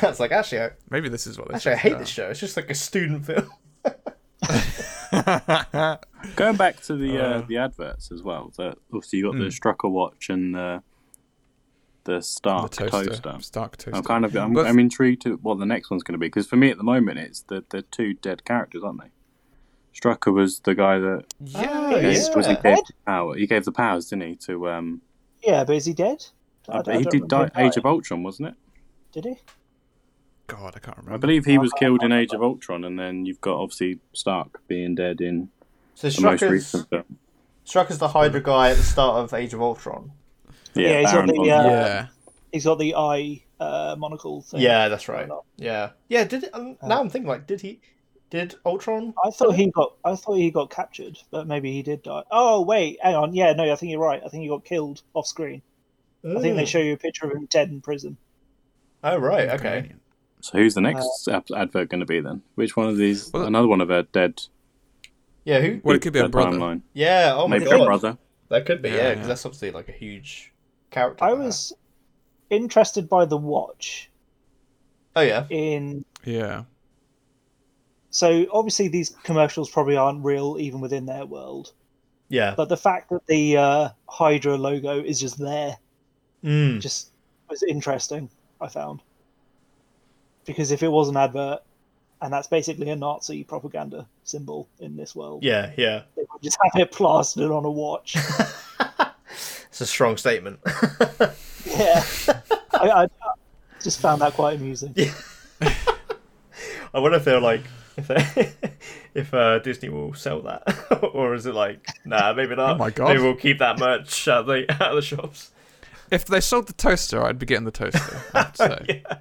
[SPEAKER 1] That's like actually, I,
[SPEAKER 2] Maybe this is what they uh,
[SPEAKER 1] actually, I
[SPEAKER 2] should
[SPEAKER 1] hate
[SPEAKER 2] do.
[SPEAKER 1] this show. It's just like a student film.
[SPEAKER 3] Going back to the uh, the adverts as well. That obviously you got the Strucker watch and the the
[SPEAKER 2] The
[SPEAKER 3] Stark
[SPEAKER 2] toaster.
[SPEAKER 3] toaster.
[SPEAKER 2] Stark toaster.
[SPEAKER 3] I'm kind of I'm,
[SPEAKER 2] But-
[SPEAKER 3] I'm intrigued to what the next one's going to be because for me at the moment it's the the two dead characters, aren't they? Strucker was the guy that
[SPEAKER 2] Yeah.
[SPEAKER 3] gave, was he
[SPEAKER 4] yeah.
[SPEAKER 3] gave the power. He gave the powers, didn't he? To um,
[SPEAKER 4] Yeah, but is he dead? I don't- I
[SPEAKER 3] Uh, he
[SPEAKER 4] don't
[SPEAKER 3] did die,
[SPEAKER 4] remember
[SPEAKER 3] Age of
[SPEAKER 4] dying.
[SPEAKER 3] Ultron, wasn't it?
[SPEAKER 4] Did he?
[SPEAKER 2] God, I can't
[SPEAKER 3] I
[SPEAKER 2] remember.
[SPEAKER 3] believe he was killed in Age of Ultron, and then you've got obviously Stark being dead in
[SPEAKER 1] So
[SPEAKER 3] the most
[SPEAKER 1] Strucker's,
[SPEAKER 3] recent film.
[SPEAKER 1] Strucker's the Hydra guy at the start of Age of Ultron.
[SPEAKER 3] Yeah,
[SPEAKER 4] Yeah, he's got
[SPEAKER 3] Baron
[SPEAKER 4] the, uh,
[SPEAKER 3] Von Strucker.
[SPEAKER 2] Yeah.
[SPEAKER 4] He's got the eye uh, monocle thing.
[SPEAKER 1] Yeah, that's right.
[SPEAKER 4] not.
[SPEAKER 1] Yeah, yeah. Did it, um,
[SPEAKER 4] Uh,
[SPEAKER 1] now I'm thinking like, did he? Did Ultron?
[SPEAKER 4] I thought he got. I thought he got captured, but maybe he did die. Oh wait, hang on. Yeah, no, I think you're right. I think he got killed off screen. I think
[SPEAKER 3] Hmm.
[SPEAKER 4] they show you a picture of him dead in prison.
[SPEAKER 1] Oh right, okay.
[SPEAKER 3] So who's the
[SPEAKER 4] Uh,
[SPEAKER 3] next ap- advert going to be then? Which one of these?
[SPEAKER 2] Well,
[SPEAKER 3] another one of her dead.
[SPEAKER 1] Yeah, who?
[SPEAKER 2] Well, it could be a
[SPEAKER 3] dead
[SPEAKER 2] brother.
[SPEAKER 3] Timeline.
[SPEAKER 1] Yeah. Oh my
[SPEAKER 3] Maybe
[SPEAKER 1] god,
[SPEAKER 3] a brother.
[SPEAKER 1] that could be.
[SPEAKER 2] Yeah,
[SPEAKER 1] Yeah, because
[SPEAKER 2] yeah.
[SPEAKER 1] that's obviously like a huge character.
[SPEAKER 4] I
[SPEAKER 1] to have.
[SPEAKER 4] was interested by the watch
[SPEAKER 1] Oh yeah.
[SPEAKER 4] in.
[SPEAKER 2] Yeah.
[SPEAKER 4] So obviously these commercials probably aren't real, even within their world.
[SPEAKER 1] Yeah.
[SPEAKER 4] But the fact that the uh, Hydra logo is just there
[SPEAKER 2] Hmm.
[SPEAKER 1] Mm.
[SPEAKER 4] just was interesting. I found because if it was an advert, and that's basically a Nazi propaganda symbol in this world,
[SPEAKER 1] Yeah, yeah.
[SPEAKER 4] they would just have it plastered on a watch.
[SPEAKER 1] It's a strong statement.
[SPEAKER 4] yeah, I, I just found that quite amusing.
[SPEAKER 1] I wonder if they're like if they, if uh, Disney will sell that, or is it like nah, maybe not.
[SPEAKER 3] Oh
[SPEAKER 2] my God.
[SPEAKER 1] maybe we'll keep that merch out of the out of the shops.
[SPEAKER 2] If they sold the toaster, I'd be getting the toaster. I'd say.
[SPEAKER 1] yeah.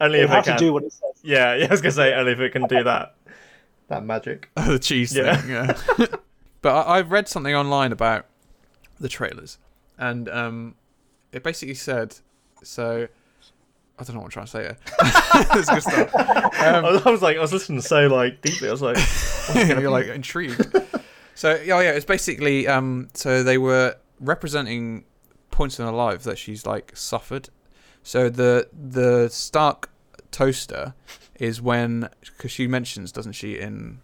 [SPEAKER 1] Only
[SPEAKER 4] It'll
[SPEAKER 1] if it
[SPEAKER 4] have to
[SPEAKER 1] can.
[SPEAKER 4] do what it says.
[SPEAKER 1] yeah, yeah, I was gonna say only if it can do that. That magic.
[SPEAKER 2] Oh, the cheese
[SPEAKER 1] Yeah.
[SPEAKER 2] thing. Yeah. but I, I read something online about the trailers, and um, it basically said so. I don't know what I'm trying to say here. It's good stuff.
[SPEAKER 1] I, was, I was like, I was listening so like deeply. I was like,
[SPEAKER 2] You're like intrigued. so yeah, yeah. It's basically um, so they were representing points in her life that she's like suffered. So the the Stark toaster is when because she mentions, doesn't she, in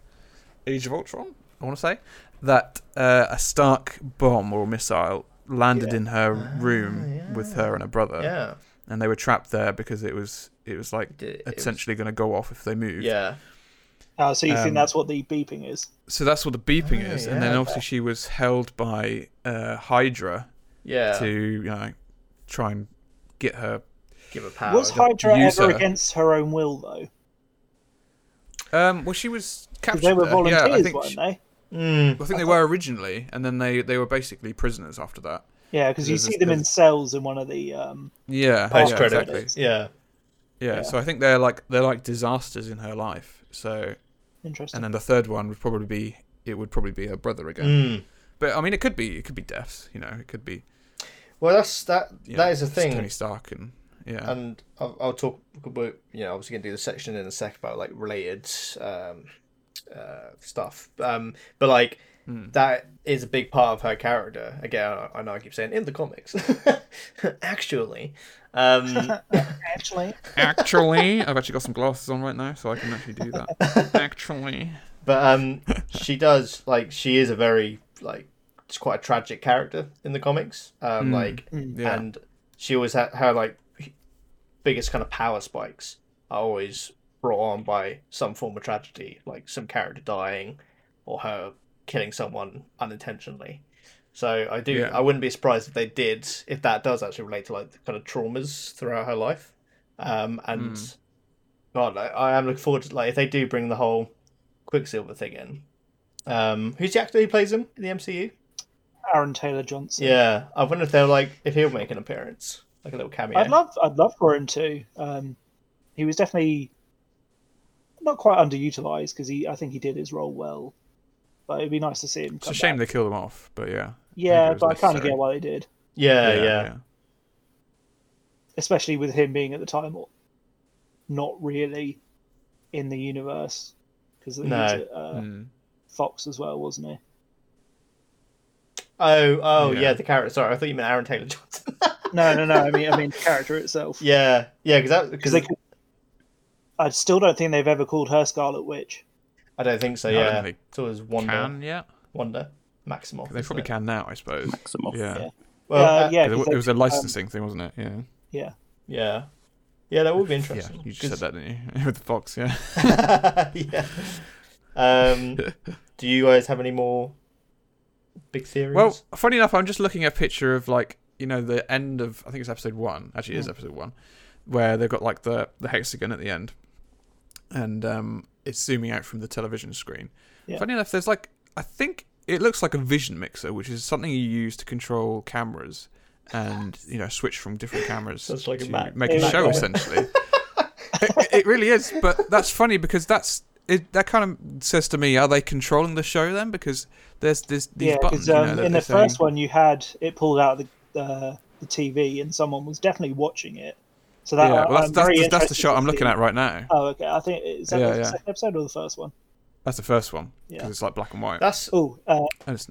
[SPEAKER 2] Age of Ultron? I want to say that uh, a Stark bomb or missile landed in her room with her and her brother,
[SPEAKER 1] Ah, yeah,
[SPEAKER 2] and they were trapped there because it was it was like
[SPEAKER 1] It was-
[SPEAKER 2] essentially going to go off if they moved.
[SPEAKER 1] yeah,
[SPEAKER 4] Uh, so you
[SPEAKER 2] Um,
[SPEAKER 4] think that's what the beeping is?
[SPEAKER 2] So that's what the beeping
[SPEAKER 1] Oh,
[SPEAKER 2] is, and then
[SPEAKER 1] yeah.
[SPEAKER 2] obviously she was held by uh, Hydra
[SPEAKER 1] yeah.
[SPEAKER 2] to you know try and get her.
[SPEAKER 1] Give a
[SPEAKER 2] uh,
[SPEAKER 1] power.
[SPEAKER 4] Was Hydra
[SPEAKER 2] use
[SPEAKER 4] ever
[SPEAKER 2] her.
[SPEAKER 4] against her own will though?
[SPEAKER 2] Um, well, she was
[SPEAKER 4] 'Cause
[SPEAKER 2] captured.
[SPEAKER 4] they were
[SPEAKER 2] there.
[SPEAKER 4] volunteers,
[SPEAKER 2] yeah, I think
[SPEAKER 4] weren't
[SPEAKER 2] she-
[SPEAKER 4] they?
[SPEAKER 1] Mm.
[SPEAKER 2] I think they were originally, and then they they were basically prisoners after that.
[SPEAKER 4] Yeah, because you
[SPEAKER 2] There's
[SPEAKER 4] see
[SPEAKER 2] this-
[SPEAKER 4] them in
[SPEAKER 2] there's-
[SPEAKER 4] cells in one of the. Um,
[SPEAKER 2] Yeah,
[SPEAKER 1] Post
[SPEAKER 2] Oh, yeah,
[SPEAKER 1] credits.
[SPEAKER 2] exactly.
[SPEAKER 1] Yeah.
[SPEAKER 2] Yeah, so I think they're like they're like disasters in her life. So,
[SPEAKER 4] interesting.
[SPEAKER 2] and then the third one would probably be it would probably be her brother again.
[SPEAKER 1] Mm.
[SPEAKER 2] But I mean, it could be it could be deaths. You know, it could be
[SPEAKER 1] Well, that's that.
[SPEAKER 2] you know,
[SPEAKER 1] that is the
[SPEAKER 2] it's
[SPEAKER 1] thing.
[SPEAKER 2] Tony Stark and yeah,
[SPEAKER 1] and I'll, I'll talk about you know obviously gonna do the section in a sec about like related um, uh, stuff um, but like
[SPEAKER 2] Hmm.
[SPEAKER 1] that is a big part of her character again I, I know I keep saying in the comics actually um,
[SPEAKER 2] uh,
[SPEAKER 4] Actually,
[SPEAKER 2] Actually, I've actually got some glasses on right now, so I can actually do that. Actually,
[SPEAKER 1] but um, she does like she is a very like it's quite a tragic character in the comics um, like
[SPEAKER 2] yeah.
[SPEAKER 1] and she always had her like biggest kind of power spikes are always brought on by some form of tragedy, like some character dying or her killing someone unintentionally. So I do,
[SPEAKER 2] Yeah.
[SPEAKER 1] I wouldn't be surprised if they did, if that does actually relate to like the kind of traumas throughout her life. Um, and
[SPEAKER 2] Hmm.
[SPEAKER 1] God, I, I am looking forward to like if they do bring the whole Quicksilver thing in. Um, who's the actor who plays him in the MCU?
[SPEAKER 4] Aaron Taylor Johnson.
[SPEAKER 1] Yeah, I wonder if they're like if he'll make an appearance, like a little cameo.
[SPEAKER 4] I'd love, I'd love for him to. Um, he was definitely not quite underutilized because he, I think he did his role well. But it'd be nice to see him.
[SPEAKER 2] it's
[SPEAKER 4] come
[SPEAKER 2] a shame
[SPEAKER 4] back.
[SPEAKER 2] they killed him off, but yeah.
[SPEAKER 4] Yeah,
[SPEAKER 2] think it
[SPEAKER 4] but I
[SPEAKER 2] was
[SPEAKER 4] kind of
[SPEAKER 2] necessary.
[SPEAKER 4] get why they did,
[SPEAKER 1] Yeah, yeah,
[SPEAKER 4] especially with him being at the time not really in the universe because he was
[SPEAKER 1] No.
[SPEAKER 4] at uh,
[SPEAKER 2] Mm.
[SPEAKER 4] Fox as well, wasn't he?
[SPEAKER 1] Oh, oh,
[SPEAKER 2] Yeah.
[SPEAKER 1] yeah. the character. Sorry, I thought you meant Aaron Taylor Johnson.
[SPEAKER 4] No, no, no. I mean, I mean the character itself.
[SPEAKER 1] yeah, yeah, because that because
[SPEAKER 4] because they. Could, I still don't think they've ever called her Scarlet Witch.
[SPEAKER 1] I don't think so.
[SPEAKER 2] No, I don't
[SPEAKER 1] yeah,
[SPEAKER 2] think
[SPEAKER 1] it's always Wonder,
[SPEAKER 2] Can yeah,
[SPEAKER 1] Wonder, Maximoff.
[SPEAKER 2] they
[SPEAKER 1] isn't
[SPEAKER 2] probably
[SPEAKER 1] it?
[SPEAKER 2] can now, I suppose.
[SPEAKER 9] Maximoff.
[SPEAKER 2] Yeah,
[SPEAKER 4] Yeah.
[SPEAKER 1] Well,
[SPEAKER 4] Uh,
[SPEAKER 1] uh, yeah,
[SPEAKER 4] yeah,
[SPEAKER 2] It w-
[SPEAKER 4] 'cause
[SPEAKER 2] it
[SPEAKER 4] they-
[SPEAKER 2] was a licensing thing, wasn't it? Yeah,
[SPEAKER 4] Yeah,
[SPEAKER 1] yeah, yeah, that would be
[SPEAKER 2] yeah.
[SPEAKER 1] interesting.
[SPEAKER 2] You just said that, didn't you? With the fox, yeah.
[SPEAKER 1] that. yeah. Um, do you guys have any more big theories?
[SPEAKER 2] Well, funny enough, I'm just looking at a picture of like you know the end of I think it's episode one. Actually, it
[SPEAKER 4] Mm.
[SPEAKER 2] is episode one, where they've got like the the hexagon at the end, and um, it's zooming out from the television screen.
[SPEAKER 4] Yeah.
[SPEAKER 2] Funny enough, there's like I think it looks like a vision mixer, which is something you use to control cameras and you know switch from different cameras
[SPEAKER 1] Sounds like a
[SPEAKER 2] to
[SPEAKER 1] Mac-
[SPEAKER 2] make a
[SPEAKER 4] Mac
[SPEAKER 2] show
[SPEAKER 4] guy.
[SPEAKER 2] essentially. it, it really is, but that's funny because that's. It, that kind of says to me, are they controlling the show then? Because there's, there's these
[SPEAKER 4] yeah.
[SPEAKER 2] buttons.
[SPEAKER 4] Because
[SPEAKER 2] you know,
[SPEAKER 4] um,
[SPEAKER 2] that
[SPEAKER 4] in
[SPEAKER 2] they're
[SPEAKER 4] the
[SPEAKER 2] saying-
[SPEAKER 4] first one, you had it pulled out of the uh, the TV, and someone was definitely watching it. So that uh,
[SPEAKER 2] yeah, well, that's,
[SPEAKER 4] I'm
[SPEAKER 2] that's,
[SPEAKER 4] very
[SPEAKER 2] that's, that's the
[SPEAKER 4] interested
[SPEAKER 2] shot
[SPEAKER 4] to
[SPEAKER 2] I'm looking
[SPEAKER 4] see-
[SPEAKER 2] at right now.
[SPEAKER 4] Oh, okay. I think is that
[SPEAKER 2] Yeah,
[SPEAKER 4] the
[SPEAKER 2] yeah.
[SPEAKER 4] second episode or the first one?
[SPEAKER 2] That's the first one because
[SPEAKER 4] Yeah.
[SPEAKER 2] it's like black and white.
[SPEAKER 1] that's
[SPEAKER 4] Oh, uh,
[SPEAKER 2] And it's-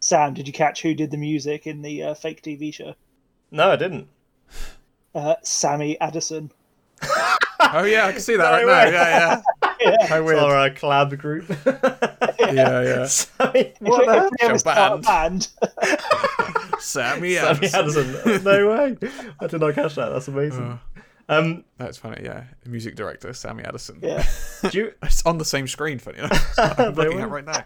[SPEAKER 4] Sam, did you catch who did the music in the uh, fake TV show?
[SPEAKER 1] no, I didn't.
[SPEAKER 4] Uh, Sammy Addison.
[SPEAKER 2] oh yeah, I can see that right
[SPEAKER 1] No
[SPEAKER 2] now.
[SPEAKER 1] way.
[SPEAKER 2] Yeah,
[SPEAKER 4] Yeah.
[SPEAKER 1] It's our uh, collab group.
[SPEAKER 2] yeah, yeah, yeah.
[SPEAKER 1] Sammy,
[SPEAKER 4] If
[SPEAKER 1] what
[SPEAKER 4] we-
[SPEAKER 1] the
[SPEAKER 4] if we ever start a band,
[SPEAKER 2] Sammy
[SPEAKER 1] Sammy
[SPEAKER 2] Adams.
[SPEAKER 1] Anderson. No way. I did not catch that. That's
[SPEAKER 2] Uh,
[SPEAKER 1] amazing. Um,
[SPEAKER 2] That's funny. Yeah, music director Sammy Addison.
[SPEAKER 4] yeah.
[SPEAKER 1] do you,
[SPEAKER 2] it's on the same screen. Funny enough, I'm looking at right now.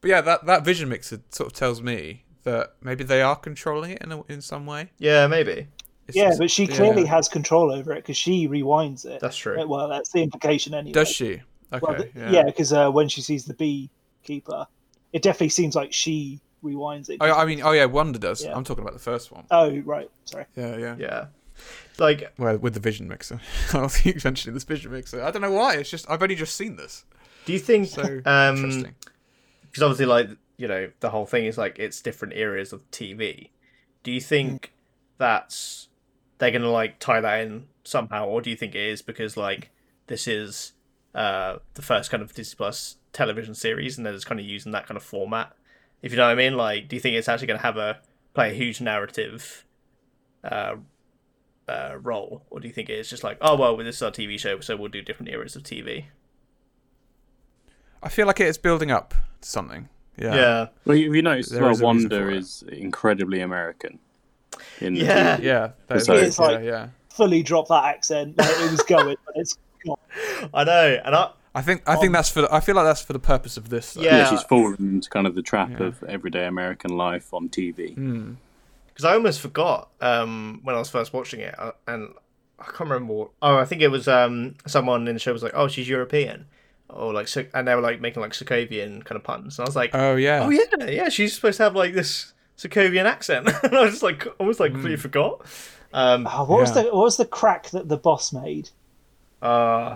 [SPEAKER 2] But yeah, that that vision mixer sort of tells me that maybe they are controlling it in a, in some way.
[SPEAKER 1] yeah, maybe.
[SPEAKER 2] It's-
[SPEAKER 4] Yeah,
[SPEAKER 2] it's-
[SPEAKER 4] but she
[SPEAKER 2] yeah.
[SPEAKER 4] clearly has control over it because she rewinds it.
[SPEAKER 1] That's true.
[SPEAKER 4] Uh, Well, that's the implication anyway.
[SPEAKER 2] Does she? Okay.
[SPEAKER 4] Well, th-
[SPEAKER 2] yeah.
[SPEAKER 4] yeah, because uh, when she sees the beekeeper, it definitely seems like she rewinds it.
[SPEAKER 2] Oh, I mean, oh yeah, Wonder does.
[SPEAKER 4] Yeah.
[SPEAKER 2] I'm talking about the first one.
[SPEAKER 4] Oh right, sorry.
[SPEAKER 2] Yeah, yeah,
[SPEAKER 1] Yeah. Like,
[SPEAKER 2] Well, with the Vision Mixer, I don't think you mentioned this Vision Mixer. I don't know why. It's just I've only just seen this.
[SPEAKER 1] do you think?
[SPEAKER 2] So
[SPEAKER 1] um,
[SPEAKER 2] interesting.
[SPEAKER 1] because obviously like you know the whole thing is like it's different areas of tv do you think that's they're gonna like tie that in somehow or do you think it is because like this is uh the first kind of disney plus television series and they're just kind of using that kind of format if you know what i mean like do you think it's actually gonna have a play a huge narrative uh uh, role, or do you think it's just like, oh well, this is our TV show, so we'll do different eras of TV?
[SPEAKER 2] I feel like it's building up to something. Yeah.
[SPEAKER 1] yeah,
[SPEAKER 9] Well, you, you notice as
[SPEAKER 2] There
[SPEAKER 9] well,
[SPEAKER 2] is a reason
[SPEAKER 9] Wanda
[SPEAKER 2] for it.
[SPEAKER 9] is incredibly American. In the
[SPEAKER 1] Yeah.
[SPEAKER 9] TV.
[SPEAKER 2] Yeah. that is
[SPEAKER 9] So-
[SPEAKER 2] it.
[SPEAKER 4] It's like-
[SPEAKER 2] yeah, yeah.
[SPEAKER 4] Fully drop that accent. Like, it was going, but it's gone.
[SPEAKER 1] I know, and I,
[SPEAKER 2] I think I think that's for. The, I feel like that's for the purpose of this. though.
[SPEAKER 1] Yeah.
[SPEAKER 9] yeah, she's fallen into kind of the trap of everyday American life on TV.
[SPEAKER 2] Hmm.
[SPEAKER 1] because I almost forgot um, when I was first watching it, uh, and I can't remember. What, oh, I think it was um, someone in the show was like, "Oh, she's European," or like, so- and they were like making like Sokovian kind of puns, and I was like,
[SPEAKER 2] Oh yeah.
[SPEAKER 1] "Oh yeah, yeah, she's supposed to have like this Sokovian accent," and I was just like, almost like
[SPEAKER 2] Hmm.
[SPEAKER 1] completely forgot. Um,
[SPEAKER 4] Oh, what was
[SPEAKER 2] Yeah.
[SPEAKER 4] the what was the crack that the boss made?
[SPEAKER 1] uh,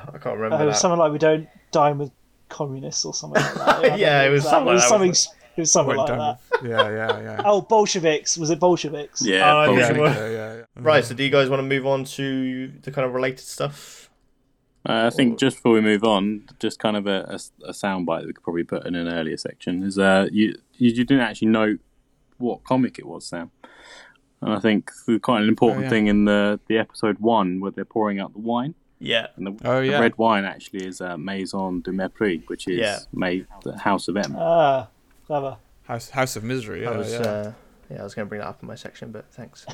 [SPEAKER 1] I can't remember.
[SPEAKER 4] Uh,
[SPEAKER 1] that.
[SPEAKER 4] something like we don't dine with communists or something like that. I
[SPEAKER 1] Yeah, it
[SPEAKER 4] don't know.
[SPEAKER 1] was
[SPEAKER 4] That-
[SPEAKER 1] something like that,
[SPEAKER 4] something.
[SPEAKER 1] wasn't
[SPEAKER 4] It was something
[SPEAKER 2] Went
[SPEAKER 4] like
[SPEAKER 2] down
[SPEAKER 4] that.
[SPEAKER 2] with- yeah, yeah, yeah.
[SPEAKER 4] Oh, Bolsheviks. Was it Bolsheviks?
[SPEAKER 9] Yeah,
[SPEAKER 1] Oh,
[SPEAKER 9] Bolshevik.
[SPEAKER 1] okay. well-
[SPEAKER 2] Yeah, yeah, yeah.
[SPEAKER 1] Right, so do you guys want to move on to the kind of related stuff?
[SPEAKER 9] Uh, I think just before we move on, just kind of a, a, a soundbite that we could probably put in an earlier section is uh, you, you you didn't actually know what comic it was, Sam. And I think the quite an important
[SPEAKER 2] Oh, yeah.
[SPEAKER 9] thing in the, the episode one where they're pouring out the wine,
[SPEAKER 1] Yeah,
[SPEAKER 9] and the,
[SPEAKER 2] Oh,
[SPEAKER 9] the
[SPEAKER 2] yeah.
[SPEAKER 9] red wine actually is uh, Maison de Mépris, which is
[SPEAKER 1] Yeah.
[SPEAKER 9] made the House of M.
[SPEAKER 4] Ah, clever.
[SPEAKER 2] House House of Misery. Yeah,
[SPEAKER 1] I was.
[SPEAKER 2] Oh, yeah.
[SPEAKER 1] Uh, yeah, I was going to bring that up in my section, but thanks.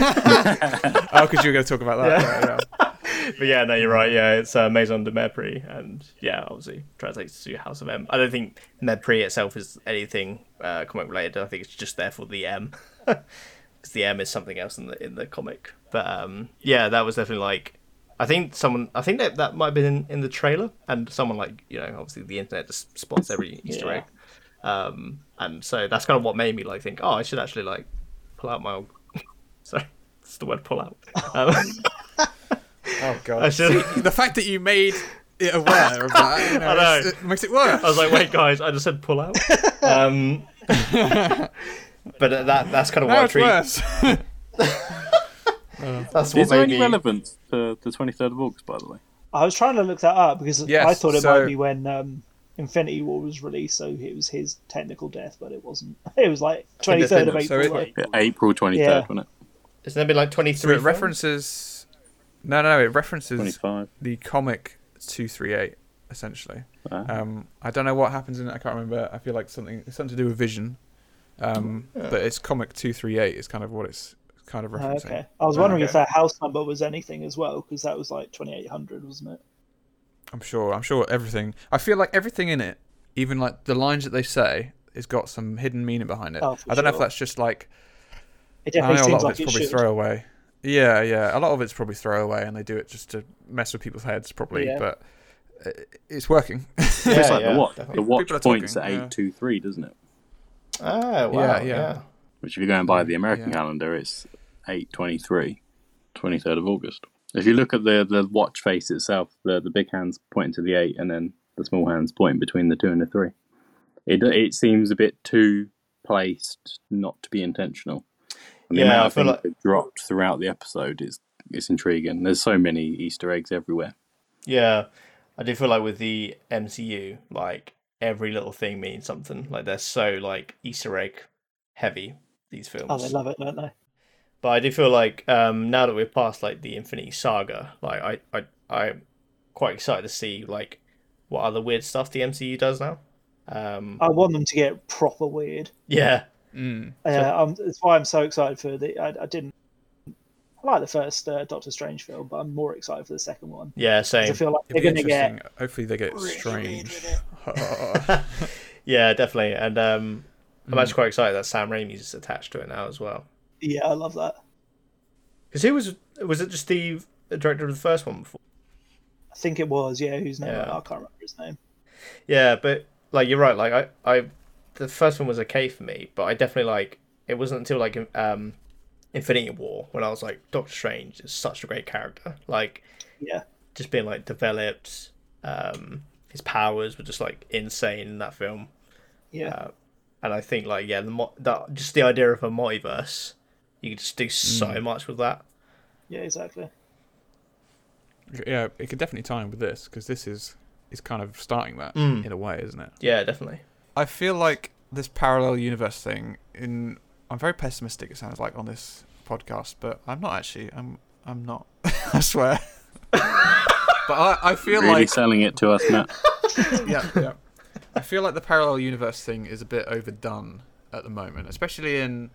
[SPEAKER 2] Oh, because you were going to talk about that. Yeah. yeah,
[SPEAKER 1] But yeah, no, you're right. Yeah, it's uh, Maison de Mepri, and yeah, obviously translates to House of M. I don't think Mepri itself is anything uh, comic related. I think it's just there for the M, because the M is something else in the in the comic. But um, yeah, that was definitely like, I think someone, I think that that might have been in, in the trailer, and someone like you know, obviously the internet just spots every Easter egg, um, and so that's kind of what made me like think, oh, I should actually like pull out my old, sorry, it's the word pull out. Um,
[SPEAKER 2] Oh
[SPEAKER 1] I
[SPEAKER 2] god.
[SPEAKER 1] should.
[SPEAKER 2] the fact that you made it aware of that, you know,
[SPEAKER 1] I know.
[SPEAKER 2] it's- it makes it worse.
[SPEAKER 1] I was like, wait, guys, I just said pull out. um, but uh, that that's kind of
[SPEAKER 2] now
[SPEAKER 1] why I
[SPEAKER 2] it's
[SPEAKER 1] treat.
[SPEAKER 2] worse.
[SPEAKER 1] That's what
[SPEAKER 9] Is there
[SPEAKER 1] made
[SPEAKER 9] any
[SPEAKER 1] me.
[SPEAKER 9] relevance to the 23rd of August, by the way?
[SPEAKER 4] I was trying to look that up because
[SPEAKER 2] Yes,
[SPEAKER 4] I thought it
[SPEAKER 2] so-
[SPEAKER 4] might be when um, Infinity War was released, so it was his technical death, but it wasn't. It was like twenty third of
[SPEAKER 2] Independence, so
[SPEAKER 4] April.
[SPEAKER 2] it-
[SPEAKER 4] like,
[SPEAKER 9] Yeah, April 23rd,
[SPEAKER 4] Yeah.
[SPEAKER 9] wasn't it?
[SPEAKER 1] Isn't there been like twenty
[SPEAKER 2] So
[SPEAKER 1] three?
[SPEAKER 2] it references. No, no, no. It references
[SPEAKER 9] 25.
[SPEAKER 2] the comic two three eight essentially. Um, I don't know what happens in it. I can't remember. I feel like something it's something to do with Vision, um, but it's comic two three eight is kind of what it's kind of
[SPEAKER 4] Oh,
[SPEAKER 2] referencing.
[SPEAKER 4] okay. I was wondering if
[SPEAKER 2] Okay.
[SPEAKER 4] that house number was anything as well, because that was like twenty eight hundred, wasn't it?
[SPEAKER 2] I'm sure. I'm sure everything. I feel like everything in it, even like the lines that they say, has got some hidden meaning behind it.
[SPEAKER 4] Oh, for
[SPEAKER 2] I don't know if
[SPEAKER 4] sure.
[SPEAKER 2] that's just like
[SPEAKER 4] It
[SPEAKER 2] I
[SPEAKER 4] definitely
[SPEAKER 2] know a lot
[SPEAKER 4] seems like
[SPEAKER 2] of it's
[SPEAKER 4] it
[SPEAKER 2] probably
[SPEAKER 4] should.
[SPEAKER 2] throwaway. Yeah, yeah. A lot of it's probably throwaway, and they do it just to mess with people's heads, probably.
[SPEAKER 4] Yeah.
[SPEAKER 2] But uh, it's working.
[SPEAKER 9] it's like the watch. The
[SPEAKER 1] definitely.
[SPEAKER 9] watch
[SPEAKER 2] People are
[SPEAKER 9] points
[SPEAKER 2] talking,
[SPEAKER 9] at
[SPEAKER 2] yeah.
[SPEAKER 9] 823, doesn't it?
[SPEAKER 1] Ah, wow,
[SPEAKER 2] Yeah,
[SPEAKER 1] yeah,
[SPEAKER 2] yeah.
[SPEAKER 9] Which, if you go and buy the American
[SPEAKER 2] Yeah.
[SPEAKER 9] calendar, it's 823, 23rd of August. If you look at the, the watch face itself, the, the big hand's pointing to the 8 and then the small hand's pointing between the 2 and the 3. It, it seems a bit too placed not to be intentional. And the
[SPEAKER 1] Yeah,
[SPEAKER 9] amount
[SPEAKER 1] I
[SPEAKER 9] of
[SPEAKER 1] feel
[SPEAKER 9] things
[SPEAKER 1] like-
[SPEAKER 9] that dropped throughout the episode is it's intriguing. There's so many Easter eggs everywhere.
[SPEAKER 1] Yeah, I do feel like with the MCU, like every little thing means something. Like they're so like Easter egg heavy. These films.
[SPEAKER 4] Oh, they love it, don't they?
[SPEAKER 1] But I do feel like um, now that we're past like the Infinity Saga, like I I I'm quite excited to see like what other weird stuff the MCU does now. Um,
[SPEAKER 4] I want them to get proper weird.
[SPEAKER 1] yeah,
[SPEAKER 4] Yeah, I'm, that's why I'm so excited for the. I, I didn't I like the first uh, Doctor Strange film, but I'm more excited for the second one.
[SPEAKER 1] yeah,
[SPEAKER 4] 'Cause I
[SPEAKER 1] same.
[SPEAKER 4] feel like
[SPEAKER 2] It'd
[SPEAKER 4] they're
[SPEAKER 2] be
[SPEAKER 4] going to get.
[SPEAKER 2] interesting. Hopefully, they get strange.
[SPEAKER 1] Yeah, definitely. And um, I'm actually quite excited that Sam Raimi's attached to it now as well.
[SPEAKER 4] Yeah, I love that.
[SPEAKER 1] Because who was was it just the director of the first one before?
[SPEAKER 4] I think it was yeah. Whose name?
[SPEAKER 1] Yeah.
[SPEAKER 4] I can't remember his name.
[SPEAKER 1] Yeah, but like you're right. Like I I the first one was okay for me, but I definitely like it wasn't until like um, Infinity War when I was like Doctor Strange is such a great character. Like,
[SPEAKER 4] yeah,
[SPEAKER 1] just being like developed. Um, his powers were just like insane in that film.
[SPEAKER 4] Yeah,
[SPEAKER 1] uh, and I think like yeah, the mo- that just the idea of a multiverse, you could just do so
[SPEAKER 2] Mm.
[SPEAKER 1] much with that.
[SPEAKER 4] yeah, exactly.
[SPEAKER 2] Yeah, it could definitely tie in with this because this is is kind of starting that
[SPEAKER 1] Mm.
[SPEAKER 2] in a way, isn't it?
[SPEAKER 1] Yeah, definitely.
[SPEAKER 2] I feel like this parallel universe thing. In I'm very pessimistic. It sounds like on this podcast, but I'm not actually. I'm I'm not. I swear. but I, I feel
[SPEAKER 9] Really
[SPEAKER 2] like
[SPEAKER 9] selling it to us, Matt.
[SPEAKER 2] yeah, yeah. I feel like the parallel universe thing is a bit overdone at the moment, especially in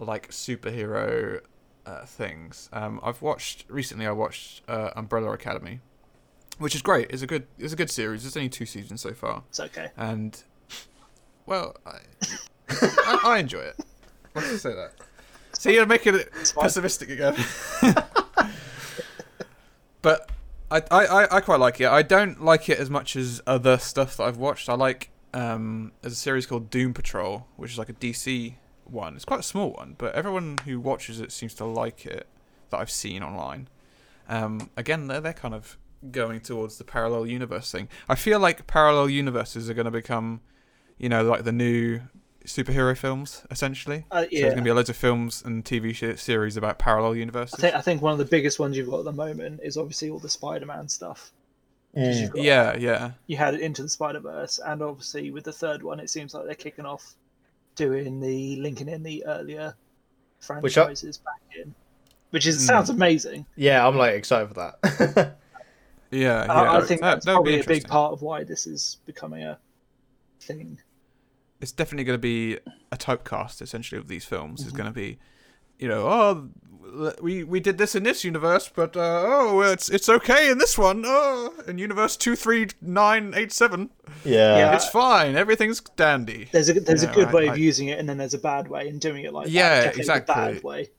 [SPEAKER 2] like superhero uh, things. Um, I've watched recently. I watched uh, Umbrella Academy, which is great. It's a good. It's a good series. There's only two seasons so far,
[SPEAKER 4] It's okay.
[SPEAKER 2] and well, I I, I enjoy it. Let's just say that. So you're making it pessimistic again. but I, I, I- I quite like it. I don't like it as much as other stuff that I've watched. I like um, there's a series called Doom Patrol, which is like a DC one. It's quite a small one, but everyone who watches it seems to like it that I've seen online. Um, again, they're, they're kind of going towards the parallel universe thing. I feel like parallel universes are going to become, you know, like the new superhero films, essentially.
[SPEAKER 4] Uh,
[SPEAKER 2] So there's
[SPEAKER 4] yeah.
[SPEAKER 2] going to be loads of films and TV sh- series about parallel
[SPEAKER 4] I
[SPEAKER 2] universes.
[SPEAKER 4] think I think one of the biggest ones you've got at the moment is obviously all the Spider-Man stuff.
[SPEAKER 1] Mm.
[SPEAKER 4] 'Cause
[SPEAKER 2] Mm.
[SPEAKER 4] you've got-
[SPEAKER 2] yeah, yeah.
[SPEAKER 4] you had it into the Spider Verse, and obviously with the third one, it seems like they're kicking off doing the linking in the earlier
[SPEAKER 1] Which I-
[SPEAKER 4] franchises back in, which
[SPEAKER 2] Hmm.
[SPEAKER 4] is sounds amazing.
[SPEAKER 1] Yeah, I'm like excited for that.
[SPEAKER 2] Yeah,
[SPEAKER 4] And
[SPEAKER 2] yeah.
[SPEAKER 4] I, I think
[SPEAKER 2] That-
[SPEAKER 4] that's
[SPEAKER 2] that would be
[SPEAKER 4] probably a big
[SPEAKER 2] interesting.
[SPEAKER 4] part of why this is becoming a thing.
[SPEAKER 2] It's definitely going to be a typecast essentially of these films.
[SPEAKER 4] Mm-hmm.
[SPEAKER 2] It's going to be, you know, oh, l- we we did this in this universe, but uh, oh, it's it's okay in this one. Oh, in universe two three nine eight seven,
[SPEAKER 4] Yeah.
[SPEAKER 2] it's fine. Everything's dandy.
[SPEAKER 4] There's a there's
[SPEAKER 2] Yeah,
[SPEAKER 4] a good
[SPEAKER 2] I-
[SPEAKER 4] way of
[SPEAKER 2] I-
[SPEAKER 4] using it, and then there's a bad way, and doing it like that is
[SPEAKER 2] Yeah,
[SPEAKER 4] definitely the
[SPEAKER 2] exactly.
[SPEAKER 4] bad way.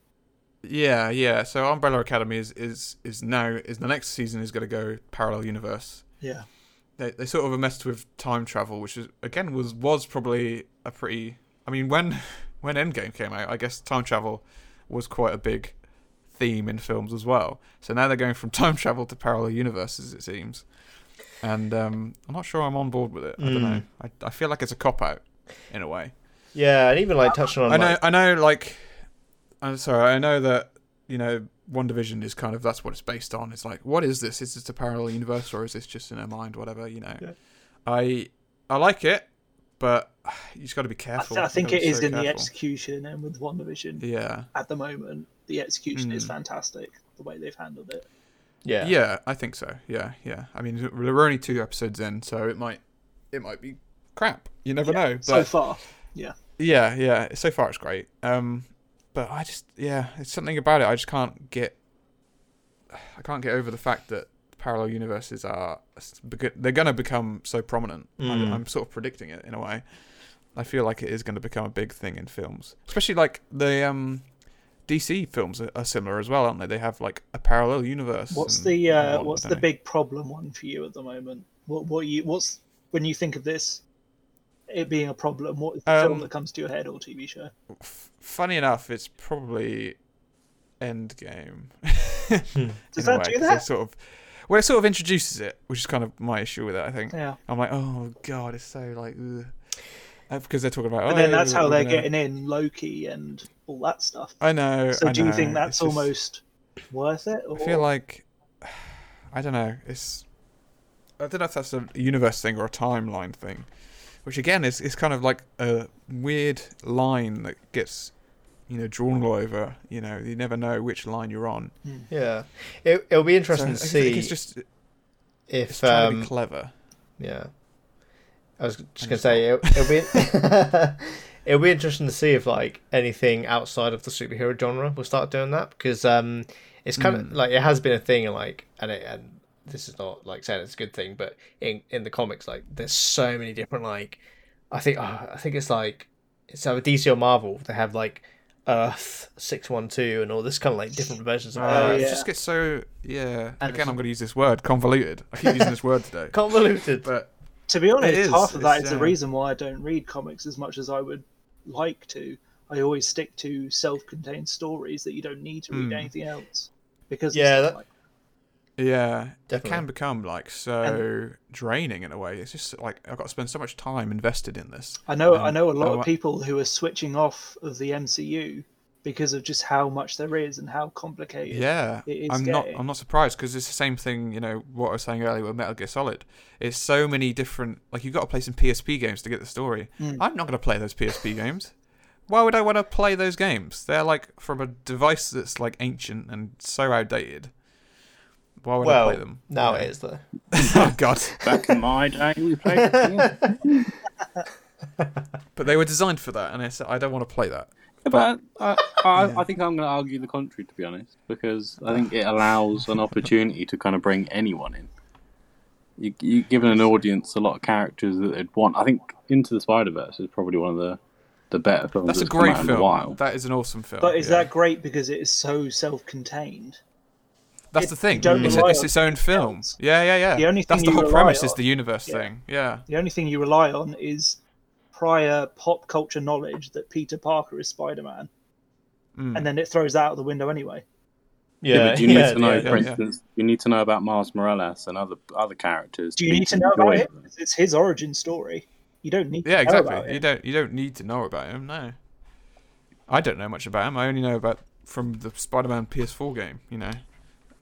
[SPEAKER 2] Yeah, yeah. So Umbrella Academy is is is now is the next season is going to go parallel universe.
[SPEAKER 4] Yeah,
[SPEAKER 2] they, they sort of messed with time travel, which is again was was probably a pretty. I mean, when when Endgame came out, I guess time travel was quite a big theme in films as well. So now they're going from time travel to parallel universes, it seems. And um, I'm not sure I'm on board with it. I don't know. I, I feel like it's a cop out in a way.
[SPEAKER 1] yeah, and even like touching on
[SPEAKER 2] I know.
[SPEAKER 1] like,
[SPEAKER 2] I know. Like, I'm sorry. I know that you know. One Division is kind of that's what it's based on. It's like, what is this? Is this a parallel universe or is this just in her mind? Whatever you know. I I like it, but you just got to be
[SPEAKER 4] I,
[SPEAKER 2] careful.
[SPEAKER 4] th- I think
[SPEAKER 2] You've
[SPEAKER 4] it
[SPEAKER 2] gotta be
[SPEAKER 4] is
[SPEAKER 2] so
[SPEAKER 4] in the
[SPEAKER 2] careful.
[SPEAKER 4] execution and with One Division
[SPEAKER 2] Yeah.
[SPEAKER 4] at the moment. The execution is
[SPEAKER 2] Mm.
[SPEAKER 4] fantastic. The way they've handled it.
[SPEAKER 1] yeah,
[SPEAKER 2] Yeah, I think so. Yeah, yeah. I mean, we're only two episodes in, so it might it might be crap. You never know. But
[SPEAKER 4] so far, yeah.
[SPEAKER 2] Yeah, yeah. So far, it's great. Um, but I just, yeah, it's something about it. I just can't get, I can't get over the fact that parallel universes are, they're gonna become so prominent. I, I'm sort of predicting it in a way. I feel like it is going to become a big thing in films, especially like the um, DC films are, are similar as well, aren't they? They have like a parallel universe.
[SPEAKER 4] What's
[SPEAKER 2] and
[SPEAKER 4] the uh,
[SPEAKER 2] whatnot,
[SPEAKER 4] what's
[SPEAKER 2] don't
[SPEAKER 4] the
[SPEAKER 2] they?
[SPEAKER 4] big problem one for you at the moment? What what you what's when you think of this, it being a problem? What is the film
[SPEAKER 2] Um,
[SPEAKER 4] that comes to your head or TV show?
[SPEAKER 2] F- funny enough, it's probably Endgame.
[SPEAKER 4] Does
[SPEAKER 2] in a
[SPEAKER 4] that
[SPEAKER 2] way,
[SPEAKER 4] do
[SPEAKER 2] 'cause it
[SPEAKER 4] that?
[SPEAKER 2] Sort of. Well, it sort of introduces it, which is kind of my issue with it. I think.
[SPEAKER 4] Yeah.
[SPEAKER 2] I'm like, oh god, it's so like. ugh." Uh, Because they're talking about.
[SPEAKER 4] But
[SPEAKER 2] oh,
[SPEAKER 4] then that's
[SPEAKER 2] we're
[SPEAKER 4] how they're
[SPEAKER 2] gonna-"
[SPEAKER 4] getting in Loki and all that stuff.
[SPEAKER 2] I know.
[SPEAKER 4] So
[SPEAKER 2] I
[SPEAKER 4] do you
[SPEAKER 2] know,
[SPEAKER 4] think
[SPEAKER 2] it's
[SPEAKER 4] that's
[SPEAKER 2] just-
[SPEAKER 4] almost worth it? Or
[SPEAKER 2] I feel like. I don't know. It's. I don't know if that's a universe thing or a timeline thing, which again is is kind of like a weird line that gets, you know, drawn all over. You know, you never know which line you're on.
[SPEAKER 1] yeah. It it'll be interesting to
[SPEAKER 2] I
[SPEAKER 1] see
[SPEAKER 2] think it's just
[SPEAKER 1] if
[SPEAKER 2] it's trying to
[SPEAKER 1] um,
[SPEAKER 2] be clever.
[SPEAKER 1] Yeah. I was just gonna say it, it'll be it'll be interesting to see if like anything outside of the superhero genre will start doing that because um it's kind of like it has been a thing and like and it and this is not like saying it's a good thing but in in the comics like there's so many different like I think ah, I think it's like it's either DC or Marvel they have like Earth six one two and all this kind of like different versions of
[SPEAKER 2] Uh,
[SPEAKER 1] Earth.
[SPEAKER 2] It
[SPEAKER 4] yeah.
[SPEAKER 2] just gets so yeah.
[SPEAKER 1] And
[SPEAKER 2] Again,
[SPEAKER 1] it's-
[SPEAKER 2] I'm going to use this word convoluted. I keep using this word today.
[SPEAKER 1] convoluted
[SPEAKER 2] But
[SPEAKER 4] To be honest,
[SPEAKER 2] is,
[SPEAKER 4] half of that
[SPEAKER 2] it's,
[SPEAKER 4] is the
[SPEAKER 2] uh,
[SPEAKER 4] reason why I don't read comics as much as I would like to. I always stick to self-contained stories that you don't need to read
[SPEAKER 2] Hmm.
[SPEAKER 4] anything else because of
[SPEAKER 1] Yeah,
[SPEAKER 4] stuff
[SPEAKER 1] that-
[SPEAKER 4] like
[SPEAKER 2] Yeah, it
[SPEAKER 1] Definitely.
[SPEAKER 2] can become like so draining in a way. It's just like I've got to spend so much time invested in this.
[SPEAKER 4] I know I
[SPEAKER 2] Um,
[SPEAKER 4] know a lot
[SPEAKER 2] I-
[SPEAKER 4] of people who are switching off of the MCU because of just how much there is and how complicated.
[SPEAKER 2] Yeah,
[SPEAKER 4] it is
[SPEAKER 2] I'm not.
[SPEAKER 4] getting.
[SPEAKER 2] I'm not surprised because it's the same thing. You know what I was saying earlier with Metal Gear Solid. It's so many different. Like you've got to play some PSP games to get the story.
[SPEAKER 4] Mm.
[SPEAKER 2] I'm not going to play those PSP games. Why would I want to play those games? They're like from a device that's like ancient and so outdated. Why would I play
[SPEAKER 1] Well,
[SPEAKER 2] them?
[SPEAKER 1] now
[SPEAKER 2] Yeah.
[SPEAKER 1] it is though.
[SPEAKER 2] oh God!
[SPEAKER 9] Back in my day, we played. Yeah.
[SPEAKER 2] But they were designed for that, and it's, I don't want to play that.
[SPEAKER 9] But uh, I, I, I think I'm going to argue the contrary, to be honest, because I think it allows an opportunity to kind of bring anyone in. You, you given an audience a lot of characters that they'd want. I think Into the Spider Verse is probably one of the the better films.
[SPEAKER 2] That's a
[SPEAKER 9] that's come
[SPEAKER 2] great
[SPEAKER 9] out in
[SPEAKER 2] film.
[SPEAKER 9] A while.
[SPEAKER 2] That is an awesome film.
[SPEAKER 4] But is
[SPEAKER 2] yeah.
[SPEAKER 4] that great because it is so self-contained?
[SPEAKER 2] That's the thing.
[SPEAKER 4] don't
[SPEAKER 2] It's,
[SPEAKER 4] rely
[SPEAKER 2] it's
[SPEAKER 4] on
[SPEAKER 2] its own film.
[SPEAKER 4] else.
[SPEAKER 2] Yeah, yeah, yeah.
[SPEAKER 4] The only
[SPEAKER 2] That's
[SPEAKER 4] thing
[SPEAKER 2] the
[SPEAKER 4] you
[SPEAKER 2] whole
[SPEAKER 4] rely
[SPEAKER 2] premise is
[SPEAKER 4] on-
[SPEAKER 2] the universe thing. Yeah.
[SPEAKER 4] The only thing you rely on is prior pop culture knowledge that Peter Parker is Spider-Man,
[SPEAKER 2] Mm.
[SPEAKER 4] and then it throws that out the window anyway.
[SPEAKER 1] Yeah,
[SPEAKER 9] but do you need
[SPEAKER 1] yeah,
[SPEAKER 9] to know,
[SPEAKER 1] yeah,
[SPEAKER 9] for
[SPEAKER 2] yeah.
[SPEAKER 9] instance, you need to know about Mars Morales and other other characters.
[SPEAKER 4] Do you need to know about it? It's his origin story. You don't need.
[SPEAKER 2] Yeah,
[SPEAKER 4] to know about
[SPEAKER 2] exactly. You
[SPEAKER 4] it.
[SPEAKER 2] don't you don't need to know about him, no. I don't know much about him. I only know about from the Spider Man PS4 game, you know.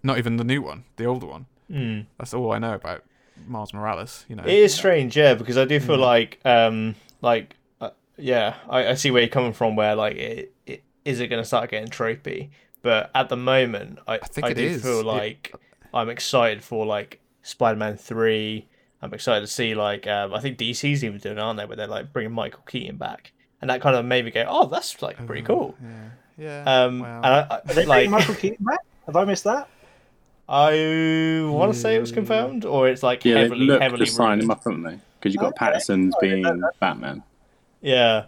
[SPEAKER 2] Not even the new one, the older one.
[SPEAKER 4] Hmm.
[SPEAKER 2] Mm. That's all I know about Miles Morales, you know.
[SPEAKER 1] It is strange, yeah, because I do
[SPEAKER 2] Mm.
[SPEAKER 1] feel like, um, like, uh, yeah, I, I see where you're coming from. Where like, it, it, is it going to start getting tropey? But at the moment, I, I
[SPEAKER 2] think
[SPEAKER 1] I
[SPEAKER 2] it
[SPEAKER 1] do
[SPEAKER 2] is.
[SPEAKER 1] feel
[SPEAKER 2] It-
[SPEAKER 1] like I'm excited for like Spider-Man three. I'm excited to see like um, I think DC's even doing, it, aren't they? Where they're like bringing Michael Keaton back, and that kind of made me go, oh, that's like pretty cool.
[SPEAKER 4] uh,
[SPEAKER 2] yeah.
[SPEAKER 1] Um,
[SPEAKER 2] wow.
[SPEAKER 1] and I, I
[SPEAKER 4] They bring
[SPEAKER 1] like
[SPEAKER 4] Michael Keaton back? Have I missed that?
[SPEAKER 1] I want to say it was confirmed, or it's like
[SPEAKER 9] Yeah,
[SPEAKER 1] heavily,
[SPEAKER 9] they look
[SPEAKER 1] heavily
[SPEAKER 9] to sign him
[SPEAKER 1] rumored.
[SPEAKER 9] up, haven't they? Because you've got
[SPEAKER 4] Okay.
[SPEAKER 9] Patterson's
[SPEAKER 4] Oh, yeah,
[SPEAKER 9] being
[SPEAKER 4] that-
[SPEAKER 9] Batman.
[SPEAKER 1] Yeah.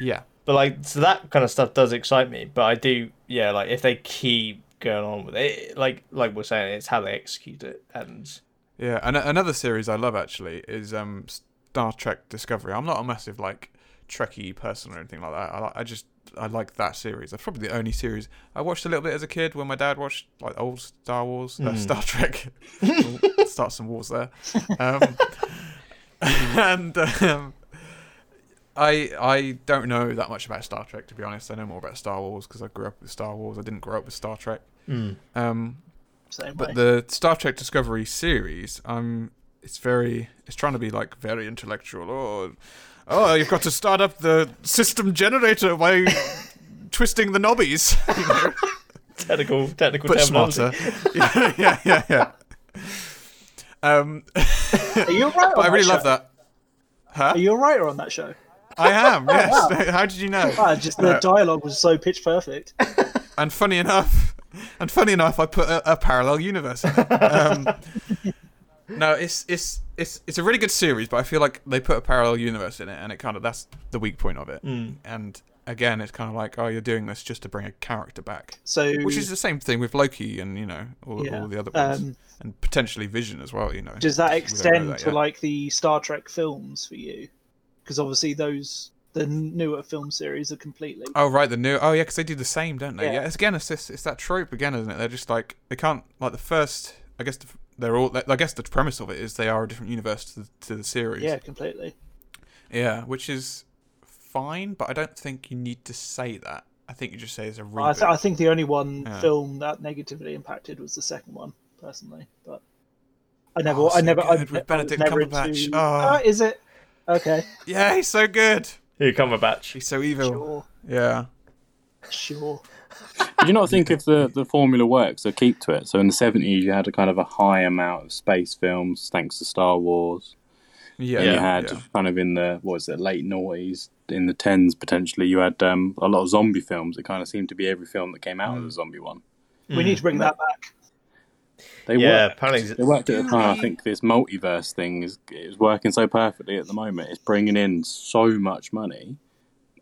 [SPEAKER 2] yeah.
[SPEAKER 1] But like, so that kind of stuff does excite me. But I do, yeah. Like, if they keep going on with it, like, like we're saying, it's how they execute it, and
[SPEAKER 2] Yeah, and a- another series I love actually is um Star Trek Discovery. I'm not a massive like Trekkie person or anything like that. I, li- I just I like that series. That's probably the only series I watched a little bit as a kid when my dad watched like old Star Wars, uh, Star Trek. We'll start some wars there. Um, and um, I I don't know that much about Star Trek to be honest. I know more about Star Wars because I grew up with Star Wars. I didn't grow up with Star Trek. Um,
[SPEAKER 4] Same way.
[SPEAKER 2] but the Star Trek Discovery series, um, it's very, it's trying to be like very intellectual. Oh, oh, you've got to start up the system generator by twisting the knobbies, you know,
[SPEAKER 1] technical, technical
[SPEAKER 2] but
[SPEAKER 1] terminology.
[SPEAKER 2] smarter. yeah, yeah, yeah, yeah. Um,
[SPEAKER 4] Are you right?
[SPEAKER 2] but I really love that.
[SPEAKER 4] Are you a writer on that show?
[SPEAKER 2] I am. Yes. How did you know?
[SPEAKER 4] Ah, just the dialogue was so pitch perfect.
[SPEAKER 2] and funny enough, and funny enough, I put a, a parallel universe. in it. Um, no, it's it's it's it's a really good series, but I feel like they put a parallel universe in it, and it kind of that's the weak point of it.
[SPEAKER 4] Mm.
[SPEAKER 2] And again, it's kind of like, oh, you're doing this just to bring a character back,
[SPEAKER 4] So
[SPEAKER 2] which is the same thing with Loki and you know all,
[SPEAKER 4] Yeah,
[SPEAKER 2] all the other ones,
[SPEAKER 4] um,
[SPEAKER 2] and potentially Vision as well. You know,
[SPEAKER 4] does that
[SPEAKER 2] We don't know
[SPEAKER 4] extend
[SPEAKER 2] that
[SPEAKER 4] to
[SPEAKER 2] yet.
[SPEAKER 4] like the Star Trek films for you? Because obviously those the newer film series are completely.
[SPEAKER 2] Oh right, the new. Oh yeah, because they do the same, don't they? Yeah.
[SPEAKER 4] Yeah.
[SPEAKER 2] it's again, it's this, it's that trope again, isn't it? They're just like they can't like the first. I guess the, f- they're all. I guess the premise of it is they are a different universe to the, to the series.
[SPEAKER 4] Yeah, completely.
[SPEAKER 2] Yeah, which is fine, but I don't think you need to say that. I think you just say it's a reboot.
[SPEAKER 4] Oh, I, th- I think the only one
[SPEAKER 2] Yeah.
[SPEAKER 4] film that negatively impacted was the second one, personally. But I never,
[SPEAKER 2] Oh,
[SPEAKER 4] I
[SPEAKER 2] so
[SPEAKER 4] never, I,
[SPEAKER 2] good with
[SPEAKER 4] I was
[SPEAKER 2] Benedict
[SPEAKER 4] never
[SPEAKER 2] Cumberbatch.
[SPEAKER 4] into-
[SPEAKER 2] Oh.
[SPEAKER 4] Ah, is it? Okay,
[SPEAKER 2] yeah, he's so good.
[SPEAKER 1] Here come a batch.
[SPEAKER 2] He's so evil.
[SPEAKER 4] sure,
[SPEAKER 2] Yeah.
[SPEAKER 4] sure.
[SPEAKER 9] Do you not think if the, the formula works, they'll keep to it? So in the 70s, you had a kind of a high amount of space films, thanks to Star Wars.
[SPEAKER 2] Yeah.
[SPEAKER 9] And
[SPEAKER 2] yeah,
[SPEAKER 9] you had
[SPEAKER 2] yeah.
[SPEAKER 9] kind of in the, what was it, late noughties, in the 10s potentially, you had um, a lot of zombie films. It kind of seemed to be every film that came out
[SPEAKER 2] Mm.
[SPEAKER 9] was a zombie one.
[SPEAKER 4] We need to bring that back.
[SPEAKER 9] They
[SPEAKER 1] Yeah,
[SPEAKER 9] worked.
[SPEAKER 1] apparently-
[SPEAKER 9] They worked at the time. I think this multiverse thing is, is working so perfectly at the moment. It's bringing in so much money.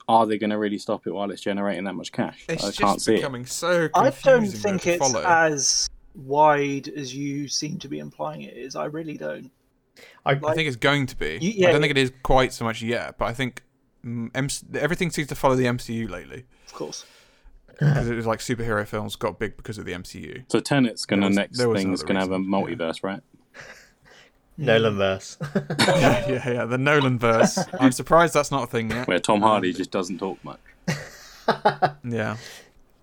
[SPEAKER 9] Are they going to really stop it while it's generating that much cash?
[SPEAKER 2] It's
[SPEAKER 9] I
[SPEAKER 2] just
[SPEAKER 9] can't see it.
[SPEAKER 2] becoming so
[SPEAKER 4] I
[SPEAKER 2] confusing.
[SPEAKER 4] don't
[SPEAKER 2] though
[SPEAKER 4] think
[SPEAKER 2] to
[SPEAKER 4] it's
[SPEAKER 2] follow.
[SPEAKER 4] as wide as you seem to be implying it is. I really don't.
[SPEAKER 2] I, like, I, think it's going to be. You, yeah, I don't think it is quite so much yet, but I think um, MC, everything seems to follow the MCU lately.
[SPEAKER 4] Of course.
[SPEAKER 2] Because it was like superhero films got big because of the MCU.
[SPEAKER 3] So Tenet's going to next thing is going to have a multiverse, yeah. right?
[SPEAKER 8] Nolan verse.
[SPEAKER 2] yeah, yeah, yeah, the Nolan verse. I'm surprised that's not a thing yet.
[SPEAKER 3] Where Tom Hardy just doesn't talk much.
[SPEAKER 2] yeah.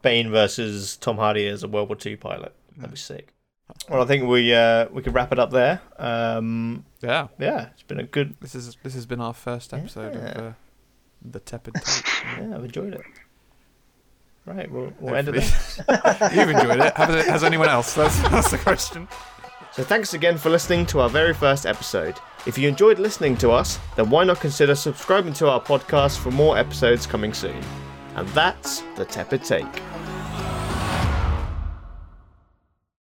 [SPEAKER 8] Bane versus Tom Hardy as a World War II pilot. That'd be sick. Well, I think we uh, we could wrap it up there. Um,
[SPEAKER 2] yeah,
[SPEAKER 8] yeah, it's been a good.
[SPEAKER 2] This is this has been our first episode yeah. of uh, the tepid.
[SPEAKER 8] yeah, I've enjoyed it. Right, we'll, we'll end it. You've
[SPEAKER 2] enjoyed it. Has, has anyone else? That's, that's the question.
[SPEAKER 1] So thanks again for listening to our very first episode. If you enjoyed listening to us, then why not consider subscribing to our podcast for more episodes coming soon? And that's the tepid take.